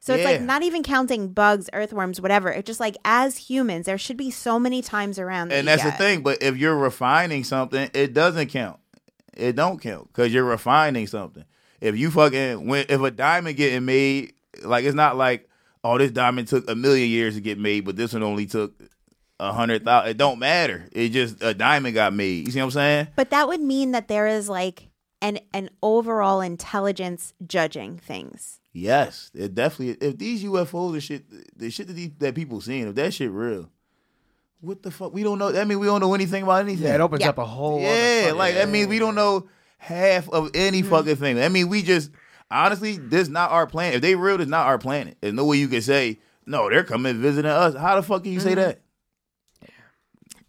Speaker 3: so it's like
Speaker 7: Yeah.
Speaker 3: not even counting bugs earthworms whatever it's just like as humans there should be so many times around that
Speaker 7: and
Speaker 3: you
Speaker 7: that's the
Speaker 3: get.
Speaker 7: thing. But if you're refining something, it doesn't count. It don't count because you're refining something. If you fucking when if a diamond getting made, like it's not like oh this diamond took a million years to get made, but this one only took a hundred thousand. It don't matter. It just a diamond got made. You see what I'm saying?
Speaker 3: But that would mean that there is like an an overall intelligence judging things.
Speaker 7: Yes, it definitely. If these UFOs and shit, the shit that, these, that people seeing, if that shit real, what the fuck? We don't know. That mean we don't know anything about anything.
Speaker 5: Yeah, it opens
Speaker 3: Yeah.
Speaker 5: up a whole. other
Speaker 7: Yeah,
Speaker 5: fucking-
Speaker 7: like that means we don't know half of any fucking thing. I mean, we just honestly, this not our planet. If they real, this not our planet. There's no way you can say no. They're coming visiting us. How the fuck can you say that?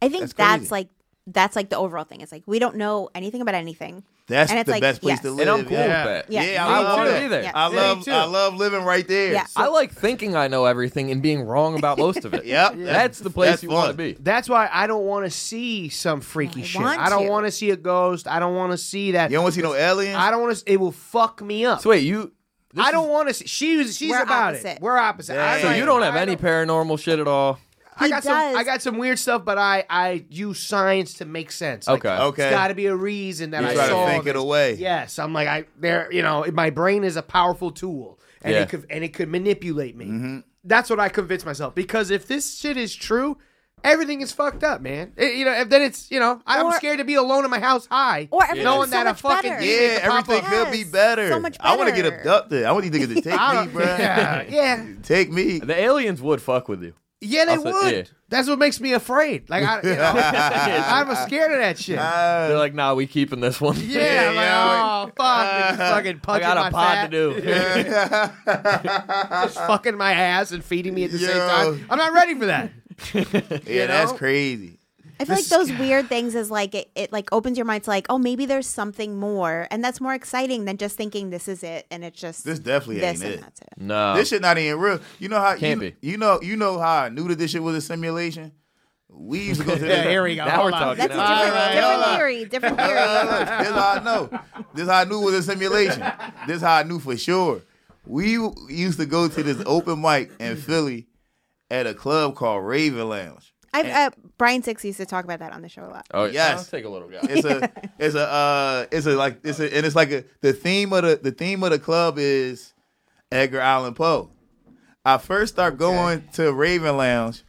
Speaker 3: I think
Speaker 7: That's
Speaker 3: that's,
Speaker 7: crazy.
Speaker 3: like that's like the overall thing. It's like we don't know anything about anything.
Speaker 7: That's
Speaker 3: And it's
Speaker 7: the
Speaker 3: like,
Speaker 7: best place
Speaker 3: yes.
Speaker 7: to live.
Speaker 6: And I'm cool
Speaker 7: yeah.
Speaker 6: with that.
Speaker 3: Yeah.
Speaker 7: Yeah,
Speaker 6: Me
Speaker 7: I
Speaker 6: too.
Speaker 7: love
Speaker 6: Me
Speaker 7: that.
Speaker 6: too.
Speaker 7: I
Speaker 5: Me
Speaker 7: love
Speaker 5: too.
Speaker 7: I love living right there.
Speaker 3: Yeah.
Speaker 6: I like thinking I know everything and being wrong about most
Speaker 7: <laughs>
Speaker 6: of it.
Speaker 7: Yep.
Speaker 6: That's the place
Speaker 7: That's
Speaker 6: you want to
Speaker 7: fun.
Speaker 6: be.
Speaker 5: That's why I don't want to see some freaky
Speaker 3: I
Speaker 5: shit.
Speaker 3: want
Speaker 5: I don't
Speaker 3: to.
Speaker 5: want to see a ghost. I don't want to see that.
Speaker 7: You don't want to see no aliens.
Speaker 5: I don't want to. It will fuck me up.
Speaker 6: So wait, you this
Speaker 5: I
Speaker 6: is-
Speaker 5: don't want to. see She's she's
Speaker 3: We're
Speaker 5: about it.
Speaker 3: opposite.
Speaker 5: We're opposite. I
Speaker 6: So
Speaker 5: like-
Speaker 6: you don't have
Speaker 5: I
Speaker 6: any paranormal shit at all.
Speaker 5: I
Speaker 3: He
Speaker 5: got
Speaker 3: does.
Speaker 5: some. I got some weird stuff, but I I use science to make sense. Like,
Speaker 6: Okay.
Speaker 7: Okay.
Speaker 5: It's got to be a reason that
Speaker 7: You
Speaker 5: I
Speaker 7: try to
Speaker 5: saw
Speaker 7: think it
Speaker 5: this.
Speaker 7: away.
Speaker 5: Yes, I'm like I there. You know, my brain is a powerful tool, and
Speaker 6: Yeah.
Speaker 5: it could and it could manipulate me.
Speaker 7: Mm-hmm.
Speaker 5: That's what I convince myself because if this shit is true, everything is fucked up, man. It- you know, if then it's you know I'm
Speaker 3: Or-
Speaker 5: scared to be alone in my house high,
Speaker 3: Or everything's so
Speaker 5: knowing that
Speaker 3: much
Speaker 5: a fucking
Speaker 3: better.
Speaker 5: demon
Speaker 7: Yeah,
Speaker 5: could pop
Speaker 7: everything
Speaker 5: up.
Speaker 7: could be better.
Speaker 3: So much
Speaker 7: I want to get
Speaker 3: better.
Speaker 7: abducted. I want these niggas to take
Speaker 5: I
Speaker 7: me,
Speaker 5: don't-
Speaker 7: bro.
Speaker 5: yeah, <laughs> yeah,
Speaker 7: Take me.
Speaker 6: The aliens would fuck with you.
Speaker 5: yeah. They
Speaker 6: Also,
Speaker 5: would.
Speaker 6: yeah.
Speaker 5: That's what makes me afraid. Like I, you
Speaker 7: <laughs>
Speaker 5: know, <laughs> I'm scared of that shit.
Speaker 6: They're like, nah, we keeping this one.
Speaker 5: Yeah,
Speaker 7: Yeah,
Speaker 5: like,
Speaker 7: yeah,
Speaker 5: oh fuck, it's fucking
Speaker 6: <laughs> I
Speaker 5: punching
Speaker 6: got
Speaker 5: my
Speaker 6: a pod
Speaker 5: fat,
Speaker 6: to do.
Speaker 5: Just fucking my ass and feeding me at the same
Speaker 7: Yo.
Speaker 5: time. I'm not ready for that.
Speaker 7: yeah, that's
Speaker 5: know?
Speaker 7: crazy.
Speaker 3: I feel like those weird things is like it, it like opens your mind to like, oh maybe there's something more and that's more exciting than just thinking this is it and it's just
Speaker 7: This definitely
Speaker 3: this and
Speaker 7: ain't it. Mm.
Speaker 3: that's it.
Speaker 6: No.
Speaker 7: This shit not even real. You know how
Speaker 6: Um, Can't
Speaker 7: you,
Speaker 6: be.
Speaker 7: you know you know how I knew that this shit was a simulation. We used
Speaker 5: <laughs>
Speaker 7: to go to
Speaker 5: Yeah,
Speaker 7: the
Speaker 5: here we go.
Speaker 6: Now
Speaker 5: Hold
Speaker 6: we're
Speaker 5: on.
Speaker 6: talking.
Speaker 3: That's a
Speaker 6: All
Speaker 3: different,
Speaker 7: right,
Speaker 3: different
Speaker 7: hold on.
Speaker 3: theory, different
Speaker 7: Look, <laughs> look,
Speaker 3: theory.
Speaker 7: look. <laughs> This how I know. This how I knew it was a simulation. This how I knew for sure. We used to go to this open mic in Philly at a club called Raven Lounge.
Speaker 3: I've uh, Brian Six used to talk about that on the show a lot.
Speaker 6: Oh, yeah.
Speaker 7: Yes.
Speaker 6: Let's take a little guy.
Speaker 7: It's a it's a uh it's a like it's a and it's like a the theme of the the theme of the club is Edgar Allan Poe. I first start going to Raven Lounge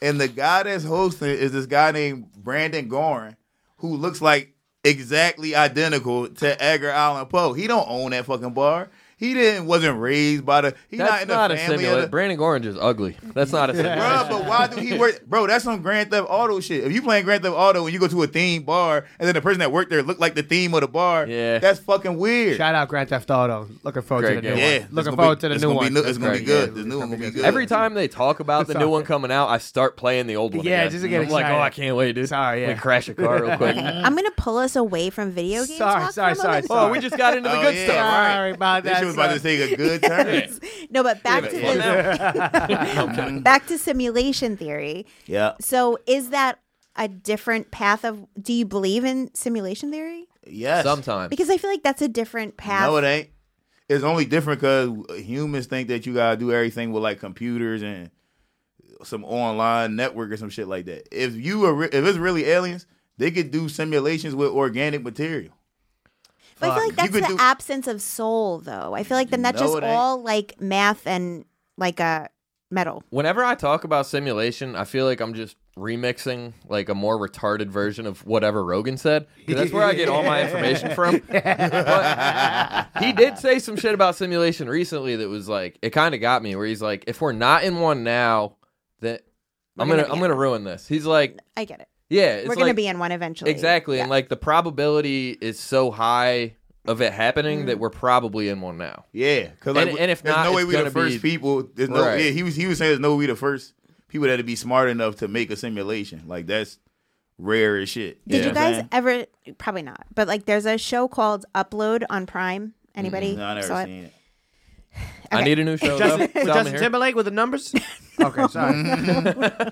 Speaker 7: and the guy that's hosting is this guy named Brandon Gorin who looks like exactly identical to Edgar Allan Poe. He don't own that fucking bar. He didn't wasn't raised by the he
Speaker 6: That's
Speaker 7: not
Speaker 6: not,
Speaker 7: in
Speaker 6: a
Speaker 7: the family of
Speaker 6: simulator.
Speaker 7: the,
Speaker 6: Brandon Orange is ugly. That's not a
Speaker 5: <laughs>
Speaker 6: simulator.
Speaker 7: Bruh, but why do he work? Bro, that's some Grand Theft Auto shit. If you playing Grand Theft Auto and you go to a theme bar and then the person that worked there looked like the theme of the bar,
Speaker 6: Yeah.
Speaker 7: that's fucking weird.
Speaker 5: Shout out Grand Theft Auto. Looking forward
Speaker 6: Great
Speaker 5: to the
Speaker 6: game.
Speaker 5: new
Speaker 7: yeah,
Speaker 5: one.
Speaker 7: it's
Speaker 5: Looking
Speaker 7: gonna
Speaker 5: forward
Speaker 7: be-
Speaker 5: to the
Speaker 7: it's
Speaker 5: new
Speaker 7: gonna be
Speaker 5: one.
Speaker 7: new- it's gonna be
Speaker 6: great.
Speaker 7: good.
Speaker 6: Yeah,
Speaker 7: The new one gonna be good.
Speaker 6: Every time they talk about the
Speaker 5: It's
Speaker 6: new
Speaker 5: all
Speaker 6: one
Speaker 5: good.
Speaker 6: coming out, I start playing the old one.
Speaker 5: Yeah,
Speaker 6: again.
Speaker 5: just to get
Speaker 6: I'm like, oh,
Speaker 5: excited.
Speaker 6: I can't wait, dude.
Speaker 5: Sorry,
Speaker 6: We
Speaker 5: yeah.
Speaker 6: crash a car
Speaker 5: <laughs>
Speaker 6: real quick.
Speaker 3: I'm gonna pull us away from video games.
Speaker 5: Sorry,
Speaker 3: talk for
Speaker 5: sorry,
Speaker 3: a
Speaker 5: sorry,
Speaker 3: moment.
Speaker 5: sorry.
Speaker 6: oh, we just got into the
Speaker 7: Oh,
Speaker 6: good
Speaker 7: yeah.
Speaker 6: stuff.
Speaker 7: All right.
Speaker 5: Sorry about
Speaker 7: This
Speaker 5: that.
Speaker 7: shit was about to take a
Speaker 3: <laughs>
Speaker 7: good turn.
Speaker 3: No, but back
Speaker 6: Wait a
Speaker 3: to
Speaker 6: minute,
Speaker 3: the, <laughs>
Speaker 7: <laughs> Um,
Speaker 3: back to simulation theory.
Speaker 7: yeah,
Speaker 3: So is that a different path of do you believe in simulation theory?
Speaker 7: yes.
Speaker 6: Sometimes.
Speaker 3: Because I feel like that's a different path.
Speaker 7: Uh, No, it ain't. It's only different because humans think that you gotta do everything with like computers and some online network or some shit like that. If you are, re- if it's really aliens, they could do simulations with organic material.
Speaker 3: but I feel
Speaker 7: Fuck.
Speaker 3: like that's
Speaker 7: You
Speaker 3: the
Speaker 7: could do-
Speaker 3: absence of soul though. I feel like then that's
Speaker 7: No,
Speaker 3: just
Speaker 7: it ain't.
Speaker 3: all like math and like uh, metal.
Speaker 6: Whenever I talk about simulation, I feel like I'm just remixing like a more retarded version of whatever Rogan said. 'cause That's where I get all
Speaker 5: <laughs>
Speaker 6: my information from. But he did say some shit about simulation recently that was like it kind of got me. Where he's like, if we're not in one now, that I'm gonna,
Speaker 3: gonna be
Speaker 6: I'm
Speaker 3: in
Speaker 6: gonna ruin this. He's like,
Speaker 3: I get it.
Speaker 6: yeah, it's
Speaker 3: We're gonna
Speaker 6: like-
Speaker 3: be in one eventually.
Speaker 6: Exactly.
Speaker 3: Yeah.
Speaker 6: And like the probability is so high of it happening
Speaker 3: Mm-hmm.
Speaker 6: that we're probably in one now.
Speaker 7: Yeah, because like,
Speaker 6: And- and if
Speaker 7: there's
Speaker 6: not,
Speaker 7: no way
Speaker 6: it's
Speaker 7: we the
Speaker 6: gonna
Speaker 7: first
Speaker 6: be-
Speaker 7: people. There's no.
Speaker 6: Right.
Speaker 7: Yeah, he was he was saying there's no we the first people that'd be smart enough to make a simulation. Like that's rare as shit.
Speaker 3: Did
Speaker 7: know
Speaker 3: you
Speaker 7: what I'm
Speaker 3: guys
Speaker 7: saying?
Speaker 3: ever? Probably not. But like, there's a show called Upload on Prime. Anybody?
Speaker 7: Mm-hmm. No, I never
Speaker 3: saw it?
Speaker 7: seen it.
Speaker 6: I need a new show. though.
Speaker 5: Justin,
Speaker 6: It's on
Speaker 5: with Justin
Speaker 6: here.
Speaker 5: Timberlake with the numbers? Okay, sorry.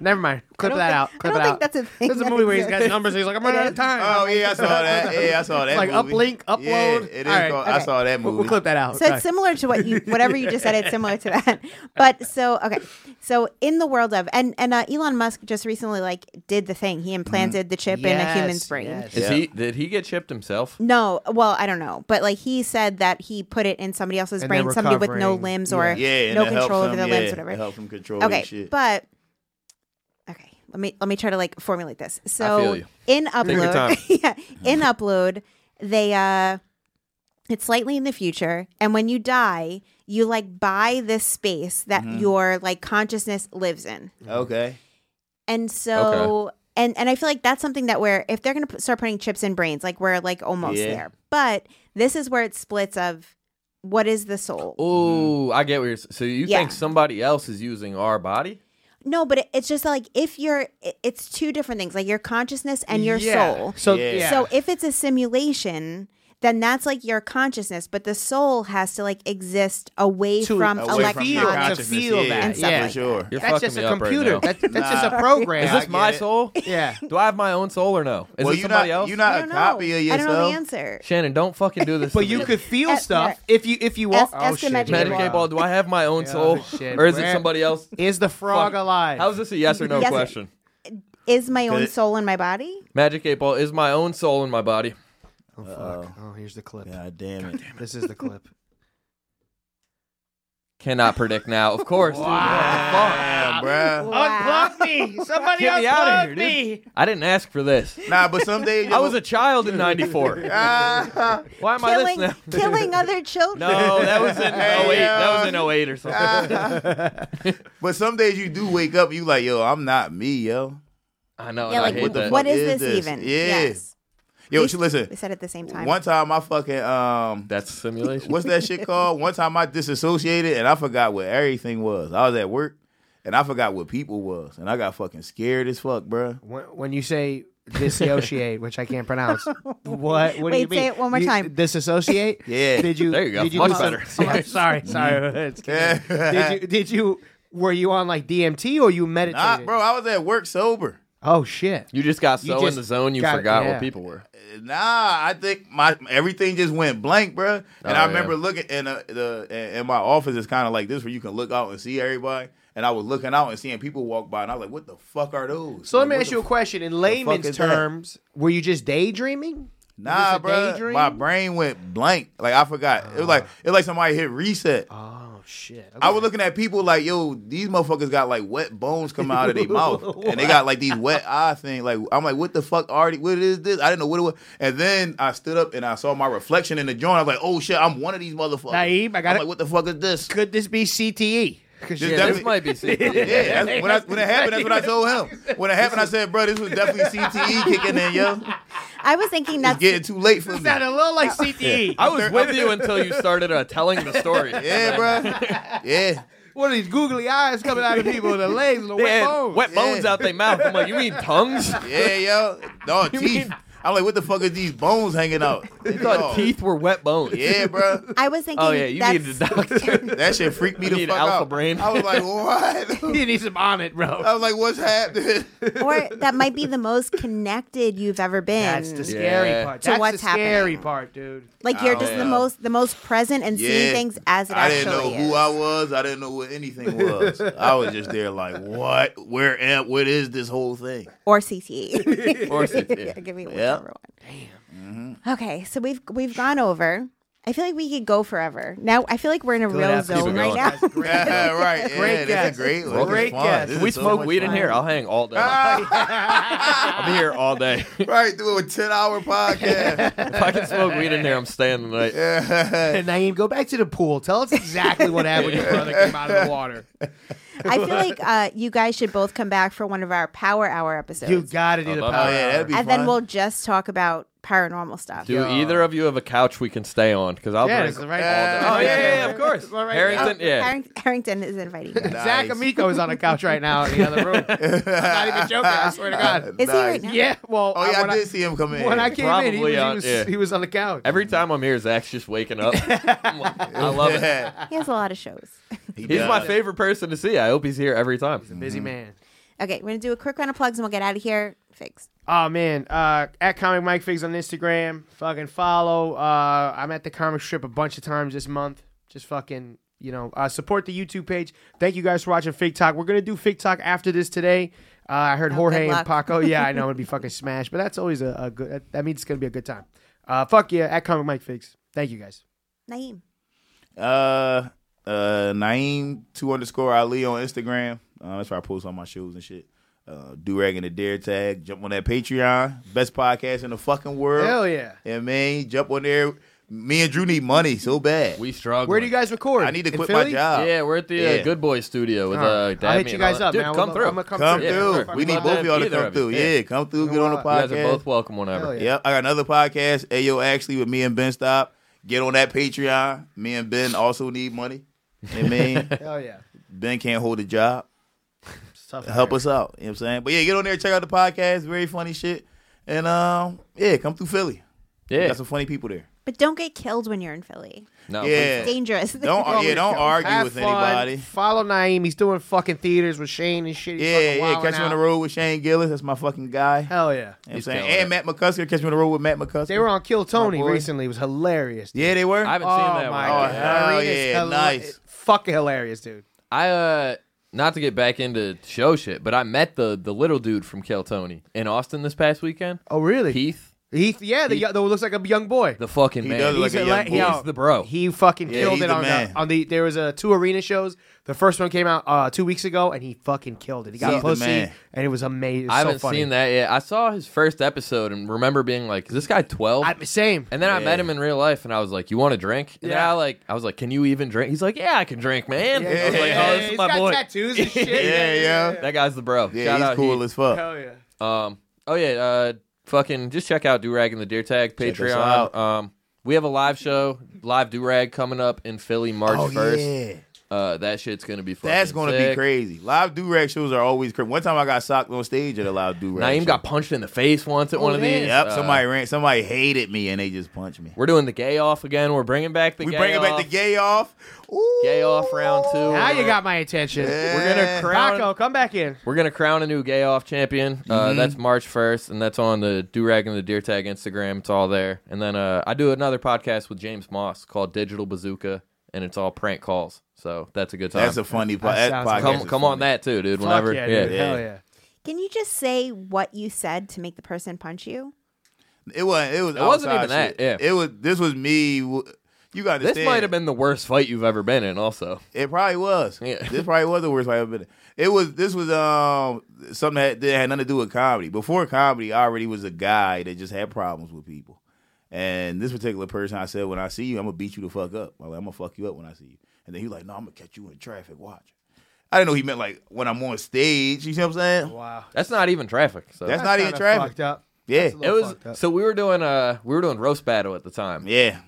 Speaker 5: Never mind. Clip that
Speaker 3: think-
Speaker 5: out.
Speaker 3: I don't
Speaker 5: Clip it
Speaker 3: think
Speaker 5: out.
Speaker 3: that's a thing
Speaker 5: There's a
Speaker 3: that
Speaker 5: movie where he's
Speaker 3: exists.
Speaker 5: got numbers. And he's like, I'm running out of time.
Speaker 7: Oh yeah, I saw that. Yeah, I saw that.
Speaker 5: Like
Speaker 7: movie.
Speaker 5: uplink, upload.
Speaker 7: Yeah, it
Speaker 5: All
Speaker 7: is
Speaker 5: right,
Speaker 7: called- I
Speaker 3: okay.
Speaker 7: saw that
Speaker 5: We'll,
Speaker 7: movie.
Speaker 5: we'll clip that
Speaker 7: Oh,
Speaker 5: out.
Speaker 3: So it's similar to what you, whatever you just said. It's similar to
Speaker 7: <laughs>
Speaker 3: that. But so okay, so in the world of and and uh, Elon Musk just recently like did the thing.
Speaker 7: Mm-hmm.
Speaker 3: He implanted the chip in a human's
Speaker 5: Yes,
Speaker 3: brain.
Speaker 5: yes.
Speaker 6: Is
Speaker 7: Yeah.
Speaker 6: he? Did he get chipped himself?
Speaker 3: No, well, I don't know, but like he said that he put it in somebody else's
Speaker 5: And they're
Speaker 3: brain, somebody with no
Speaker 5: recovering.
Speaker 3: limbs
Speaker 5: Yeah.
Speaker 3: or
Speaker 7: Yeah, and
Speaker 3: no
Speaker 7: it
Speaker 3: control
Speaker 7: helps
Speaker 3: over
Speaker 7: him,
Speaker 3: their
Speaker 7: yeah,
Speaker 3: lims, whatever.
Speaker 7: It helps him control
Speaker 3: okay,
Speaker 7: his shit.
Speaker 3: but okay, let me let me try to like formulate this. So
Speaker 6: feel you.
Speaker 3: in
Speaker 6: your time.
Speaker 3: upload, <laughs> yeah, in upload, they uh, it's slightly in the future, and when you die, you like buy this space that
Speaker 6: Mm-hmm.
Speaker 3: your like consciousness lives in,
Speaker 7: okay.
Speaker 3: and so. And, and I feel like that's something that we're if they're gonna p- start putting chips in brains like we're like almost
Speaker 7: Yeah.
Speaker 3: there, but this is where it splits of what is the soul?
Speaker 6: Oh, I get what you're. s- So you
Speaker 3: Yeah.
Speaker 6: think somebody else is using our body?
Speaker 3: No, but it, it's just like if you're, it- it's two different things, like your consciousness and your
Speaker 5: Yeah.
Speaker 3: soul.
Speaker 5: So,
Speaker 7: Yeah.
Speaker 5: yeah.
Speaker 3: So if it's a simulation, then that's like your consciousness, but the soul has to like exist away
Speaker 5: To-
Speaker 3: from
Speaker 7: Away
Speaker 5: Away
Speaker 7: from
Speaker 3: electrons.
Speaker 7: your
Speaker 5: feel- to
Speaker 7: consciousness,
Speaker 5: feel
Speaker 7: yeah,
Speaker 5: that,
Speaker 3: And stuff
Speaker 7: yeah,
Speaker 3: yeah.
Speaker 7: for
Speaker 3: like
Speaker 7: sure.
Speaker 6: You're
Speaker 5: that's
Speaker 6: fucking
Speaker 5: just
Speaker 6: me
Speaker 5: a
Speaker 6: up right
Speaker 5: computer.
Speaker 6: now.
Speaker 5: That- that's just
Speaker 7: Nah.
Speaker 5: a program.
Speaker 6: Is this
Speaker 7: I
Speaker 6: my
Speaker 7: get
Speaker 3: <laughs>
Speaker 7: it.
Speaker 6: soul?
Speaker 5: yeah.
Speaker 6: Do I have my own soul or no? Is
Speaker 7: well,
Speaker 6: this
Speaker 7: you're
Speaker 6: somebody
Speaker 7: not,
Speaker 6: else?
Speaker 7: you're
Speaker 3: I
Speaker 7: not
Speaker 3: don't
Speaker 7: a
Speaker 3: know.
Speaker 7: copy of
Speaker 3: I
Speaker 7: yourself.
Speaker 3: don't know the answer.
Speaker 6: Shannon, don't fucking do this.
Speaker 5: But
Speaker 6: to
Speaker 5: you
Speaker 3: <laughs>
Speaker 6: me.
Speaker 5: could feel
Speaker 3: Ask-
Speaker 5: stuff if you if you walk.
Speaker 3: Ask- ask him at
Speaker 5: here
Speaker 3: your
Speaker 5: we
Speaker 6: Madam
Speaker 3: Wow.
Speaker 5: go.
Speaker 6: K. Ball, do I have my own soul,
Speaker 5: shit.
Speaker 6: or is it
Speaker 5: Where-
Speaker 6: somebody else?
Speaker 5: Is the frog
Speaker 6: Fuck.
Speaker 5: alive?
Speaker 6: How is this a yes or no
Speaker 3: Yes.
Speaker 6: question?
Speaker 3: Is my own
Speaker 7: Good.
Speaker 3: soul in my body?
Speaker 6: Magic eight ball is my own soul in my body.
Speaker 5: Oh, fuck. oh, here's the clip.
Speaker 7: God damn it.
Speaker 5: This is the <laughs> clip.
Speaker 6: Cannot predict now. Of course. dude.
Speaker 7: Wow, bruh.
Speaker 3: Wow.
Speaker 5: me! Somebody
Speaker 6: Get me out of
Speaker 5: unplug
Speaker 6: here, dude. I didn't ask for this.
Speaker 7: Nah, but someday
Speaker 6: I was a child in 94.
Speaker 7: <laughs> Ah,
Speaker 6: Why am I this
Speaker 3: Killing,
Speaker 6: <laughs> now?
Speaker 3: killing other children. <laughs>
Speaker 6: No, that was in 08.
Speaker 7: Hey,
Speaker 6: That was
Speaker 7: yo.
Speaker 6: in 08 or something.
Speaker 7: but some days you do wake up, you like, yo, I'm not me, yo.
Speaker 6: I know.
Speaker 3: yeah,
Speaker 6: and
Speaker 3: like
Speaker 6: I hate that.
Speaker 3: what
Speaker 7: fuck
Speaker 3: is,
Speaker 7: is
Speaker 3: this,
Speaker 7: this?
Speaker 3: even?
Speaker 7: Yeah.
Speaker 3: Yes.
Speaker 7: Yo,
Speaker 3: We-
Speaker 7: she- listen.
Speaker 3: We said it at the same time.
Speaker 7: One time I fucking um
Speaker 6: That's simulation.
Speaker 7: what's that shit called? One time I disassociated and I forgot what everything was. I was at work and I forgot what people was. And I got fucking scared as fuck, bruh.
Speaker 5: When, when you say dissociate, which I can't pronounce, <laughs> what what do you
Speaker 3: Wait,
Speaker 5: mean?
Speaker 3: say it one more
Speaker 5: You-
Speaker 3: time.
Speaker 5: Disassociate?
Speaker 7: Yeah.
Speaker 5: Did you?
Speaker 6: There you go.
Speaker 5: Did you
Speaker 6: Much
Speaker 5: do some-
Speaker 6: better.
Speaker 5: Oh, I'm sorry, sorry. <laughs> It's kidding. did you? Did you? Were you on like DMT or you
Speaker 7: <laughs> Nah,
Speaker 5: meditated?
Speaker 7: bro, I was at work sober.
Speaker 5: Oh shit.
Speaker 6: You just got
Speaker 5: You
Speaker 6: so in
Speaker 5: just
Speaker 6: the zone you
Speaker 5: got-
Speaker 6: forgot
Speaker 5: yeah.
Speaker 6: what people were.
Speaker 7: Nah, I think my everything just went blank, bruh. And
Speaker 6: Oh,
Speaker 7: I
Speaker 6: yeah.
Speaker 7: remember looking in uh, the in in my office is kind of like this where you can look out and see everybody. And I was looking out and seeing people walk by, and I was like, "What the fuck are those?"
Speaker 5: So let
Speaker 7: Like,
Speaker 5: me
Speaker 7: what
Speaker 5: ask
Speaker 7: the
Speaker 5: you a
Speaker 7: f-
Speaker 5: question. In
Speaker 7: fuck
Speaker 5: layman's
Speaker 7: is that?
Speaker 5: terms, were you just daydreaming?
Speaker 7: Nah,
Speaker 5: Is this a
Speaker 7: bro,
Speaker 5: daydream?
Speaker 7: my brain went blank. Like I forgot. it was like it was like somebody hit reset.
Speaker 5: Oh shit.
Speaker 7: I was looking at people like, yo, these motherfuckers got like wet bones coming out
Speaker 5: <laughs>
Speaker 7: of their mouth, and they got like these wet eye thing. Like I'm like, what the fuck already? What is this? I didn't know what it was. And then I stood up and I saw my reflection in the joint. I was like, oh shit, I'm one of these motherfuckers.
Speaker 5: Naeem, I got
Speaker 7: am
Speaker 5: it.
Speaker 7: Like what the fuck is this?
Speaker 5: Could this be E? CTE? 'Cause
Speaker 7: This
Speaker 5: you're-
Speaker 6: Yeah,
Speaker 7: definitely-
Speaker 6: this might be simulation.
Speaker 7: Yeah, that's, when, I,
Speaker 5: <laughs>
Speaker 7: when it happened, that's what I told him. When it happened, I said, bro, this was definitely CTE kicking in, yo.
Speaker 3: I was thinking
Speaker 7: It's
Speaker 3: that's
Speaker 7: getting too late for me.
Speaker 5: It sounded a little like E. <laughs> CTE.
Speaker 6: I was with you until you started uh, telling the story.
Speaker 7: Yeah, bro.
Speaker 5: <laughs>
Speaker 7: Yeah.
Speaker 5: What are these googly eyes coming out of people with the legs and the
Speaker 6: They
Speaker 5: wet
Speaker 6: had
Speaker 5: bones?
Speaker 6: wet bones
Speaker 7: Yeah.
Speaker 6: out their mouth. I'm like, you mean tongues?
Speaker 7: Yeah, yo. No,
Speaker 6: <laughs> You
Speaker 7: teeth.
Speaker 6: mean-
Speaker 7: I'm like, what the fuck is these bones
Speaker 6: <laughs>
Speaker 7: hanging out?
Speaker 6: He thought teeth were wet bones.
Speaker 7: Yeah, bro.
Speaker 3: I was thinking.
Speaker 6: Oh yeah, you
Speaker 3: that's,
Speaker 6: needed a <laughs>
Speaker 7: <laughs>
Speaker 6: doctor.
Speaker 7: That shit freaked me
Speaker 6: You
Speaker 7: the
Speaker 6: need
Speaker 7: fuck
Speaker 6: alpha
Speaker 7: out.
Speaker 6: brain.
Speaker 7: I was like,
Speaker 5: <laughs>
Speaker 7: what?
Speaker 5: you need some on it, bro.
Speaker 7: I was like, what's happening?
Speaker 3: or that might be the most connected you've ever been.
Speaker 5: That's the scary
Speaker 6: Yeah.
Speaker 5: part.
Speaker 3: So
Speaker 5: That's
Speaker 3: what's
Speaker 5: the scary
Speaker 3: happening?
Speaker 5: part, dude.
Speaker 3: like you're just
Speaker 7: Oh,
Speaker 3: the
Speaker 7: yeah.
Speaker 3: most the most present and seeing things as it
Speaker 7: I
Speaker 3: actually
Speaker 7: didn't know
Speaker 3: is.
Speaker 7: who I was. I didn't know what anything was. I was just there, like, what? Where am? What is this whole thing?
Speaker 3: or CTE.
Speaker 6: Or sit- <laughs>
Speaker 3: <laughs>
Speaker 6: yeah.
Speaker 3: Give me whichever
Speaker 7: Yeah.
Speaker 3: one. Okay, so we've we've gone over. I feel like we could go forever. Now I feel like we're in a real
Speaker 5: episode.
Speaker 3: zone
Speaker 6: Keep it
Speaker 3: right now.
Speaker 6: going.
Speaker 7: Yeah, right. Yeah,
Speaker 5: Great
Speaker 7: great that's
Speaker 5: guess.
Speaker 7: a great one.
Speaker 5: Great
Speaker 7: It's fun.
Speaker 5: guess.
Speaker 7: This
Speaker 6: we
Speaker 7: is so
Speaker 6: smoke
Speaker 7: much
Speaker 6: weed in
Speaker 7: fun.
Speaker 6: here. I'll hang all day.
Speaker 5: Ah! <laughs>
Speaker 6: I'll be here all day.
Speaker 7: Right, do a ten-hour podcast.
Speaker 6: if I can smoke weed in here, I'm staying tonight.
Speaker 5: And Naeem, go back to the pool. Tell us exactly what happened when your brother came out of the <laughs> water.
Speaker 3: I feel like uh, you guys should both come back for one of our Power Hour episodes,
Speaker 5: You got to do
Speaker 6: I
Speaker 5: the
Speaker 6: love
Speaker 5: power.
Speaker 7: it. Oh, yeah, that'd be-
Speaker 3: and
Speaker 7: fun. <laughs>
Speaker 3: then we'll just talk about paranormal stuff.
Speaker 6: Do either of you have a couch we can stay on? Because I'll
Speaker 5: Yeah,
Speaker 6: drink.
Speaker 5: it's the right.
Speaker 7: Yeah.
Speaker 6: Oh yeah, yeah,
Speaker 3: <laughs>
Speaker 6: yeah, of course.
Speaker 5: Right, right.
Speaker 6: Harrington, yeah.
Speaker 3: Harring- Harrington is inviting me.
Speaker 7: Nice.
Speaker 5: Zach Amico is on a couch right now in the other <laughs> room. I'm not even
Speaker 7: <laughs>
Speaker 5: joking. I swear to <laughs> God.
Speaker 3: Is he right now?
Speaker 7: Nice.
Speaker 5: Yeah. uh, Well,
Speaker 7: Oh yeah,
Speaker 5: when
Speaker 7: I did see him come in. <laughs>
Speaker 5: when I came in, he
Speaker 6: Probably
Speaker 5: was, he,
Speaker 6: on-
Speaker 5: was,
Speaker 6: yeah.
Speaker 5: he was on the couch.
Speaker 6: Every time I'm here, Zach's just
Speaker 5: <laughs>
Speaker 6: waking up. I'm like, I love it.
Speaker 7: Yeah,
Speaker 3: He has a lot of shows.
Speaker 7: he
Speaker 6: He's my
Speaker 7: does.
Speaker 6: favorite person to see. I hope he's here every time.
Speaker 5: Busy man.
Speaker 3: Okay, we're gonna do a quick round of plugs and we'll get out of here. Figs.
Speaker 5: Oh man, uh, at Comic Mike Figs on Instagram. Fucking follow. Uh, I'm at the comic strip a bunch of times this month. Just fucking, you know, uh, support the YouTube page. Thank you guys for watching Fig Talk. We're gonna do Fig Talk after this today. Uh, I heard Jorge
Speaker 3: Oh, good
Speaker 5: and
Speaker 3: luck. <laughs>
Speaker 5: Paco. Yeah, I know it'd be fucking smashed, but that's always a, a good. That, that means it's gonna be a good time. Uh, fuck yeah, at Comic Mike Figs. Thank you guys.
Speaker 3: Naeem.
Speaker 7: Uh, uh, Naeem two underscore Ali on Instagram. Uh, that's where I post all my shoes and shit. Uh, do rag and the dare tag. Jump on that Patreon. Best podcast in the fucking world.
Speaker 5: Hell yeah.
Speaker 7: Yeah, man. Jump on there. Me and Drew need money so bad.
Speaker 6: We struggle.
Speaker 5: Where do you guys record?
Speaker 7: I need to
Speaker 5: In
Speaker 7: quit my
Speaker 5: Philly?
Speaker 7: job.
Speaker 6: Yeah, we're at the uh,
Speaker 7: Yeah.
Speaker 6: Good Boy Studio with
Speaker 5: All right.
Speaker 6: uh, Dabney
Speaker 5: I'll hit you
Speaker 6: and all
Speaker 5: guys
Speaker 6: that.
Speaker 5: up,
Speaker 6: Dude,
Speaker 5: man. I
Speaker 6: Come
Speaker 5: would-
Speaker 6: through.
Speaker 5: I'm gonna come,
Speaker 7: Come
Speaker 5: through.
Speaker 7: through.
Speaker 6: sure.
Speaker 7: we need
Speaker 6: Love
Speaker 7: both of y'all to
Speaker 6: either
Speaker 7: come
Speaker 6: of you.
Speaker 7: through.
Speaker 6: Yeah.
Speaker 7: Yeah, come through. Get on the
Speaker 5: You
Speaker 6: you
Speaker 7: podcast.
Speaker 6: guys are both welcome whenever.
Speaker 5: yeah.
Speaker 7: Yep, I got another podcast, Ayo Actually, with me and Ben Stop. Get on that Patreon. Me and Ben also need money. You know what I mean,
Speaker 5: <laughs> Hell yeah.
Speaker 7: Ben can't hold a job.
Speaker 5: It's tough out
Speaker 7: Help
Speaker 5: here.
Speaker 7: us out. You know what I'm saying? But yeah, get on there, check out the podcast. Very funny shit. And um, yeah, come through Philly.
Speaker 6: Yeah.
Speaker 7: Got some funny people there.
Speaker 3: But don't get killed when you're in Philly.
Speaker 5: Oh,
Speaker 6: No,
Speaker 7: yeah.
Speaker 3: Dangerous.
Speaker 7: Don't uh, yeah, don't
Speaker 3: <laughs>
Speaker 7: argue
Speaker 5: Have
Speaker 7: with
Speaker 5: fun.
Speaker 7: anybody.
Speaker 5: Follow Naeem. He's doing fucking theaters with Shane and shit. He's
Speaker 7: Yeah,
Speaker 5: fucking
Speaker 7: yeah.
Speaker 5: wilding
Speaker 7: Catch me on
Speaker 5: out.
Speaker 7: the road with Shane Gillis. That's my fucking guy. You know
Speaker 5: Hell yeah.
Speaker 7: what I'm
Speaker 6: He's
Speaker 7: saying?
Speaker 6: killing
Speaker 7: And Matt McCusker. Catch me on the road with Matt McCusker.
Speaker 5: They were on Kill Tony
Speaker 7: boy.
Speaker 5: recently. It was hilarious. dude.
Speaker 7: Yeah, they were.
Speaker 6: I haven't
Speaker 5: Oh
Speaker 6: seen that
Speaker 5: my
Speaker 6: one.
Speaker 7: Oh,
Speaker 5: god.
Speaker 7: hell
Speaker 5: It is
Speaker 7: yeah,
Speaker 5: hila-
Speaker 7: nice.
Speaker 5: Fucking hilarious, dude.
Speaker 6: I uh not to get back into show shit, but I met the the little dude from Kel Tony in Austin this past weekend.
Speaker 5: Oh really?
Speaker 6: Heath,
Speaker 5: Heath yeah, the, yo- the looks like a young boy.
Speaker 6: the fucking
Speaker 7: He
Speaker 6: man.
Speaker 7: does look
Speaker 6: He's
Speaker 7: like a
Speaker 5: la-
Speaker 7: young boy.
Speaker 5: yo,
Speaker 6: He's the bro.
Speaker 5: He fucking
Speaker 7: Yeah,
Speaker 5: killed
Speaker 7: he's
Speaker 5: it
Speaker 7: the
Speaker 5: on the,
Speaker 7: man.
Speaker 5: on the. There was a two arena shows. The first one came out uh, two weeks ago, and he fucking killed it. He got
Speaker 7: He's the
Speaker 5: pussy,
Speaker 7: man.
Speaker 5: and it was amazing.
Speaker 6: I haven't
Speaker 5: so funny.
Speaker 6: seen that yet. I saw his first episode and remember being like, "Is this guy 12?
Speaker 5: I, same.
Speaker 6: And then I met him in real life, and I was like, "You want to drink?" And then
Speaker 5: Yeah.
Speaker 6: I like, I was like, "Can you even drink?" He's like, "Yeah, I can drink, man." I was like, "Oh, this
Speaker 5: He's
Speaker 6: is my
Speaker 5: got
Speaker 6: boy."
Speaker 5: tattoos and <laughs>
Speaker 6: <laughs>
Speaker 5: shit.
Speaker 7: yeah, yeah.
Speaker 6: That guy's the bro.
Speaker 7: Yeah,
Speaker 6: Shout
Speaker 7: he's
Speaker 6: out
Speaker 7: cool
Speaker 6: Heath.
Speaker 7: as fuck.
Speaker 5: Hell yeah.
Speaker 6: Um. Oh yeah. Uh. Fucking. Just check out Durag and the Deer Tag
Speaker 7: Check us
Speaker 6: Patreon.
Speaker 7: out.
Speaker 6: Um. We have a live show, live Durag coming up in Philly March
Speaker 7: Oh,
Speaker 6: first.
Speaker 7: yeah.
Speaker 6: Uh. That shit's gonna be fucking.
Speaker 7: That's gonna be
Speaker 6: sick.
Speaker 7: crazy. Live do rag shows are always crazy. One time I got socked on stage at a live do rag.
Speaker 6: Naeem got punched in the face once at one of these.
Speaker 7: Oh, Yep,
Speaker 6: Uh,
Speaker 7: somebody ran. Somebody hated me, and they just punched me.
Speaker 6: We're doing the gay off again. We're bringing back the
Speaker 7: We
Speaker 6: gay
Speaker 7: bringing back
Speaker 6: off.
Speaker 7: the gay off. Ooh.
Speaker 6: Gay off round two.
Speaker 5: Now you got my attention.
Speaker 6: We're gonna crown.
Speaker 5: Paco, come back in.
Speaker 6: We're gonna crown a new gay off champion. Uh,
Speaker 7: Mm-hmm.
Speaker 6: that's March first, and that's on the Durag and the Deer Tag Instagram. It's all there. And then uh, I do another podcast with James Moss called Digital Bazooka, and it's a prank calls. So that's a good time.
Speaker 7: That's a funny po-
Speaker 5: That
Speaker 7: that
Speaker 5: sounds
Speaker 7: podcast.
Speaker 5: good.
Speaker 6: come
Speaker 7: is
Speaker 6: come on
Speaker 7: funny.
Speaker 6: that too, dude.
Speaker 5: Fuck
Speaker 6: Whenever,
Speaker 5: yeah,
Speaker 6: yeah,
Speaker 5: dude. Hell yeah.
Speaker 3: Can you just say what you said to make the person punch you?
Speaker 7: It wasn't. It was.
Speaker 6: It wasn't
Speaker 7: outside
Speaker 6: even
Speaker 7: shit.
Speaker 6: that, yeah.
Speaker 7: It was. This was me. w- You got
Speaker 6: This
Speaker 7: understand.
Speaker 6: might have been the worst fight you've ever been in. Also,
Speaker 7: It probably was.
Speaker 6: Yeah.
Speaker 7: This probably was the worst I ever been. in. It was. This was um something that, that had nothing to do with comedy. Before comedy, I already was a guy that just had problems with people. And this particular person, I said, when I see you, I'm gonna beat you the fuck up. I'm, like, I'm gonna fuck you up when I see you. And then he was like, no, I'm gonna catch you in traffic. Watch. I didn't know he meant like when I'm on stage. You see what I'm saying?
Speaker 5: Wow.
Speaker 6: that's not even traffic. So
Speaker 7: That's not even
Speaker 5: kinda
Speaker 7: traffic.
Speaker 5: Fucked up.
Speaker 7: Yeah.
Speaker 5: a
Speaker 6: it
Speaker 5: little fucked up.
Speaker 6: was. So we were doing uh we were doing roast battle at the time.
Speaker 7: Yeah.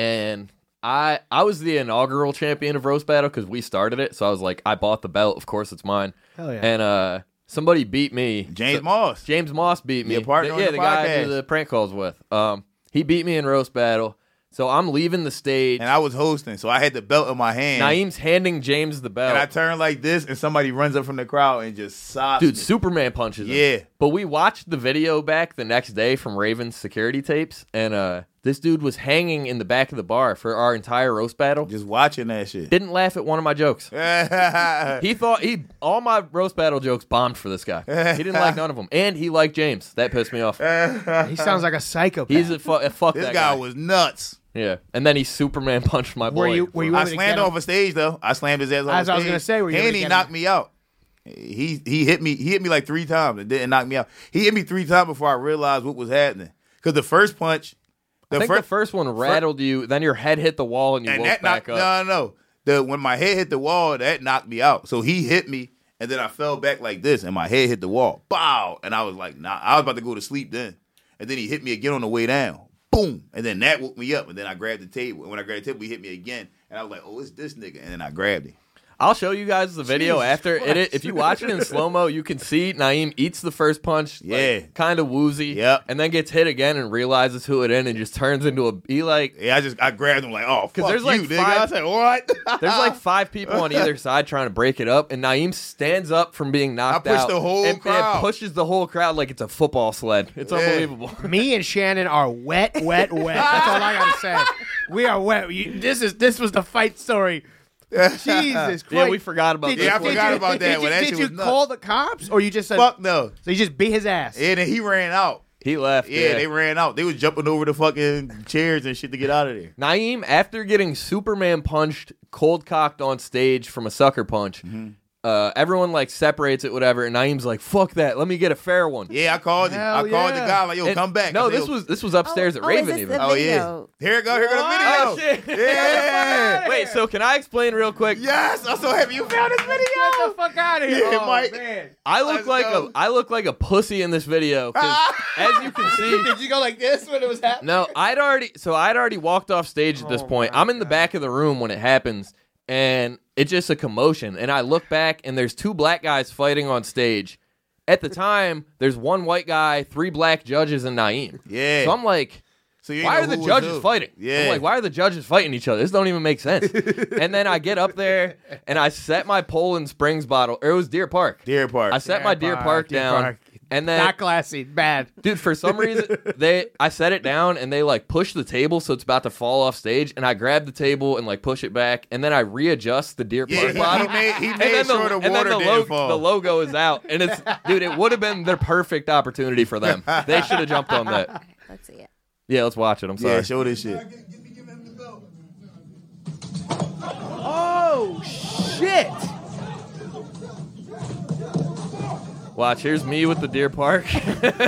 Speaker 6: and I I was the inaugural champion of roast battle because we started it. So I was like, I bought the belt. Of course, it's mine.
Speaker 5: Hell yeah.
Speaker 6: And uh, somebody beat me.
Speaker 7: James
Speaker 6: So-
Speaker 7: Moss.
Speaker 6: James Moss beat me.
Speaker 7: Your partner
Speaker 6: The-
Speaker 7: on
Speaker 6: yeah,
Speaker 7: the
Speaker 6: the, guy I
Speaker 7: podcast.
Speaker 6: do the prank calls with. Um, he beat me in roast battle. So I'm leaving the stage.
Speaker 7: and I was hosting, so I had the belt in my hand.
Speaker 6: Naeem's handing James the belt.
Speaker 7: and I turned like this, and somebody runs up from the crowd and just sobs.
Speaker 6: Dude,
Speaker 7: me.
Speaker 6: Superman punches him.
Speaker 7: Yeah.
Speaker 6: But we watched the video back the next day from Raven's security tapes, and uh, this dude was hanging in the back of the bar for our entire roast battle.
Speaker 7: just watching that <laughs> shit.
Speaker 6: Didn't laugh at one of my jokes. He thought he all my roast battle jokes bombed for this guy. He didn't like none of them, and he liked James. That pissed me off.
Speaker 5: He sounds like a psychopath.
Speaker 6: He's a, fu- a fuck
Speaker 7: this
Speaker 6: that
Speaker 7: guy was nuts.
Speaker 6: Yeah, and then he Superman <laughs> punched my boy.
Speaker 5: Were you- were you-
Speaker 7: I
Speaker 5: me to
Speaker 7: slammed
Speaker 5: get him?
Speaker 7: off a stage though. I slammed his ass off.
Speaker 5: As
Speaker 7: a
Speaker 5: I was
Speaker 7: stage,
Speaker 5: gonna say, were you able
Speaker 7: and
Speaker 5: to
Speaker 7: he
Speaker 5: get
Speaker 7: knocked
Speaker 5: him?
Speaker 7: me out. He he hit me. He hit me like three times and didn't knock me out. He hit me three times before I realized what was happening. Because the first punch,
Speaker 6: I
Speaker 7: the
Speaker 6: think the first one rattled you. Then your head hit the wall and you
Speaker 7: and
Speaker 6: woke
Speaker 7: that
Speaker 6: back
Speaker 7: knocked
Speaker 6: up.
Speaker 7: no no no. The when my head hit the wall, that knocked me out. So he hit me, and then I fell back like this, and my head hit the wall. Bow, and I was like, nah. I was about to go to sleep then, and then he hit me again on the way down. Boom, and then that woke me up, and then I grabbed the table. And when I grabbed the table, he hit me again, and I was like, oh, it's this nigga, and then I grabbed him.
Speaker 6: I'll show you guys the video after. It, it, if you watch it in slow mo, you can see Naeem eats the first punch,
Speaker 7: Yeah.
Speaker 6: kind of woozy,
Speaker 7: Yep.
Speaker 6: and then gets hit again and realizes who it is and just turns into a. He like
Speaker 7: Yeah, I just I grabbed him like, oh, fuck
Speaker 6: there's
Speaker 7: you,
Speaker 6: like
Speaker 7: nigga.
Speaker 6: five-
Speaker 7: I said, what? <laughs>
Speaker 6: there's like five people on either side trying to break it up, and Naeem stands up from being knocked
Speaker 7: pushed
Speaker 6: out.
Speaker 7: the whole
Speaker 6: and, and
Speaker 7: crowd.
Speaker 6: pushes the whole crowd like it's a football sled. It's
Speaker 7: Yeah. <laughs>
Speaker 6: unbelievable. <laughs>
Speaker 5: Me and Shannon are wet, wet, wet. That's all I gotta
Speaker 7: <laughs>
Speaker 5: say. We are wet. You- this is this was the fight story.
Speaker 7: <laughs>
Speaker 5: Jesus Christ!
Speaker 6: Yeah, we forgot about
Speaker 5: Did
Speaker 6: this
Speaker 7: Yeah, I
Speaker 6: one.
Speaker 7: forgot about
Speaker 5: Did
Speaker 7: that
Speaker 5: you,
Speaker 7: one. That
Speaker 5: did
Speaker 7: shit
Speaker 5: you
Speaker 7: was nuts.
Speaker 5: call the cops or you just said
Speaker 7: fuck no.
Speaker 5: So you just beat his ass.
Speaker 7: And then he ran out.
Speaker 6: He left.
Speaker 7: Yeah, they ran out. They was jumping over the fucking chairs and shit to get out of there.
Speaker 6: Naeem, after getting Superman punched, cold cocked on stage from a sucker punch,
Speaker 7: Mm-hmm.
Speaker 6: uh, everyone like separates it, whatever. And Naeem's like, "Fuck that! Let me get a fair one."
Speaker 7: Yeah, I called him. I
Speaker 5: Hell
Speaker 7: called the
Speaker 5: yeah.
Speaker 7: guy like, yo,
Speaker 6: And-
Speaker 7: come back. I
Speaker 6: No,
Speaker 7: said,
Speaker 6: this
Speaker 7: yo,
Speaker 6: was this was upstairs
Speaker 3: Oh,
Speaker 6: at
Speaker 3: oh, is
Speaker 6: Raven.
Speaker 3: this
Speaker 6: Even.
Speaker 3: the-
Speaker 7: Oh yeah.
Speaker 3: video.
Speaker 7: Here it go. Here go the video.
Speaker 6: Oh, <laughs> shit.
Speaker 7: Yeah.
Speaker 6: Wait, so can I explain real quick?
Speaker 7: Yes, I'm so happy you found this video.
Speaker 5: Get the fuck out of here,
Speaker 7: Yeah,
Speaker 5: oh,
Speaker 7: Mike.
Speaker 5: man.
Speaker 6: I look
Speaker 7: Let's
Speaker 6: like
Speaker 7: go.
Speaker 6: a I look like a pussy in this video 'cause
Speaker 7: <laughs>
Speaker 6: as you can see,
Speaker 7: Did you go like this when it was happening?
Speaker 6: No, I'd already so I'd already walked off stage at this point. I'm in the back of the room when it happens, and it's just a commotion. And I look back, and there's two black guys fighting on stage. At the time, there's one white guy, three black judges, and Naeem.
Speaker 7: Yeah.
Speaker 6: So I'm like,
Speaker 7: So you ain't
Speaker 6: why
Speaker 7: know
Speaker 6: are the
Speaker 7: who was
Speaker 6: judges
Speaker 7: who.
Speaker 6: fighting?
Speaker 7: Yeah.
Speaker 6: I'm like, why are the judges fighting each other? This don't even make
Speaker 7: <laughs>
Speaker 6: sense. and then I get up there and I set my Poland Springs bottle, or it was Deer Park.
Speaker 7: Deer Park.
Speaker 6: I set my Deer
Speaker 5: Park,
Speaker 6: Park
Speaker 5: Deer
Speaker 6: down.
Speaker 5: Park.
Speaker 6: And then
Speaker 5: Not classy, bad.
Speaker 6: <laughs> dude for some reason they i set it down and they like push the table so it's about to fall off stage and i grab the table and like push it back and then i readjust the deer
Speaker 7: Yeah,
Speaker 6: park
Speaker 7: he
Speaker 6: bottle
Speaker 7: made, he
Speaker 6: <laughs> and
Speaker 7: made
Speaker 6: then, the,
Speaker 7: sure the
Speaker 6: and then
Speaker 7: water
Speaker 6: the,
Speaker 7: didn't
Speaker 6: log-
Speaker 7: fall.
Speaker 6: the logo is out and it's dude it would have been the perfect opportunity for them they should have jumped on that
Speaker 3: Let's see it.
Speaker 6: yeah let's watch it i'm sorry
Speaker 7: Yeah, show this shit.
Speaker 5: Oh shit!
Speaker 6: watch here's me with the deer
Speaker 7: <laughs>
Speaker 6: park <laughs>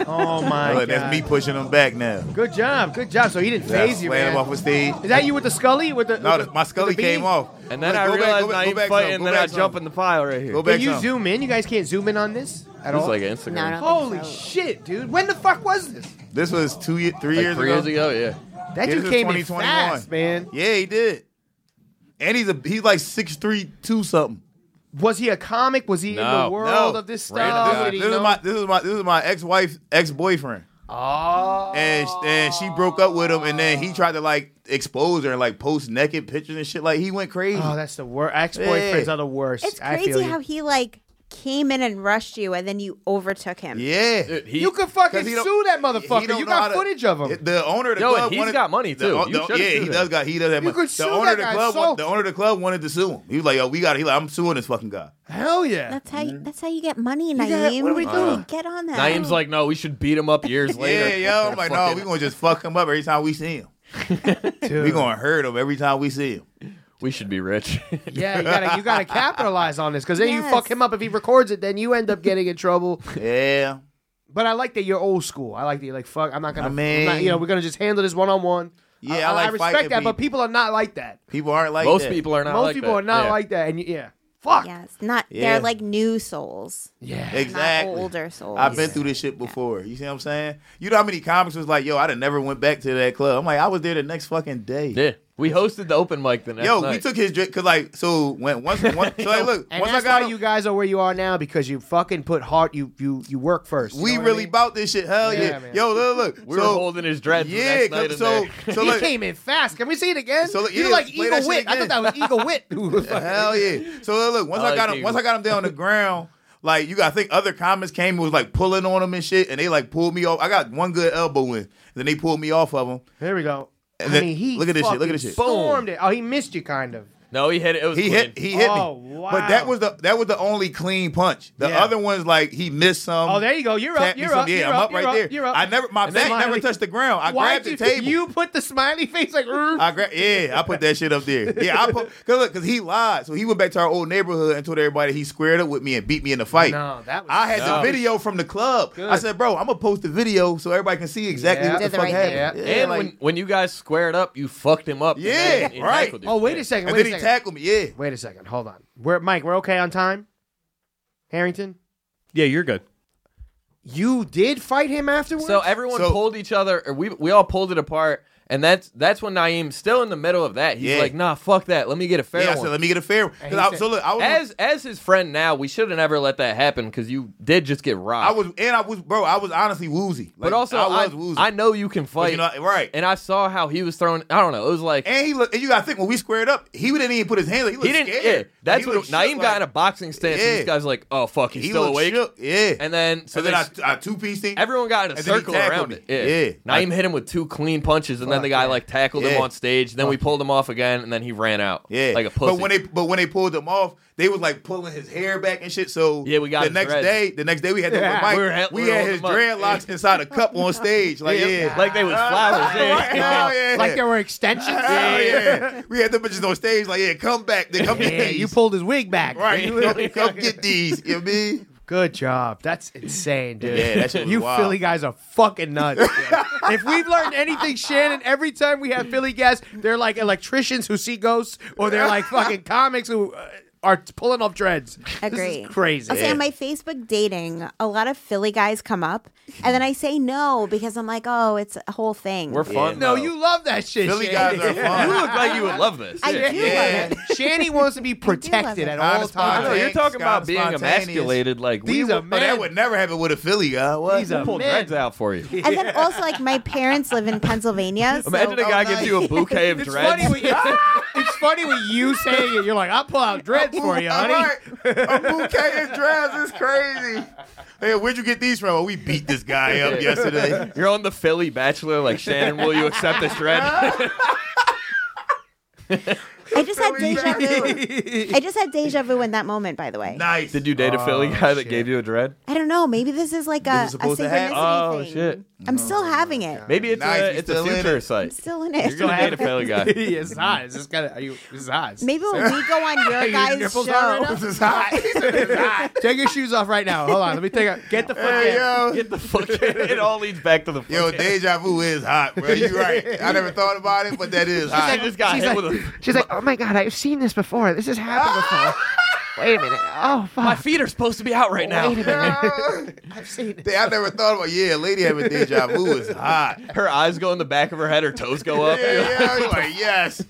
Speaker 5: Oh my god.
Speaker 7: Look, that's me pushing him back now.
Speaker 5: Good job, good job. So he didn't
Speaker 7: I
Speaker 5: phase you,
Speaker 7: slammed
Speaker 5: man.
Speaker 7: him off a stage.
Speaker 5: Is that you with the Scully? With the
Speaker 7: No,
Speaker 5: with
Speaker 7: the,
Speaker 5: the-
Speaker 7: my
Speaker 5: with the
Speaker 7: scully
Speaker 5: bean?
Speaker 7: came off.
Speaker 6: and then
Speaker 7: Look,
Speaker 6: i
Speaker 7: go back,
Speaker 6: realized
Speaker 7: go back,
Speaker 6: i
Speaker 7: go
Speaker 6: ain't
Speaker 7: back
Speaker 6: fighting
Speaker 7: some,
Speaker 6: and
Speaker 7: go
Speaker 6: then i
Speaker 7: back
Speaker 6: jump
Speaker 7: some.
Speaker 6: in the pile right here
Speaker 7: Go
Speaker 5: Can
Speaker 7: back
Speaker 5: you
Speaker 7: some.
Speaker 5: zoom in? You guys can't zoom in on this at
Speaker 6: it's
Speaker 5: all.
Speaker 6: like instagram
Speaker 3: No, no.
Speaker 5: Holy
Speaker 3: So-
Speaker 5: shit, dude! When the fuck was this?
Speaker 7: This was two, ye- three
Speaker 6: Like
Speaker 7: years
Speaker 6: three
Speaker 7: ago.
Speaker 6: years ago yeah
Speaker 5: That
Speaker 7: Yeah,
Speaker 5: dude
Speaker 7: this is
Speaker 5: came in
Speaker 7: 2021.
Speaker 5: fast, man.
Speaker 7: Yeah, he did. And he's a he's like six three two something.
Speaker 5: Was he a comic? Was he in
Speaker 6: No.
Speaker 5: the world
Speaker 7: No.
Speaker 5: of this
Speaker 6: Random
Speaker 5: stuff?
Speaker 6: guy.
Speaker 5: Did he
Speaker 7: This is
Speaker 5: know-
Speaker 7: my this is my this is my ex wife ex boyfriend.
Speaker 5: oh,
Speaker 7: and and she broke up with him, and then he tried to like expose her and like post naked pictures and shit. Like he went crazy.
Speaker 5: oh, that's the worst. Ex boyfriends are the worst.
Speaker 3: It's
Speaker 5: I feel
Speaker 3: crazy
Speaker 5: you.
Speaker 3: how he like came in and rushed you, and then you overtook him.
Speaker 7: <laughs> yeah.
Speaker 6: Dude, he,
Speaker 5: you could fucking
Speaker 7: 'Cause he don't-
Speaker 5: sue that
Speaker 7: he
Speaker 5: motherfucker.
Speaker 7: don't
Speaker 5: You
Speaker 7: know how
Speaker 5: got
Speaker 7: to-
Speaker 5: footage of him.
Speaker 7: The owner of the
Speaker 6: Yo, and
Speaker 7: club.
Speaker 6: he's
Speaker 7: wanted-
Speaker 6: got money,
Speaker 7: the-
Speaker 6: too.
Speaker 7: oh,
Speaker 6: You
Speaker 7: the-
Speaker 6: should've
Speaker 7: yeah,
Speaker 6: sued
Speaker 7: he
Speaker 6: him.
Speaker 7: does got. He does have
Speaker 5: You
Speaker 7: money.
Speaker 5: could
Speaker 7: the
Speaker 5: sue
Speaker 7: owner
Speaker 5: that
Speaker 7: of the
Speaker 5: guy
Speaker 7: club.
Speaker 5: so-
Speaker 7: wa- the owner of the club wanted to sue him. He was like, "Yo, we got. He like, I'm suing this fucking guy."
Speaker 5: Hell yeah.
Speaker 3: That's how. You,
Speaker 7: Mm-hmm.
Speaker 3: that's how you get money,
Speaker 5: got-
Speaker 3: Naeem.
Speaker 5: what do we
Speaker 3: Wow.
Speaker 5: do?
Speaker 3: Get on that.
Speaker 6: Naeem's like, no, we should beat him up years later.
Speaker 7: <laughs> Yeah, yo, I'm like, no,
Speaker 6: Fucking-
Speaker 7: we gonna just fuck him up every time
Speaker 5: <laughs>
Speaker 7: we see him. we gonna hurt him every time we see him.
Speaker 6: we should be rich. <laughs>
Speaker 5: Yeah, you gotta you
Speaker 7: <laughs>
Speaker 5: gotta capitalize on this because then you
Speaker 3: Yes.
Speaker 5: fuck him up if he records it, then you end up getting in trouble.
Speaker 7: Yeah,
Speaker 5: But I like that you're old school. I like that you're like fuck. I'm not gonna.
Speaker 7: I
Speaker 5: I'm
Speaker 7: mean-
Speaker 5: not- you know, we're gonna just handle this one on one.
Speaker 7: Yeah, I like
Speaker 5: respect
Speaker 7: fighting
Speaker 5: that, but
Speaker 7: people.
Speaker 5: people are not like that.
Speaker 7: people aren't like
Speaker 6: Most
Speaker 7: that.
Speaker 6: people are not
Speaker 5: Most
Speaker 6: like
Speaker 5: people
Speaker 6: that.
Speaker 5: are not
Speaker 6: Yeah.
Speaker 5: like that, and you, yeah, fuck.
Speaker 3: yeah, it's not.
Speaker 7: Yeah.
Speaker 3: They're like new souls,
Speaker 5: Yeah.
Speaker 7: Exactly.
Speaker 3: not older souls.
Speaker 7: I've been through this shit before. You see what I'm saying? You know how many comics was like, yo, I'd have never went back to that club. I'm like, I was there the next fucking day.
Speaker 6: Yeah. We hosted the open mic the next
Speaker 7: Yo,
Speaker 6: night.
Speaker 7: we took his drink because like so when
Speaker 6: <laughs>
Speaker 7: once one, so like look
Speaker 5: And
Speaker 7: once I
Speaker 5: that's
Speaker 7: got
Speaker 5: why
Speaker 7: him,
Speaker 5: you guys are where you are now because you fucking put heart. You you you work first. You
Speaker 7: we
Speaker 5: know what I
Speaker 7: really
Speaker 5: mean?
Speaker 7: bought this shit. Hell
Speaker 5: Yeah,
Speaker 7: yeah,
Speaker 5: man.
Speaker 7: yo look look.
Speaker 6: we
Speaker 7: so,
Speaker 6: were holding his dreads. the
Speaker 7: yeah,
Speaker 6: next night in
Speaker 7: so so,
Speaker 6: there. <laughs>
Speaker 5: <laughs>
Speaker 7: so
Speaker 5: He
Speaker 7: look,
Speaker 5: came in fast. Can we see it again?
Speaker 7: So,
Speaker 5: you
Speaker 7: yeah,
Speaker 5: like
Speaker 7: play
Speaker 5: Eagle
Speaker 7: that shit
Speaker 5: Wit. I thought
Speaker 7: again.
Speaker 5: that was Eagle Wit. <laughs> who was fucking-
Speaker 7: Hell yeah. So look, look once
Speaker 6: I
Speaker 7: I,
Speaker 6: like
Speaker 7: got him,
Speaker 6: Eagle.
Speaker 7: once I got him down on the ground, like you got to think other comments came was like pulling on him and shit, and they like pulled me off. I got one good elbow in, then they pulled me off of him.
Speaker 5: Here we go.
Speaker 7: And
Speaker 5: I
Speaker 7: then-
Speaker 5: mean, he
Speaker 7: look at this shit, look at
Speaker 5: fucking
Speaker 7: this shit.
Speaker 5: Stormed it. Oh, he missed you, kind of.
Speaker 6: no, he hit it. It was
Speaker 7: He
Speaker 6: clean.
Speaker 7: hit, he hit
Speaker 5: Oh,
Speaker 7: me.
Speaker 5: wow.
Speaker 7: But that was the that was the only clean punch. The
Speaker 5: Yeah.
Speaker 7: other ones like he missed some.
Speaker 5: Oh, there you go. You're up.
Speaker 7: tapped me
Speaker 5: You're
Speaker 7: some.
Speaker 5: up.
Speaker 7: Yeah,
Speaker 5: you're
Speaker 7: I'm up, right
Speaker 5: you're
Speaker 7: there.
Speaker 5: You're up.
Speaker 7: I never my
Speaker 5: And
Speaker 7: back
Speaker 5: then
Speaker 7: never
Speaker 5: Smiley-
Speaker 7: touched the ground. I
Speaker 5: Why'd
Speaker 7: grabbed the
Speaker 5: you,
Speaker 7: table.
Speaker 5: <laughs> You put the smiley face like. "Mm."
Speaker 7: I gra- yeah, I put that shit up there. Yeah, I put cause look, cause he lied. So he went back to our old neighborhood and told everybody he squared up with me and beat me in the fight.
Speaker 5: No, that was-
Speaker 7: I had
Speaker 6: No.
Speaker 7: the video from the club. I said, bro, I'm gonna post the video so everybody can see exactly
Speaker 5: Yeah.
Speaker 7: what the
Speaker 3: Did the
Speaker 7: fuck
Speaker 3: right thing.
Speaker 7: happened.
Speaker 6: and
Speaker 7: like-
Speaker 6: when, when you guys squared up, you fucked him up. and
Speaker 7: Yeah,
Speaker 6: then he
Speaker 7: right.
Speaker 6: tackled you.
Speaker 5: oh, wait a second.
Speaker 7: and
Speaker 5: Wait
Speaker 7: then
Speaker 5: a
Speaker 7: he
Speaker 5: second.
Speaker 7: tackled me. Yeah,
Speaker 5: wait a second. Hold on. We're Mike. We're okay on time. Harrington,
Speaker 9: Yeah, you're good.
Speaker 5: you did fight him afterwards.
Speaker 7: <laughs>
Speaker 6: So everyone
Speaker 7: So-
Speaker 6: pulled each other, or we we all pulled it apart, and that's that's when Naeem's still in the middle of that. He's
Speaker 7: Yeah.
Speaker 6: like, nah, fuck that. Let me get a fair
Speaker 7: yeah. I
Speaker 6: one.
Speaker 7: said, let me get a fair. one." 'Cause
Speaker 5: he
Speaker 7: I-
Speaker 5: said-
Speaker 7: so look, I was
Speaker 6: as as his friend now, we should have never let that happen because you did just get robbed.
Speaker 7: I was and I was bro. I was honestly woozy. Like,
Speaker 6: but also
Speaker 7: I was
Speaker 6: I,
Speaker 7: woozy.
Speaker 6: I know you can
Speaker 7: But
Speaker 6: fight,
Speaker 7: you know, right.
Speaker 6: and I saw how he was throwing. I don't know. It was like
Speaker 7: And he look, and you gotta think when we squared up, he didn't even put his hands. Like, he,
Speaker 6: he
Speaker 7: looked
Speaker 6: didn't.
Speaker 7: Scared.
Speaker 6: Yeah, that's
Speaker 7: He
Speaker 6: what
Speaker 7: looked
Speaker 6: Naeem
Speaker 7: shook,
Speaker 6: got
Speaker 7: like-
Speaker 6: in a boxing stance. And
Speaker 7: Yeah.
Speaker 6: this guy's like, oh fuck, he's
Speaker 7: He
Speaker 6: still
Speaker 7: looked
Speaker 6: awake.
Speaker 7: shook, Yeah,
Speaker 6: And then so
Speaker 7: and then
Speaker 6: they-
Speaker 7: I, I two pieced him.
Speaker 6: Everyone got in a
Speaker 7: And then he
Speaker 6: circle
Speaker 7: tackled
Speaker 6: around
Speaker 7: me.
Speaker 6: it. Yeah.
Speaker 7: Yeah.
Speaker 6: Naeem hit him with two clean punches, and then the guy like tackled
Speaker 7: Yeah.
Speaker 6: him on stage. Then we pulled him off again, and then he ran out.
Speaker 7: yeah,
Speaker 6: like a pussy.
Speaker 7: But when they but when they pulled him off, they was like pulling his hair back and shit. So
Speaker 6: Yeah, we got
Speaker 7: the
Speaker 6: his
Speaker 7: next
Speaker 6: dreads.
Speaker 7: day. The next day we had the
Speaker 5: Yeah.
Speaker 7: Mike.
Speaker 6: <laughs> We
Speaker 7: We,
Speaker 6: were hel- we were
Speaker 7: had
Speaker 6: holding
Speaker 7: his
Speaker 6: him up.
Speaker 7: dreadlocks inside a cup on stage. Like yeah,
Speaker 6: like they was flowers. yeah.
Speaker 7: Right now, Oh, yeah.
Speaker 5: like there were
Speaker 7: <laughs>
Speaker 5: extensions.
Speaker 7: Hell
Speaker 6: <laughs>
Speaker 7: Oh, yeah. we had them bitches on stage. Like yeah, come back. Then come get
Speaker 5: Yeah,
Speaker 7: these.
Speaker 5: you pulled his wig back. <laughs>
Speaker 6: <laughs>
Speaker 7: right. <laughs> come, come get these. You know what I mean?
Speaker 5: Good job. That's insane, dude.
Speaker 7: Yeah, that shit was
Speaker 5: You
Speaker 7: wild.
Speaker 5: Philly guys are fucking nuts.
Speaker 7: <laughs>
Speaker 5: dude. if we've learned anything, Shannon, every time we have Philly guests, they're like electricians who see ghosts, or they're like
Speaker 7: <laughs>
Speaker 5: fucking comics who uh, are pulling off dreads. This is
Speaker 3: Agree.
Speaker 5: crazy.
Speaker 3: I'll say on my Facebook dating, a lot of Philly guys come up, and then I say no because I'm like, oh, it's a whole thing.
Speaker 6: We're fun.
Speaker 5: no,
Speaker 6: though.
Speaker 5: you love that shit.
Speaker 7: <laughs> Philly
Speaker 5: Shannon.
Speaker 7: guys
Speaker 5: <laughs>
Speaker 7: are fun.
Speaker 6: You look like you would love this.
Speaker 3: I
Speaker 6: Yeah.
Speaker 3: do
Speaker 7: Yeah.
Speaker 3: love it.
Speaker 5: Shanny wants
Speaker 3: <laughs>
Speaker 5: to be protected
Speaker 3: it.
Speaker 5: at all
Speaker 7: Honest
Speaker 6: I
Speaker 5: times.
Speaker 6: know, you're
Speaker 7: Thanks,
Speaker 6: talking about
Speaker 7: Scott's
Speaker 6: being
Speaker 7: spontaneous.
Speaker 6: emasculated. Like
Speaker 5: These
Speaker 6: we
Speaker 5: are
Speaker 6: will-
Speaker 7: Oh,
Speaker 5: Man.
Speaker 7: that would never happen with a Philly guy. What? <laughs>
Speaker 5: He's a
Speaker 6: pull
Speaker 5: man.
Speaker 6: dreads out for you.
Speaker 3: And then also, like, my parents live in Pennsylvania. So
Speaker 6: Imagine a guy
Speaker 7: Oh,
Speaker 6: gives
Speaker 7: nice.
Speaker 6: you a bouquet of
Speaker 5: It's
Speaker 6: dreads.
Speaker 5: funny, when you, <laughs> it's funny when you say it. You're like, I'll
Speaker 3: <laughs>
Speaker 5: pull out dreads for you,
Speaker 7: All
Speaker 5: honey.
Speaker 7: right. A bouquet of dress is crazy. Hey, where'd you get these from? Oh, we beat this guy up
Speaker 5: <laughs>
Speaker 7: yesterday.
Speaker 6: <laughs> You're on the Philly Bachelor. Like Shannon, will you accept this dread?
Speaker 3: I just had
Speaker 7: Philly
Speaker 3: deja
Speaker 5: <laughs>
Speaker 3: vu.
Speaker 7: guy.
Speaker 3: I just had deja vu in that moment, by the way.
Speaker 7: Nice.
Speaker 6: Did you date a Philly
Speaker 7: Oh,
Speaker 6: guy that gave you a dread?
Speaker 3: I don't know. Maybe this is like a,
Speaker 7: is
Speaker 3: a
Speaker 7: supposed to
Speaker 3: synchronicity
Speaker 7: happen.
Speaker 6: Oh,
Speaker 3: thing.
Speaker 6: shit.
Speaker 3: I'm still having it.
Speaker 6: Maybe it's
Speaker 7: Nice, you
Speaker 6: a it's a
Speaker 7: still in
Speaker 6: future
Speaker 7: it.
Speaker 3: I'm <laughs>
Speaker 6: site.
Speaker 3: still in
Speaker 6: You're gonna
Speaker 3: it.
Speaker 6: date a
Speaker 5: <laughs>
Speaker 6: Philly guy.
Speaker 5: it's hot. It's just kind of. Are you? It's hot.
Speaker 3: Maybe when we go on your
Speaker 5: <laughs> your
Speaker 3: guys'
Speaker 5: nipples out right
Speaker 3: show,
Speaker 5: now?
Speaker 7: This is hot.
Speaker 5: <laughs>
Speaker 7: This is hot.
Speaker 5: Take your shoes off right now. Hold on. Let me take. A, get the fuck
Speaker 7: Hey,
Speaker 5: in.
Speaker 7: yo.
Speaker 6: Get <laughs> the fuck in. It all leads back to the fuck
Speaker 7: Yo,
Speaker 6: in.
Speaker 7: deja vu is hot, bro.
Speaker 5: <laughs>
Speaker 7: You right. I never thought about it, but that
Speaker 6: <laughs>
Speaker 7: is
Speaker 6: I
Speaker 7: hot.
Speaker 6: just got hit with
Speaker 5: <laughs>
Speaker 6: a.
Speaker 5: She's like, oh my god, I've seen this before. This has happened <laughs> before. Wait a minute. Oh
Speaker 6: My
Speaker 5: fuck.
Speaker 6: feet are supposed to be out right now.
Speaker 5: I've seen it.
Speaker 7: They- I never thought about. Yeah, a lady having deja vu is hot.
Speaker 6: Her eyes go in the back of her head. Her toes go up.
Speaker 7: Yeah, yeah. You're like, yes.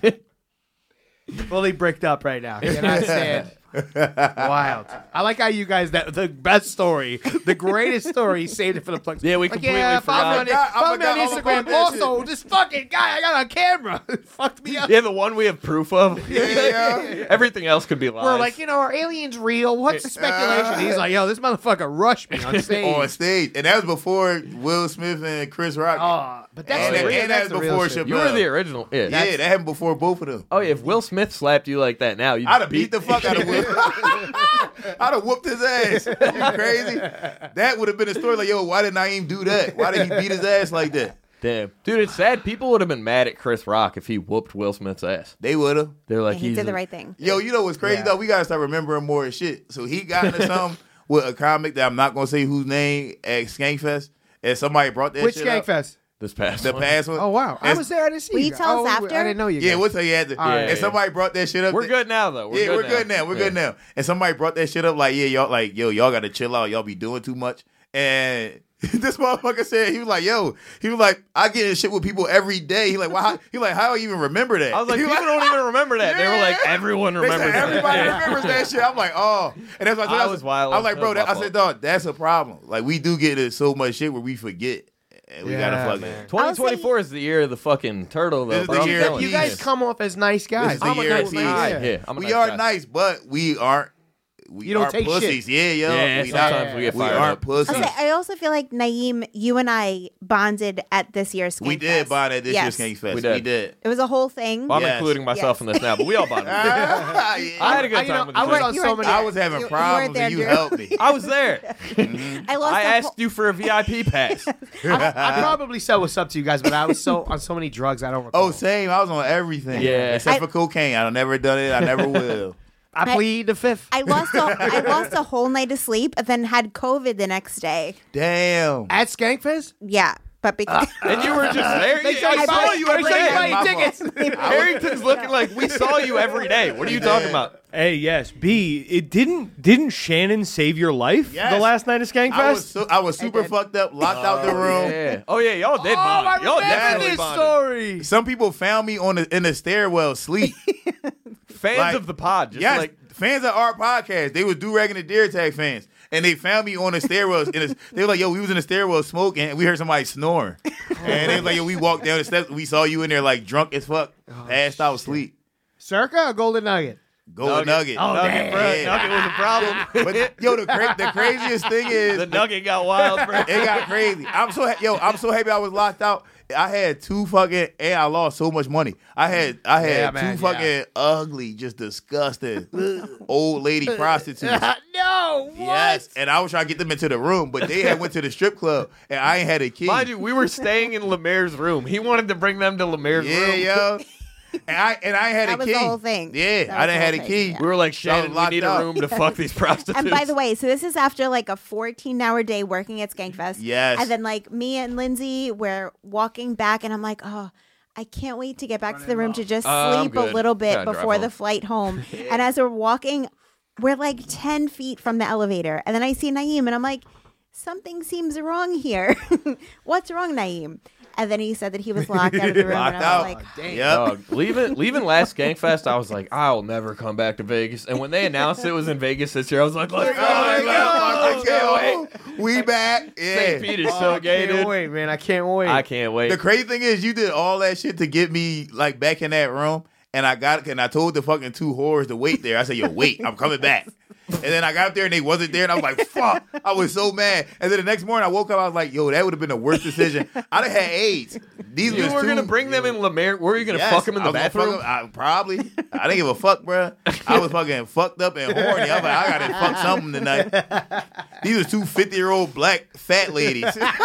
Speaker 5: Fully bricked up right now. Cannot stand. Wild. I like how you guys that the best story, the greatest story, saved it for the plug.
Speaker 6: Yeah, we
Speaker 5: like,
Speaker 6: completely
Speaker 5: yeah, follow me on,
Speaker 7: forgot. I
Speaker 5: follow me on
Speaker 7: forgot all about
Speaker 5: Instagram.
Speaker 7: that shit.
Speaker 5: Also, this fucking guy I got on camera <laughs> fucked me up.
Speaker 6: Yeah, the one we have proof of.
Speaker 7: <laughs> Yeah.
Speaker 6: <laughs> Everything else could be lies.
Speaker 5: We're like, you know, are aliens real? What's the speculation? He's like, yo, this motherfucker rushed me <laughs> on stage.
Speaker 7: On stage, and that was before Will Smith and Chris Rock.
Speaker 5: Oh, but that's
Speaker 7: And
Speaker 5: the
Speaker 7: that-
Speaker 5: real,
Speaker 7: and
Speaker 5: that's
Speaker 7: that's
Speaker 5: the real
Speaker 7: before
Speaker 5: shit.
Speaker 7: Chappelle.
Speaker 6: you were the original. Yeah.
Speaker 7: yeah, that happened before both of them.
Speaker 6: Oh, yeah, if Will Smith slapped you like that now, you'd
Speaker 7: I'd have beat the fuck out of Will. <laughs> I'd have whooped his ass. You crazy? That would have been a story like, yo, why did Naeem do that? Why did he beat his ass like that?
Speaker 6: Damn. Dude, it's sad. People would have been mad at Chris Rock if he whooped Will Smith's ass.
Speaker 7: They would have.
Speaker 6: They're like,
Speaker 3: he
Speaker 6: he's
Speaker 3: did the
Speaker 6: a-
Speaker 3: right thing.
Speaker 7: Yo, you know what's crazy
Speaker 5: Yeah.
Speaker 7: though? We gotta start remembering more shit. So he
Speaker 5: <laughs>
Speaker 7: got into something with a comic that I'm not gonna say whose name at Skankfest, and somebody brought that
Speaker 5: Which
Speaker 7: shit up.
Speaker 5: Skankfest?
Speaker 6: This past
Speaker 7: The
Speaker 6: one.
Speaker 7: past one.
Speaker 5: Oh wow, I
Speaker 7: And-
Speaker 5: was there. I didn't see
Speaker 3: Will you
Speaker 5: guys.
Speaker 3: tell us
Speaker 5: Oh,
Speaker 3: after?
Speaker 5: I didn't know you.
Speaker 7: Yeah,
Speaker 5: guys.
Speaker 7: we'll tell you after.
Speaker 5: All right.
Speaker 7: And somebody brought that shit up.
Speaker 6: We're
Speaker 7: that-
Speaker 6: good now, though. We're
Speaker 7: yeah,
Speaker 6: good
Speaker 7: we're
Speaker 6: now.
Speaker 7: good now. We're good
Speaker 6: Yeah.
Speaker 7: now. And somebody brought that shit up like, yeah, y'all like, yo, y'all gotta chill out. Y'all be doing too much. And <laughs> this motherfucker said he was like, "Yo," he was like, "I get in shit with people every day." He like, "Why?" How, he like, "How do you even remember that?"
Speaker 6: I was like,
Speaker 7: He
Speaker 6: people don't even remember that. They were like,
Speaker 7: Yeah.
Speaker 6: everyone
Speaker 7: They said,
Speaker 6: remembers that. <laughs>
Speaker 7: everybody
Speaker 6: Yeah.
Speaker 7: remembers that shit. I'm like, oh, and that's why I, told
Speaker 6: I
Speaker 7: you,
Speaker 6: was wild.
Speaker 7: I was like,
Speaker 6: That
Speaker 7: bro,
Speaker 6: was
Speaker 7: that,
Speaker 6: my
Speaker 7: I said,
Speaker 6: fault.
Speaker 7: dog, that's a problem. Like, we do get into so much shit where we forget, and we gotta
Speaker 5: Yeah,
Speaker 7: fuck
Speaker 5: man.
Speaker 7: it.
Speaker 6: 2024 is the year of the fucking turtle,
Speaker 7: This
Speaker 6: though.
Speaker 7: is
Speaker 6: bro.
Speaker 7: the
Speaker 6: I'm
Speaker 7: year of
Speaker 6: telling
Speaker 5: You
Speaker 7: peace.
Speaker 5: guys come off as nice
Speaker 7: This
Speaker 5: guys.
Speaker 7: is the
Speaker 6: I'm a
Speaker 7: year of
Speaker 6: nice
Speaker 7: peace.
Speaker 6: guy. Yeah, I'm a
Speaker 7: we
Speaker 6: nice
Speaker 7: are
Speaker 6: guy.
Speaker 7: nice, but we aren't. We
Speaker 5: You don't
Speaker 7: are
Speaker 5: take shit.
Speaker 7: pussies. Yeah, yo.
Speaker 6: Yeah,
Speaker 7: we
Speaker 6: sometimes
Speaker 7: not,
Speaker 6: we get fired
Speaker 7: aren't
Speaker 6: up.
Speaker 7: pussies.
Speaker 3: I'll say, I also feel like Naeem, you and I bonded at this year's.
Speaker 7: we
Speaker 3: Skankfest.
Speaker 7: did buy that this
Speaker 3: Yes.
Speaker 7: year Skank Fest.
Speaker 6: We did.
Speaker 7: We did.
Speaker 3: It was a whole thing.
Speaker 6: Well, I'm
Speaker 7: Yes.
Speaker 6: including myself
Speaker 3: Yes.
Speaker 6: in this now, but we all
Speaker 7: <laughs>
Speaker 6: bought it.
Speaker 7: Ah, yeah.
Speaker 6: I had a good
Speaker 5: you
Speaker 6: time
Speaker 5: know,
Speaker 6: with the
Speaker 5: I was
Speaker 6: drink.
Speaker 5: on
Speaker 3: You
Speaker 5: so
Speaker 3: were
Speaker 5: many.
Speaker 3: there.
Speaker 7: <laughs> I was having
Speaker 3: You- you weren't
Speaker 7: problems
Speaker 3: there,
Speaker 7: and you
Speaker 3: Drew.
Speaker 6: <laughs>
Speaker 7: helped me.
Speaker 6: I was there.
Speaker 3: I lost.
Speaker 6: I
Speaker 3: a
Speaker 6: asked
Speaker 3: whole-
Speaker 6: you for a VIP pass.
Speaker 5: I probably said what's up to you guys, but I was so on so many drugs. I don't. Recall.
Speaker 7: Oh, same. I was on everything.
Speaker 6: Yeah.
Speaker 7: Except
Speaker 3: I-
Speaker 7: for cocaine. I've never done it. I never will.
Speaker 5: I plead the fifth.
Speaker 3: I lost. A, I lost a whole night of sleep, and then had COVID the next day.
Speaker 7: Damn.
Speaker 5: At Skankfest,
Speaker 3: Yeah, but because
Speaker 6: and you were just there.
Speaker 5: They said
Speaker 6: I
Speaker 5: you
Speaker 6: saw
Speaker 5: bought-
Speaker 6: you
Speaker 5: they
Speaker 6: every
Speaker 5: said you
Speaker 6: day.
Speaker 5: bought-
Speaker 7: My
Speaker 5: tickets.
Speaker 7: <laughs>
Speaker 6: <laughs>
Speaker 7: fault.
Speaker 6: Harrington's looking like we saw you every day. What are you talking about?
Speaker 9: Hey, yes. B, it didn't didn't Shannon save your life
Speaker 7: Yes.
Speaker 9: the last night of
Speaker 7: I was,
Speaker 9: Skankfest?
Speaker 7: su- I was super fucked up, locked out the room.
Speaker 6: Yeah. Oh yeah, y'all did. bond. y'all definitely bonded.
Speaker 5: story.
Speaker 7: Some people found me on the, in the stairwell asleep.
Speaker 6: Fans
Speaker 7: Like,
Speaker 6: of the pod, just
Speaker 7: yes,
Speaker 6: like
Speaker 7: fans of our podcast, they was do ragging the deer tag fans, and they found me on the stairwells. and it's- they were like, "Yo, we was in the stairwell smoking, and we heard somebody snoring." and they was like, "Yo, we walked down the steps, we saw you in there like drunk as fuck, passed out asleep,
Speaker 5: Circa or Golden Nugget?
Speaker 7: golden nugget."
Speaker 6: Nugget. Nugget, bro. Nugget was a problem.
Speaker 7: But yo, the, cra- the craziest thing is
Speaker 6: the <laughs> nugget got wild, bro.
Speaker 7: It got crazy. I'm so ha- yo. I'm so happy I was locked out. I had two fucking and I lost so much money. I had I had
Speaker 5: Yeah,
Speaker 7: two
Speaker 5: man,
Speaker 7: fucking
Speaker 5: yeah.
Speaker 7: ugly, just disgusting <laughs> old lady prostitutes.
Speaker 5: no. What?
Speaker 7: Yes, and I was trying to get them into the room, but they had went to the strip club, and I ain't had a key.
Speaker 6: Mind you, we were staying in Lemaire's room. He wanted to bring them to Lemaire's
Speaker 7: yeah,
Speaker 6: room.
Speaker 7: yo. And I and I ain't had
Speaker 3: That
Speaker 7: a
Speaker 3: was
Speaker 7: key.
Speaker 3: the whole thing.
Speaker 7: Yeah,
Speaker 3: That
Speaker 7: I
Speaker 3: was
Speaker 7: didn't
Speaker 3: the
Speaker 7: had a
Speaker 3: whole
Speaker 7: key.
Speaker 3: thing, yeah.
Speaker 6: We were like,
Speaker 7: So I was
Speaker 6: Shannon, we
Speaker 7: locked
Speaker 6: need
Speaker 7: up.
Speaker 6: a room to fuck
Speaker 7: <laughs>
Speaker 6: these prostitutes.
Speaker 3: And by the way, so this is after like a 14 hour day working at Skankfest.
Speaker 7: Yes.
Speaker 3: And then like me and Lindsay were walking back, and I'm like, oh, I can't wait to get back to the room to just
Speaker 6: Uh, I'm
Speaker 3: sleep a
Speaker 6: good.
Speaker 3: little bit
Speaker 6: Gotta drive
Speaker 3: before the
Speaker 6: home.
Speaker 3: flight
Speaker 7: <laughs>
Speaker 3: home. And as we're walking, we're like 10 feet from the elevator. And then I see Naeem, and I'm like, something seems wrong here. <laughs> What's wrong, Naeem? And then he said that
Speaker 7: <laughs>
Speaker 3: he was locked out of the room.
Speaker 7: Locked
Speaker 3: and I was
Speaker 7: out.
Speaker 3: like,
Speaker 7: Yep.
Speaker 6: Dog, leaving leaving last Gangfest, I was like, I'll never come back to Vegas. And when they announced it was in Vegas this year, I was like, let's go.
Speaker 7: Oh,
Speaker 6: let's go,
Speaker 7: my
Speaker 6: let's go.
Speaker 3: <laughs>
Speaker 7: God. We back. Yeah.
Speaker 6: St. Peter's
Speaker 5: I
Speaker 6: so gay,
Speaker 5: can't
Speaker 6: dude.
Speaker 5: wait, man. I can't wait.
Speaker 6: I can't wait.
Speaker 7: The crazy thing is, you did all that shit to get me like back in that room, and I got and I told the fucking two whores to wait there. I said, "Yo, wait, I'm coming back." And then I got up there and they wasn't there, and I was like, "Fuck!" I was so mad. And then the next morning, I woke up. I was like, "Yo, that would have been the worst decision. I'd have had AIDS." These
Speaker 6: you
Speaker 7: was
Speaker 6: were
Speaker 7: two-
Speaker 6: gonna bring them in Lemaire. Were you gonna
Speaker 7: Yes,
Speaker 6: fuck them in the
Speaker 7: I was gonna
Speaker 6: bathroom?
Speaker 7: fuck 'em. I, probably. I didn't give a fuck, bruh. I was fucking fucked up and horny. I was like, I gotta fuck something tonight. These are two 50 year old black fat ladies. <laughs>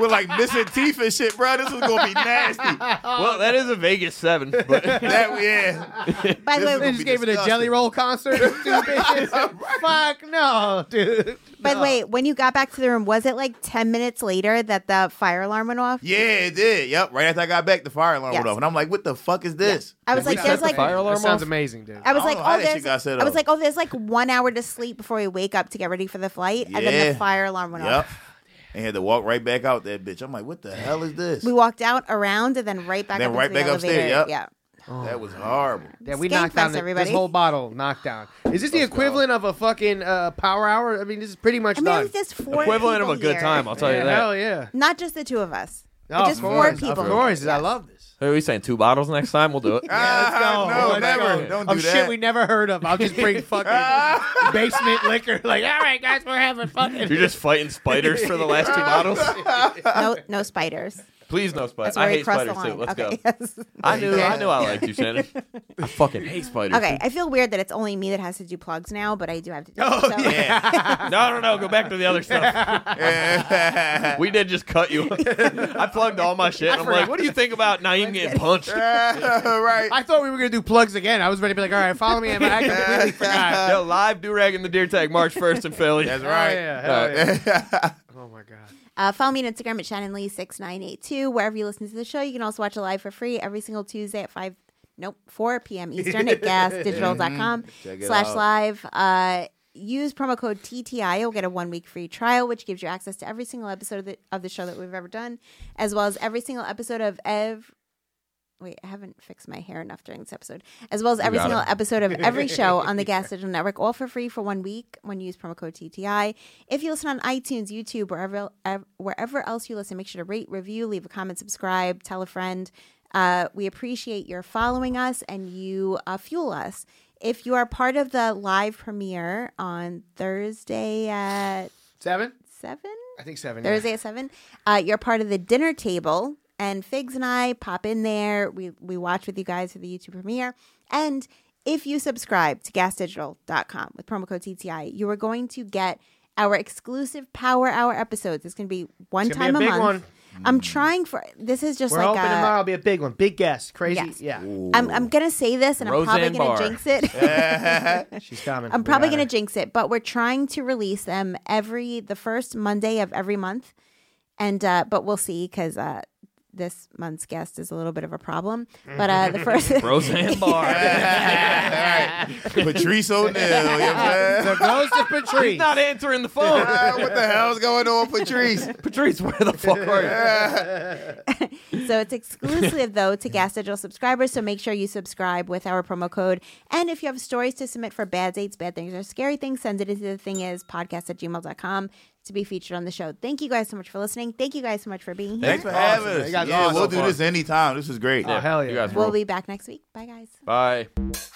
Speaker 7: With like missing teeth and shit, bruh. This is gonna be nasty.
Speaker 6: well, that is a Vegas seven.
Speaker 7: <laughs>
Speaker 6: But <laughs>
Speaker 7: That yeah.
Speaker 3: by the way,
Speaker 5: They
Speaker 7: This is gonna
Speaker 5: just
Speaker 7: be
Speaker 5: gave it a
Speaker 7: disgusting.
Speaker 5: jelly roll <laughs> concert. Two bitches. Fuck no, dude.
Speaker 3: By the way, when you got back to the room, was it like 10 minutes later that the fire alarm went off?
Speaker 7: Yeah, it did. Yep. Right after I got back, the fire alarm
Speaker 3: Yes.
Speaker 7: went off, and I'm like, "What the fuck is this?"
Speaker 3: I was
Speaker 6: Did we
Speaker 3: like,
Speaker 6: set
Speaker 3: there's
Speaker 6: the
Speaker 3: like,
Speaker 6: fire
Speaker 5: That
Speaker 6: alarm
Speaker 5: sounds
Speaker 6: off?
Speaker 5: amazing, dude.
Speaker 3: I was
Speaker 7: I don't
Speaker 3: like,
Speaker 7: know how
Speaker 3: oh,
Speaker 7: that shit
Speaker 3: there's.
Speaker 7: got set
Speaker 3: I was
Speaker 7: up.
Speaker 3: like, oh, there's like one hour to sleep before we wake up to get ready for the flight, and then
Speaker 7: Yeah.
Speaker 3: the fire alarm went
Speaker 7: Yep.
Speaker 3: off.
Speaker 7: And had to walk right back out that bitch. I'm like, "What the hell is this?"
Speaker 3: We walked out around and then right back
Speaker 7: Then
Speaker 3: up
Speaker 7: right
Speaker 3: into
Speaker 7: back
Speaker 3: the
Speaker 7: upstairs,
Speaker 3: elevator.
Speaker 7: yep.
Speaker 3: Yeah.
Speaker 7: that was horrible.
Speaker 5: Yeah, we
Speaker 3: Skankfest,
Speaker 5: knocked down the,
Speaker 3: everybody.
Speaker 5: this whole bottle. Knocked down. Is this the
Speaker 7: Let's go.
Speaker 5: equivalent of a fucking uh, power hour? I mean, this is pretty much
Speaker 3: I mean,
Speaker 5: done.
Speaker 3: at least there's four
Speaker 6: equivalent of
Speaker 3: people
Speaker 6: a good
Speaker 3: here.
Speaker 6: time, I'll tell
Speaker 5: Yeah,
Speaker 6: you that.
Speaker 5: Hell yeah.
Speaker 3: Not just the two of us.
Speaker 5: Oh,
Speaker 3: just
Speaker 5: of
Speaker 3: four
Speaker 5: course,
Speaker 3: people.
Speaker 5: Of course,
Speaker 3: Yeah.
Speaker 5: I love this.
Speaker 6: Are we saying two bottles next time? We'll
Speaker 7: <laughs>
Speaker 6: do it.
Speaker 7: Ah, no,
Speaker 5: Let's
Speaker 7: never.
Speaker 5: go.
Speaker 7: Don't do
Speaker 5: of
Speaker 7: that.
Speaker 5: shit we never heard of. I'll just <laughs> bring fucking basement liquor. Like, all right, guys, we're having fucking.
Speaker 6: You're just fighting spiders for the
Speaker 7: <laughs>
Speaker 6: last two bottles.
Speaker 3: No, no
Speaker 6: <laughs>
Speaker 3: spiders.
Speaker 6: Please no spiders.
Speaker 3: That's where
Speaker 6: I
Speaker 3: we
Speaker 6: hate
Speaker 3: crossed the
Speaker 6: spiders too.
Speaker 3: line.
Speaker 6: Let's
Speaker 3: okay.
Speaker 6: go.
Speaker 3: Yes.
Speaker 6: I knew
Speaker 3: <laughs>
Speaker 6: I knew I liked you, Shannon. I fucking hate spiders.
Speaker 3: Okay, I feel weird that it's only me that has to do plugs now, but I do
Speaker 7: <laughs>
Speaker 3: have to. Do it, so.
Speaker 7: Oh, Yeah.
Speaker 6: No, no, no. Go back to the
Speaker 3: <laughs>
Speaker 6: other stuff. <laughs> we did just cut you. I plugged all my shit. and I'm like, what do you think about Naeem getting punched?
Speaker 7: <laughs> right.
Speaker 5: I thought we were gonna do plugs again. I was ready to be like, all right, follow me. And I <laughs> completely forgot.
Speaker 6: No, live do rag in the deer tag March 1st in Philly.
Speaker 7: That's
Speaker 5: Oh,
Speaker 7: right.
Speaker 5: yeah,
Speaker 7: <laughs>
Speaker 5: hell yeah. Oh my god.
Speaker 3: Uh, follow me on Instagram at Shannon Lee six nine eight two. Wherever you listen to the show, you can also watch it live for free every single Tuesday at five.
Speaker 7: <laughs>
Speaker 3: Nope, four p.m. Eastern at gasdigital.com
Speaker 7: Check it
Speaker 3: slash
Speaker 7: out.
Speaker 3: live. Uh, use promo code TTI. You'll get a one week free trial, which gives you access to every single episode of the, of the show that we've ever done, as well as every single episode of ev. Wait, I haven't fixed my hair enough during this episode. As well as every
Speaker 6: got
Speaker 3: single
Speaker 6: it.
Speaker 3: episode of
Speaker 6: <laughs>
Speaker 3: every show on the Gas Digital Network, all for free for one week when you use promo code TTI. If you listen on iTunes, YouTube, wherever ev- wherever else you listen, make sure to rate, review, leave a comment, subscribe, tell a friend. Uh, we appreciate your following us and you uh, fuel us. If you are part of the live premiere on Thursday at
Speaker 5: Seven?
Speaker 3: seven,
Speaker 5: I think seven. yeah.
Speaker 3: Thursday at seven. Uh, you're part of the dinner table, and Figs and I pop in there. We we watch with you guys for the YouTube premiere. And if you subscribe to gasdigital.com with promo code TTI, you are going to get our exclusive Power Hour episodes. It's going to be one
Speaker 5: It's gonna
Speaker 3: time
Speaker 5: be a
Speaker 3: a,
Speaker 5: big
Speaker 3: month.
Speaker 5: one.
Speaker 3: I'm trying for this is just
Speaker 5: We're
Speaker 3: like
Speaker 5: hoping
Speaker 3: a,
Speaker 5: tomorrow will be a big one. Big guest. Crazy.
Speaker 3: Yes.
Speaker 5: Yeah.
Speaker 3: I'm I'm gonna say this and I'm probably
Speaker 6: Roseanne
Speaker 3: gonna
Speaker 6: Barr.
Speaker 3: jinx it.
Speaker 5: She's coming.
Speaker 3: I'm
Speaker 5: We
Speaker 3: probably
Speaker 5: got
Speaker 3: going
Speaker 5: her.
Speaker 3: to jinx it, but we're trying to release them every the first Monday of every month, and uh, but we'll see because uh, this month's guest is a little bit of a problem. But uh, the first
Speaker 6: <laughs> Roseanne Barr.
Speaker 7: Patrice O'Neill. You know what
Speaker 3: <laughs>
Speaker 7: I'm saying?
Speaker 5: There goes to
Speaker 6: He's
Speaker 5: Patrice.
Speaker 6: not answering the phone.
Speaker 7: Ah, what the hell's going on, Patrice?
Speaker 6: Patrice, where the fuck are
Speaker 3: <laughs> <laughs>
Speaker 6: you?
Speaker 3: so it's exclusive though to Gas Digital subscribers. So make sure you subscribe with our promo code. And if you have stories to submit for bad dates, bad things, or scary things, send it to the thing is podcast at gmail.com to be featured on the show. Thank you guys so much for listening. Thank you guys so much for being here.
Speaker 7: Thanks for having
Speaker 5: Awesome.
Speaker 7: us.
Speaker 5: You guys
Speaker 7: Yeah,
Speaker 5: are
Speaker 7: we'll
Speaker 5: awesome.
Speaker 7: do this anytime. This is great.
Speaker 5: Oh, hell yeah.
Speaker 6: You guys
Speaker 3: We'll
Speaker 6: rule.
Speaker 3: be back next week. Bye guys.
Speaker 6: Bye.